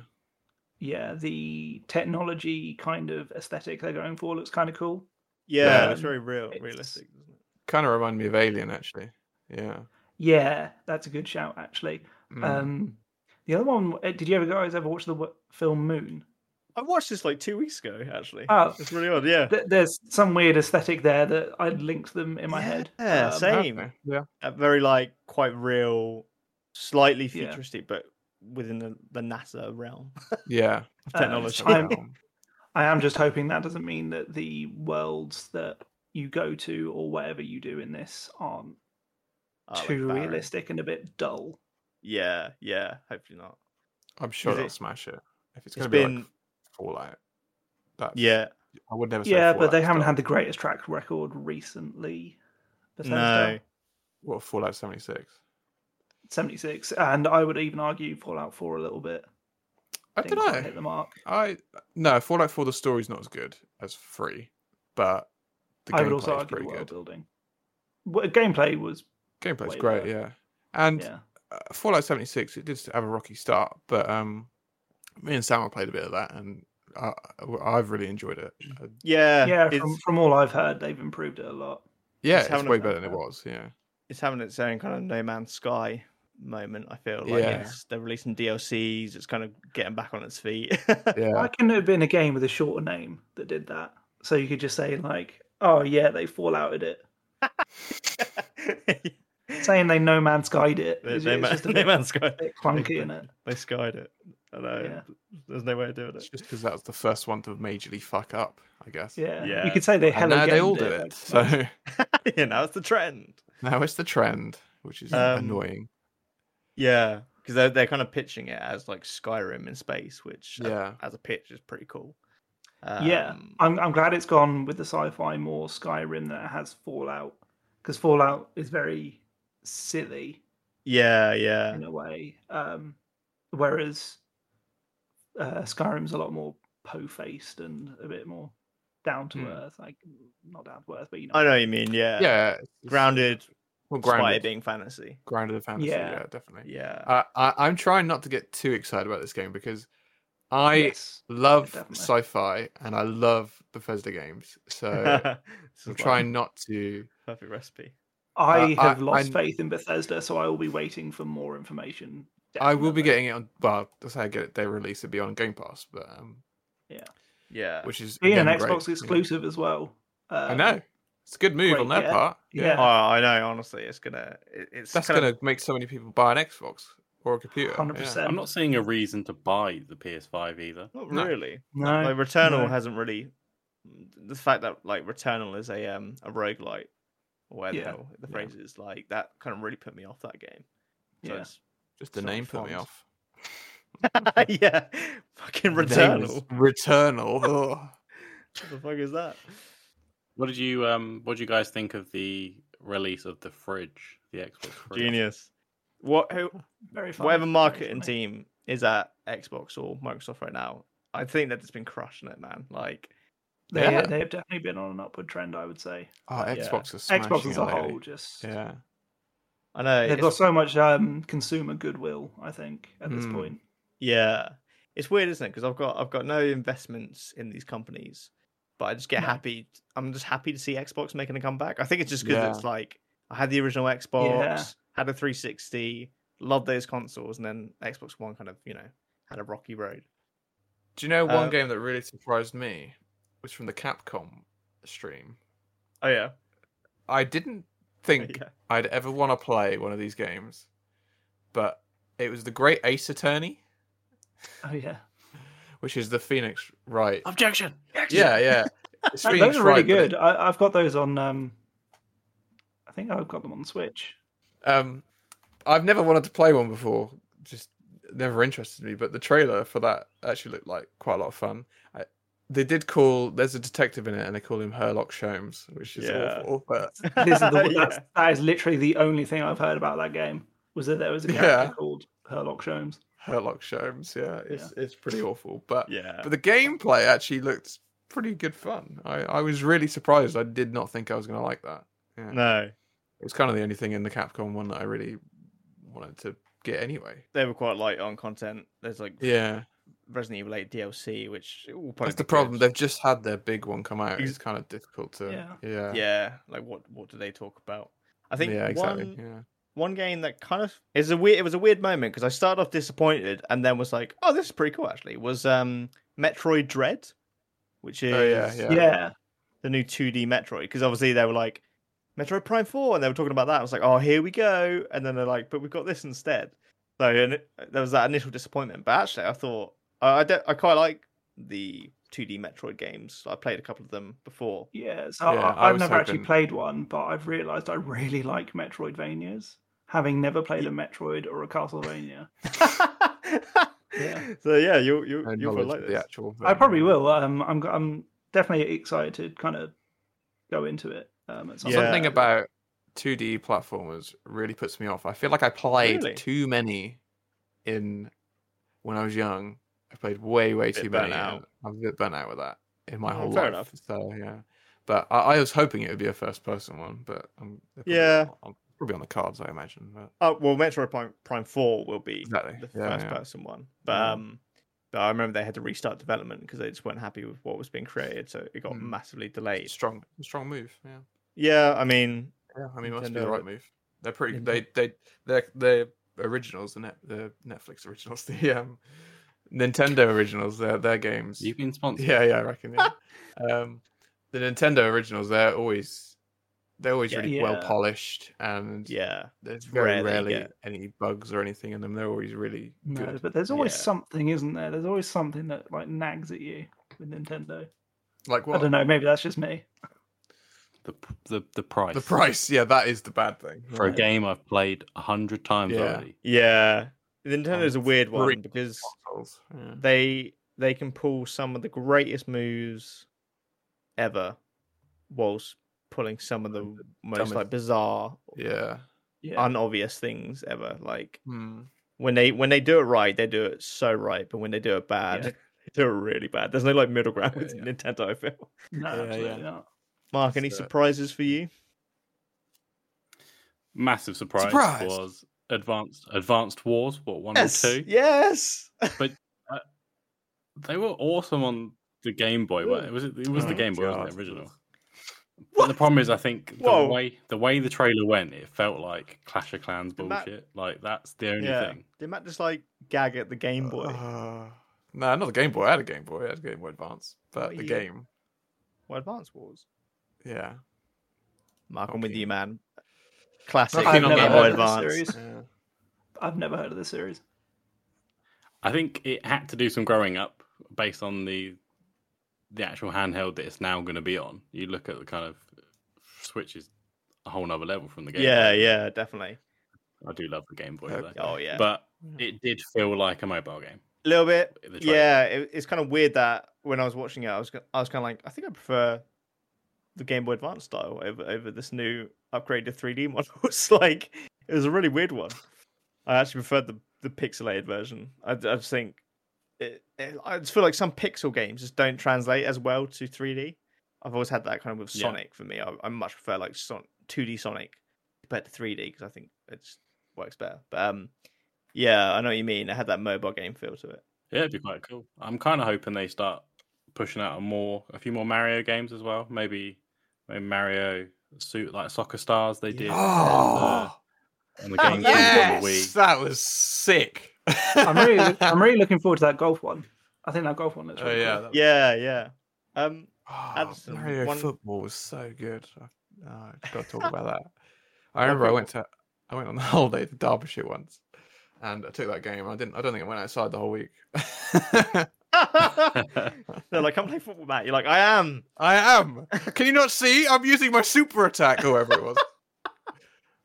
[SPEAKER 4] Yeah, the technology kind of aesthetic they're going for looks kind of cool.
[SPEAKER 2] yeah,
[SPEAKER 4] um,
[SPEAKER 2] it's very real,
[SPEAKER 4] it's-
[SPEAKER 2] realistic. Isn't it?
[SPEAKER 3] Kind of remind me of Alien, actually. Yeah.
[SPEAKER 4] Yeah, that's a good shout actually.
[SPEAKER 2] Hmm.
[SPEAKER 3] Mm.
[SPEAKER 4] Um, the other one, uh, did you ever guys ever watch the w- film Moon?
[SPEAKER 2] I watched this like two weeks ago actually.
[SPEAKER 4] Oh.
[SPEAKER 2] it's really odd. Yeah.
[SPEAKER 4] Th- There's some weird aesthetic there that I'd linked them in my head.
[SPEAKER 2] Yeah,
[SPEAKER 4] Um,
[SPEAKER 2] same.
[SPEAKER 3] Okay, Yeah.
[SPEAKER 2] a very like quite real, slightly
[SPEAKER 4] Yeah.
[SPEAKER 2] futuristic, but within the, the NASA realm.
[SPEAKER 3] Yeah.
[SPEAKER 4] uh,
[SPEAKER 2] technology.
[SPEAKER 4] I'm- I am just hoping that doesn't mean that the worlds that you go to or whatever you do in this aren't
[SPEAKER 2] Uh, like
[SPEAKER 4] too
[SPEAKER 2] barren.
[SPEAKER 4] realistic and a bit dull.
[SPEAKER 2] Yeah, yeah. Hopefully not.
[SPEAKER 3] I'm sure
[SPEAKER 2] Is
[SPEAKER 3] they'll
[SPEAKER 2] it-
[SPEAKER 3] smash it. If it's
[SPEAKER 2] it's
[SPEAKER 3] going to be
[SPEAKER 2] been-
[SPEAKER 3] like Fallout. That's,
[SPEAKER 2] Yeah,
[SPEAKER 3] I would never say
[SPEAKER 4] Yeah, but
[SPEAKER 3] Fallout
[SPEAKER 4] they haven't
[SPEAKER 3] style.
[SPEAKER 4] had the greatest track record recently. Bethesda,
[SPEAKER 2] no.
[SPEAKER 3] What, Fallout 76?
[SPEAKER 4] 76, and I would even argue Fallout 4 a little bit.
[SPEAKER 3] I
[SPEAKER 4] Didn't
[SPEAKER 3] don't
[SPEAKER 4] quite
[SPEAKER 3] know.
[SPEAKER 4] Hit the mark.
[SPEAKER 3] I no Fallout 4. The story's not as good as three, but the
[SPEAKER 4] I
[SPEAKER 3] gameplay
[SPEAKER 4] would also
[SPEAKER 3] is
[SPEAKER 4] argue
[SPEAKER 3] pretty
[SPEAKER 4] world
[SPEAKER 3] good.
[SPEAKER 4] building. Well, gameplay was
[SPEAKER 3] Gameplay's
[SPEAKER 4] way
[SPEAKER 3] great,
[SPEAKER 4] better.
[SPEAKER 3] yeah. And
[SPEAKER 4] yeah,
[SPEAKER 3] uh, Fallout 76, it did have a rocky start, but um, me and Sam have played a bit of that, and I, I- I've really enjoyed it.
[SPEAKER 4] Mm.
[SPEAKER 3] Uh,
[SPEAKER 2] Yeah,
[SPEAKER 4] yeah.
[SPEAKER 2] It's,
[SPEAKER 4] From, from all I've heard, they've improved it a lot.
[SPEAKER 3] yeah,
[SPEAKER 2] It's
[SPEAKER 3] it's,
[SPEAKER 2] having a
[SPEAKER 3] way
[SPEAKER 2] fun
[SPEAKER 3] better than it
[SPEAKER 2] time.
[SPEAKER 3] was. Yeah,
[SPEAKER 2] it's having its own kind of No Man's Sky moment. I feel like
[SPEAKER 3] Yeah.
[SPEAKER 2] it's, they're releasing DLCs. It's kind of getting back on its feet.
[SPEAKER 3] yeah,
[SPEAKER 4] Why couldn't it have been a game with a shorter name that did that? So you could just say like, "Oh yeah, they Fallouted it." Saying they No Man's Skied it
[SPEAKER 2] no,
[SPEAKER 4] is
[SPEAKER 2] no,
[SPEAKER 4] it's
[SPEAKER 2] Man,
[SPEAKER 4] just a
[SPEAKER 2] no
[SPEAKER 4] bit,
[SPEAKER 2] Man's Sky.
[SPEAKER 4] bit clunky in it.
[SPEAKER 2] They skied it. I know.
[SPEAKER 4] Yeah.
[SPEAKER 2] There's no way of doing
[SPEAKER 3] it's
[SPEAKER 2] it.
[SPEAKER 3] just because that was the first one to majorly fuck up, I guess.
[SPEAKER 4] Yeah.
[SPEAKER 2] Yeah.
[SPEAKER 4] you could say they
[SPEAKER 3] and
[SPEAKER 4] hello.
[SPEAKER 3] now they
[SPEAKER 4] gamed
[SPEAKER 3] all do
[SPEAKER 4] like,
[SPEAKER 3] it. So
[SPEAKER 2] yeah, now it's the trend.
[SPEAKER 3] now it's the trend, which is
[SPEAKER 2] Um,
[SPEAKER 3] annoying.
[SPEAKER 2] Yeah, because they're they're kind of pitching it as like Skyrim in space, which
[SPEAKER 4] uh,
[SPEAKER 2] as-
[SPEAKER 3] Yeah.
[SPEAKER 2] as, a pitch is pretty cool.
[SPEAKER 4] yeah,
[SPEAKER 2] Um,
[SPEAKER 4] I'm I'm glad it's gone with the sci-fi more Skyrim than it has Fallout because Fallout is very silly
[SPEAKER 2] Yeah, yeah.
[SPEAKER 4] in a way. Um, whereas uh, Skyrim's a lot more po-faced and a bit more down to
[SPEAKER 3] Hmm.
[SPEAKER 4] earth. Like not down to earth, but you know.
[SPEAKER 2] I know what you mean.
[SPEAKER 4] uh,
[SPEAKER 2] Yeah.
[SPEAKER 3] yeah, it's-
[SPEAKER 2] Grounded,
[SPEAKER 3] well,
[SPEAKER 2] despite it
[SPEAKER 3] grounded,
[SPEAKER 2] being fantasy.
[SPEAKER 3] grounded in fantasy.
[SPEAKER 4] Yeah.
[SPEAKER 3] Yeah, definitely.
[SPEAKER 2] Yeah.
[SPEAKER 3] Uh, I, I'm trying not to get too excited about this game because I
[SPEAKER 4] yes.
[SPEAKER 3] love
[SPEAKER 4] definitely.
[SPEAKER 3] sci-fi and I love Bethesda games, so
[SPEAKER 2] This is
[SPEAKER 3] I'm
[SPEAKER 2] like
[SPEAKER 3] trying not to.
[SPEAKER 2] perfect recipe.
[SPEAKER 4] I
[SPEAKER 3] uh, I-
[SPEAKER 4] have
[SPEAKER 3] I-
[SPEAKER 4] lost
[SPEAKER 3] I-
[SPEAKER 4] faith in Bethesda, so I will be waiting for more information.
[SPEAKER 3] I will be getting
[SPEAKER 4] definitely.
[SPEAKER 3] it on. Well, that's how I get it. They release it beyond Game Pass, but um,
[SPEAKER 2] Yeah.
[SPEAKER 3] which is
[SPEAKER 4] being an
[SPEAKER 3] again, great.
[SPEAKER 4] Xbox exclusive as well. Um,
[SPEAKER 3] I know it's a good move
[SPEAKER 4] great
[SPEAKER 3] on their
[SPEAKER 4] get.
[SPEAKER 3] part.
[SPEAKER 4] Yeah.
[SPEAKER 2] Oh, I know. Honestly, it's gonna. It, it's
[SPEAKER 3] that's
[SPEAKER 2] kind
[SPEAKER 3] going to make so many people buy an Xbox or a computer. yeah.
[SPEAKER 4] 100%.
[SPEAKER 5] I'm not seeing a reason to buy the PS5 either.
[SPEAKER 2] Not
[SPEAKER 3] No.
[SPEAKER 2] really.
[SPEAKER 4] No,
[SPEAKER 2] like Returnal
[SPEAKER 4] no.
[SPEAKER 2] hasn't really. The fact that like Returnal is a um a roguelite, or where the
[SPEAKER 4] Yeah.
[SPEAKER 2] hell the phrase is, like that kind of really put me off that game. So
[SPEAKER 4] Yeah.
[SPEAKER 2] it's-
[SPEAKER 3] Just the
[SPEAKER 2] Sorry,
[SPEAKER 3] name put me
[SPEAKER 2] font.
[SPEAKER 3] off.
[SPEAKER 2] yeah. Fucking
[SPEAKER 3] The name is
[SPEAKER 2] Returnal.
[SPEAKER 3] Returnal. ugh.
[SPEAKER 2] What the fuck is that?
[SPEAKER 5] What did you um? What did you guys think of the release of the fridge, the Xbox fridge?
[SPEAKER 2] Genius. What? Who?
[SPEAKER 4] very funny,
[SPEAKER 2] Whatever
[SPEAKER 4] very
[SPEAKER 2] marketing
[SPEAKER 4] funny.
[SPEAKER 2] team is at Xbox or Microsoft right now, I think that it's been crushing it, man. Like,
[SPEAKER 4] They, uh,
[SPEAKER 3] Yeah.
[SPEAKER 4] they have definitely been on an upward trend, I would say.
[SPEAKER 3] Oh,
[SPEAKER 2] Yeah.
[SPEAKER 3] Xbox is
[SPEAKER 4] Xbox as a whole,
[SPEAKER 3] hold.
[SPEAKER 4] just
[SPEAKER 3] Yeah,
[SPEAKER 2] I know
[SPEAKER 4] they've
[SPEAKER 2] it's,
[SPEAKER 4] got so much um, consumer goodwill. I think at this
[SPEAKER 3] Mm.
[SPEAKER 4] point,
[SPEAKER 2] yeah, it's weird, isn't it? Because I've got I've got no investments in these companies, but I just get
[SPEAKER 4] No.
[SPEAKER 2] happy. I'm just happy to see Xbox making a comeback. I think it's just because
[SPEAKER 3] Yeah.
[SPEAKER 2] it's like I had the original Xbox, had a 360, loved those consoles, and then Xbox One kind of you know had a rocky road.
[SPEAKER 3] Do you know one
[SPEAKER 2] Uh,
[SPEAKER 3] game that really surprised me was from the Capcom stream?
[SPEAKER 2] Oh yeah,
[SPEAKER 3] I didn't think
[SPEAKER 2] Yeah.
[SPEAKER 3] I'd ever want to play one of these games, but it was the Great Ace Attorney,
[SPEAKER 4] oh yeah,
[SPEAKER 3] which is the Phoenix Wright.
[SPEAKER 5] Objection.
[SPEAKER 3] Yeah, yeah. It's
[SPEAKER 4] Th-
[SPEAKER 3] Phoenix
[SPEAKER 4] those are really
[SPEAKER 3] Wright, but it-
[SPEAKER 4] good. I, I've got those on. Um, I think I've got them on Switch.
[SPEAKER 3] Um, I've never wanted to play one before. Just never interested me. But the trailer for that actually looked like quite a lot of fun. I, they did call. There's a detective in it, and they call him Herlock Sholmes, which is
[SPEAKER 2] Yeah.
[SPEAKER 3] awful. But
[SPEAKER 4] This is the,
[SPEAKER 2] Yeah.
[SPEAKER 4] that's, that is literally the only thing I've heard about that game was that there was a character
[SPEAKER 3] Yeah.
[SPEAKER 4] called Herlock Sholmes.
[SPEAKER 3] Herlock Sholmes, yeah, it's it's pretty awful. But
[SPEAKER 2] yeah.
[SPEAKER 3] but the gameplay actually looked pretty good fun. I I was really surprised. I did not think I was going to like that. Yeah.
[SPEAKER 2] No,
[SPEAKER 3] It was kind of the only thing in the Capcom one that I really wanted to get anyway.
[SPEAKER 2] they were quite light on content. There's like
[SPEAKER 3] Yeah.
[SPEAKER 2] Resident Evil 8 DLC, which it will probably
[SPEAKER 3] That's the
[SPEAKER 2] be good.
[SPEAKER 3] problem. They've just had their big one come out.
[SPEAKER 2] Ex-
[SPEAKER 3] It's kind of difficult to.
[SPEAKER 4] Yeah.
[SPEAKER 3] Yeah. Yeah.
[SPEAKER 2] yeah, like what what do they talk about? I think
[SPEAKER 3] exactly.
[SPEAKER 2] one
[SPEAKER 3] Yeah.
[SPEAKER 2] one game that kind of is a weird. It was a weird moment because I started off disappointed and then was like, oh, this is pretty cool actually. Was um Metroid Dread, which is
[SPEAKER 3] Oh, yeah,
[SPEAKER 4] Yeah,
[SPEAKER 3] Yeah.
[SPEAKER 2] the new 2D Metroid because obviously they were like Metroid Prime 4 and they were talking about that. I was like, oh, here we go. And then they're like, but we've got this instead. So and it- there was that initial disappointment. But actually, I thought I I, don't, I quite like the 2D Metroid games. I played a couple of them before.
[SPEAKER 4] yeah. So
[SPEAKER 3] Yeah,
[SPEAKER 4] I,
[SPEAKER 3] I
[SPEAKER 4] I've
[SPEAKER 3] was
[SPEAKER 4] never actually
[SPEAKER 3] hoping-
[SPEAKER 4] played one, but I've realised I really like Metroidvanias. Having never played a Metroid or a Castlevania, Yeah.
[SPEAKER 2] So yeah, you you
[SPEAKER 3] No
[SPEAKER 2] you will
[SPEAKER 3] knowledge
[SPEAKER 2] like
[SPEAKER 3] of
[SPEAKER 2] this.
[SPEAKER 3] the actual.
[SPEAKER 4] I
[SPEAKER 3] thing,
[SPEAKER 4] probably
[SPEAKER 3] yeah.
[SPEAKER 4] will. Um, I'm g- I'm definitely excited to kind of go into it. Um, at some point.
[SPEAKER 3] Something
[SPEAKER 2] Yeah.
[SPEAKER 3] about 2D platformers really puts me off. I feel like I played
[SPEAKER 2] Really?
[SPEAKER 3] too many in when I was young. I played way, way
[SPEAKER 2] Bit
[SPEAKER 3] too
[SPEAKER 2] burnt
[SPEAKER 3] many. and
[SPEAKER 2] out.
[SPEAKER 3] I'm a bit burnt out with that in my
[SPEAKER 2] Oh,
[SPEAKER 3] whole
[SPEAKER 2] fair
[SPEAKER 3] life.
[SPEAKER 2] enough.
[SPEAKER 3] So yeah, but I, I was hoping it would be a first-person one, but um, they're probably
[SPEAKER 2] Yeah.
[SPEAKER 3] not- on- probably on the cards, I imagine. But
[SPEAKER 2] Oh well, Metroid Prime, Prime Four will be
[SPEAKER 3] Exactly.
[SPEAKER 2] the
[SPEAKER 3] Yeah,
[SPEAKER 2] first
[SPEAKER 3] yeah.
[SPEAKER 2] person one, but
[SPEAKER 3] Yeah.
[SPEAKER 2] um, but I remember they had to restart development because they just weren't happy with what was being created, so it got
[SPEAKER 3] Mm.
[SPEAKER 2] massively delayed.
[SPEAKER 3] strong, strong move. Yeah.
[SPEAKER 2] Yeah, I mean,
[SPEAKER 3] Yeah, I mean, it must be the
[SPEAKER 2] Nintendo-
[SPEAKER 3] right move. They're pretty.
[SPEAKER 2] Nintendo-
[SPEAKER 3] They they they they originals, the net the Netflix originals, the um, Nintendo originals. Their their games.
[SPEAKER 5] You've been sponsored.
[SPEAKER 3] Yeah, yeah, I reckon. Yeah. um, the Nintendo originals. They're always they're always
[SPEAKER 2] Yeah.
[SPEAKER 3] really well
[SPEAKER 4] Yeah.
[SPEAKER 3] polished, and
[SPEAKER 2] yeah,
[SPEAKER 3] there's very
[SPEAKER 2] rare that you
[SPEAKER 3] rarely
[SPEAKER 2] get-
[SPEAKER 3] any bugs or anything in them. They're always really
[SPEAKER 4] No,
[SPEAKER 3] good.
[SPEAKER 4] but there's always
[SPEAKER 2] Yeah.
[SPEAKER 4] something, isn't there? There's always something that like nags at you with Nintendo.
[SPEAKER 3] Like what?
[SPEAKER 4] I don't know. Maybe that's just me.
[SPEAKER 5] The, p- the the price.
[SPEAKER 3] The price. Yeah, that is the bad thing.
[SPEAKER 5] for a game I've played a hundred times
[SPEAKER 3] Yeah.
[SPEAKER 5] already.
[SPEAKER 2] yeah. Nintendo's a weird
[SPEAKER 3] three
[SPEAKER 2] one because
[SPEAKER 3] Consoles, yeah.
[SPEAKER 2] they they can pull some of the greatest moves ever, whilst pulling some of the most
[SPEAKER 3] dumbest-
[SPEAKER 2] like bizarre
[SPEAKER 3] yeah.
[SPEAKER 4] Yeah.
[SPEAKER 2] unobvious things ever. Like
[SPEAKER 3] Hmm.
[SPEAKER 2] when they when they do it right, they do it so right, but when they do it bad,
[SPEAKER 4] Yeah.
[SPEAKER 2] they do it really bad. There's no like middle ground
[SPEAKER 3] Yeah,
[SPEAKER 2] with
[SPEAKER 3] yeah.
[SPEAKER 2] Nintendo. I feel.
[SPEAKER 4] No,
[SPEAKER 3] Yeah,
[SPEAKER 4] absolutely
[SPEAKER 3] yeah.
[SPEAKER 4] not.
[SPEAKER 2] Mark, any
[SPEAKER 3] So-
[SPEAKER 2] surprises for you?
[SPEAKER 5] Massive surprise,
[SPEAKER 3] Surprise!
[SPEAKER 5] was Advanced Advanced Wars, what one or two?
[SPEAKER 2] Yes.
[SPEAKER 5] They were awesome on the Game Boy. What, was it? It was the
[SPEAKER 3] Oh,
[SPEAKER 5] Game Boy, wasn't it?
[SPEAKER 3] God.
[SPEAKER 5] Original. But
[SPEAKER 2] What?
[SPEAKER 5] the problem is, I think the
[SPEAKER 2] Whoa.
[SPEAKER 5] way the way the trailer went, it felt like Clash of Clans
[SPEAKER 2] Did that-
[SPEAKER 5] bullshit. Like that's the only
[SPEAKER 2] Yeah.
[SPEAKER 5] thing.
[SPEAKER 2] Did Matt just like gag at the Game Boy?
[SPEAKER 3] Uh, nah, not the Game Boy. I had a Game Boy. I had a Game Boy Advance, but the
[SPEAKER 2] Yeah.
[SPEAKER 3] game.
[SPEAKER 2] Well, Advance Wars.
[SPEAKER 3] Yeah.
[SPEAKER 2] Mark, I'm with
[SPEAKER 3] Okay.
[SPEAKER 2] you, man. Classic
[SPEAKER 3] I've
[SPEAKER 2] Game
[SPEAKER 3] never
[SPEAKER 2] Boy
[SPEAKER 3] heard of
[SPEAKER 4] this
[SPEAKER 2] Advance.
[SPEAKER 4] series.
[SPEAKER 3] yeah.
[SPEAKER 4] I've never heard of this series.
[SPEAKER 5] I think it had to do some growing up based on the the actual handheld that it's now going to be on. You look at the kind of Switch is a whole nother level from the Game.
[SPEAKER 2] Yeah,
[SPEAKER 5] Boy.
[SPEAKER 2] yeah, definitely.
[SPEAKER 5] I do love the Game Boy
[SPEAKER 3] Okay.
[SPEAKER 5] though,
[SPEAKER 2] Oh yeah,
[SPEAKER 5] but
[SPEAKER 3] Yeah.
[SPEAKER 5] it did feel like a mobile game.
[SPEAKER 2] a little bit.
[SPEAKER 5] the trailer.
[SPEAKER 2] Yeah, it, it's kind of weird that when I was watching it, I was go- I was kind of like, I think I prefer the Game Boy Advance style over over this new upgraded 3D model. it's like it was a really weird one. I actually preferred the the pixelated version. I, I just think it, it, I just feel like some pixel games just don't translate as well to 3D. I've always had that kind of with
[SPEAKER 5] Yeah.
[SPEAKER 2] Sonic. For me, I, I much prefer like Son- 2D Sonic compared to 3D because I think it just works better. But um, yeah, I know what you mean. It had that mobile game feel to it.
[SPEAKER 5] Yeah, it'd be quite cool. I'm kind of hoping they start pushing out a more, a few more Mario games as well. Maybe, maybe Mario suit like Soccer Stars they did
[SPEAKER 3] Oh,
[SPEAKER 5] on the
[SPEAKER 2] Oh,
[SPEAKER 5] game
[SPEAKER 3] yes,
[SPEAKER 5] on the Wii.
[SPEAKER 3] that was sick.
[SPEAKER 4] I'm really, I'm really looking forward to that golf one. I think that golf one looks
[SPEAKER 3] oh
[SPEAKER 4] really
[SPEAKER 3] yeah,
[SPEAKER 4] cool.
[SPEAKER 3] that-
[SPEAKER 2] Yeah, yeah. Um,
[SPEAKER 3] Oh,
[SPEAKER 2] Addison,
[SPEAKER 3] Mario
[SPEAKER 2] one-
[SPEAKER 3] football was so good. I, oh, I've got to talk about that. I remember I went to I went on holiday to Derbyshire once, and I took that game. and I didn't. I don't think I went outside the whole week. I
[SPEAKER 2] they're like, I'm playing football, Matt. You're like, I am.
[SPEAKER 3] am. Can you not see? I'm using my super attack, or whatever it was.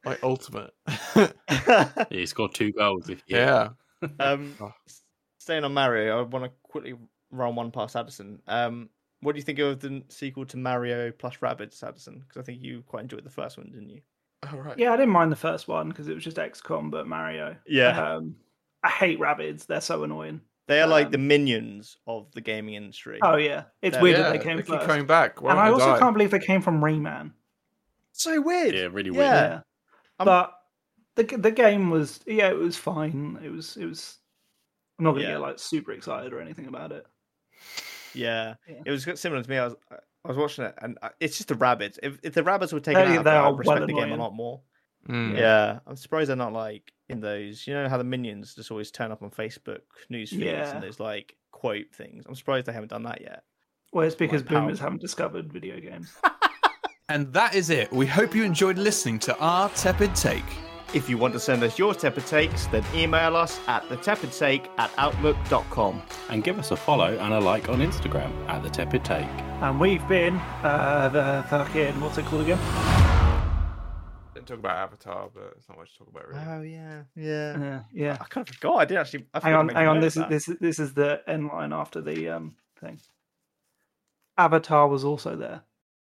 [SPEAKER 3] my ultimate.
[SPEAKER 5] Yeah, he scored two goals. If you-
[SPEAKER 3] yeah.
[SPEAKER 2] um,
[SPEAKER 3] Oh.
[SPEAKER 2] s- staying on Mario, I want to quickly run one past Addison. Um, what do you think of the n- sequel to Mario plus Rabbids, Addison? Because I think you quite enjoyed the first one, didn't you?
[SPEAKER 3] All right.
[SPEAKER 4] Yeah, I didn't mind the first one because it was just XCOM but Mario. Um, I hate rabbits. They're so annoying.
[SPEAKER 2] they are like the
[SPEAKER 4] um,
[SPEAKER 2] minions of the gaming industry.
[SPEAKER 4] Oh yeah, it's
[SPEAKER 2] They're-
[SPEAKER 4] weird
[SPEAKER 3] yeah,
[SPEAKER 4] that they came
[SPEAKER 3] keep
[SPEAKER 4] first.
[SPEAKER 3] coming back. Why
[SPEAKER 4] and
[SPEAKER 3] don't
[SPEAKER 4] I
[SPEAKER 3] they
[SPEAKER 4] also
[SPEAKER 3] die?
[SPEAKER 4] can't believe they came from Rayman.
[SPEAKER 2] so weird.
[SPEAKER 5] yeah, really
[SPEAKER 2] Yeah.
[SPEAKER 5] weird.
[SPEAKER 4] Yeah,
[SPEAKER 2] I'm-
[SPEAKER 4] but the g- the game was yeah, it was fine. It was it was. I'm not gonna
[SPEAKER 2] Yeah.
[SPEAKER 4] get like super excited or anything about it.
[SPEAKER 2] Yeah,
[SPEAKER 4] Yeah.
[SPEAKER 2] it was similar to me. I was I was watching it, and I- it's just the rabbits. If, if the rabbits were taken
[SPEAKER 4] They-
[SPEAKER 2] out,
[SPEAKER 4] they
[SPEAKER 2] I
[SPEAKER 4] are
[SPEAKER 2] would respect
[SPEAKER 4] well
[SPEAKER 2] the game a
[SPEAKER 4] annoying.
[SPEAKER 2] lot more.
[SPEAKER 4] Hmm.
[SPEAKER 3] Mm.
[SPEAKER 2] Yeah, I'm surprised they're not like in those. You know how the minions just always turn up on Facebook news feeds
[SPEAKER 4] Yeah.
[SPEAKER 2] and those like quote things. I'm surprised they haven't done that yet.
[SPEAKER 4] Well, it's because
[SPEAKER 2] power.
[SPEAKER 4] boomers haven't discovered video games.
[SPEAKER 3] And that is it. We hope you enjoyed listening to our tepid take.
[SPEAKER 2] If you want to send us your tepid takes, then email us at the tepid take at outlook.com.
[SPEAKER 5] And give us a follow and a like on Instagram at the Tepid Take.
[SPEAKER 4] and we've been uh, the fucking what's it called again?
[SPEAKER 3] Didn't talk about Avatar, but it's not much to talk about really.
[SPEAKER 2] yeah, yeah.
[SPEAKER 4] Uh, yeah.
[SPEAKER 2] I kind of forgot. I did actually. I
[SPEAKER 4] Hang
[SPEAKER 2] forgot to
[SPEAKER 4] on,
[SPEAKER 2] make a
[SPEAKER 4] hang on.
[SPEAKER 2] note
[SPEAKER 4] This
[SPEAKER 2] of
[SPEAKER 4] is
[SPEAKER 2] that.
[SPEAKER 4] this is this is the end line after the um thing. Avatar was also there.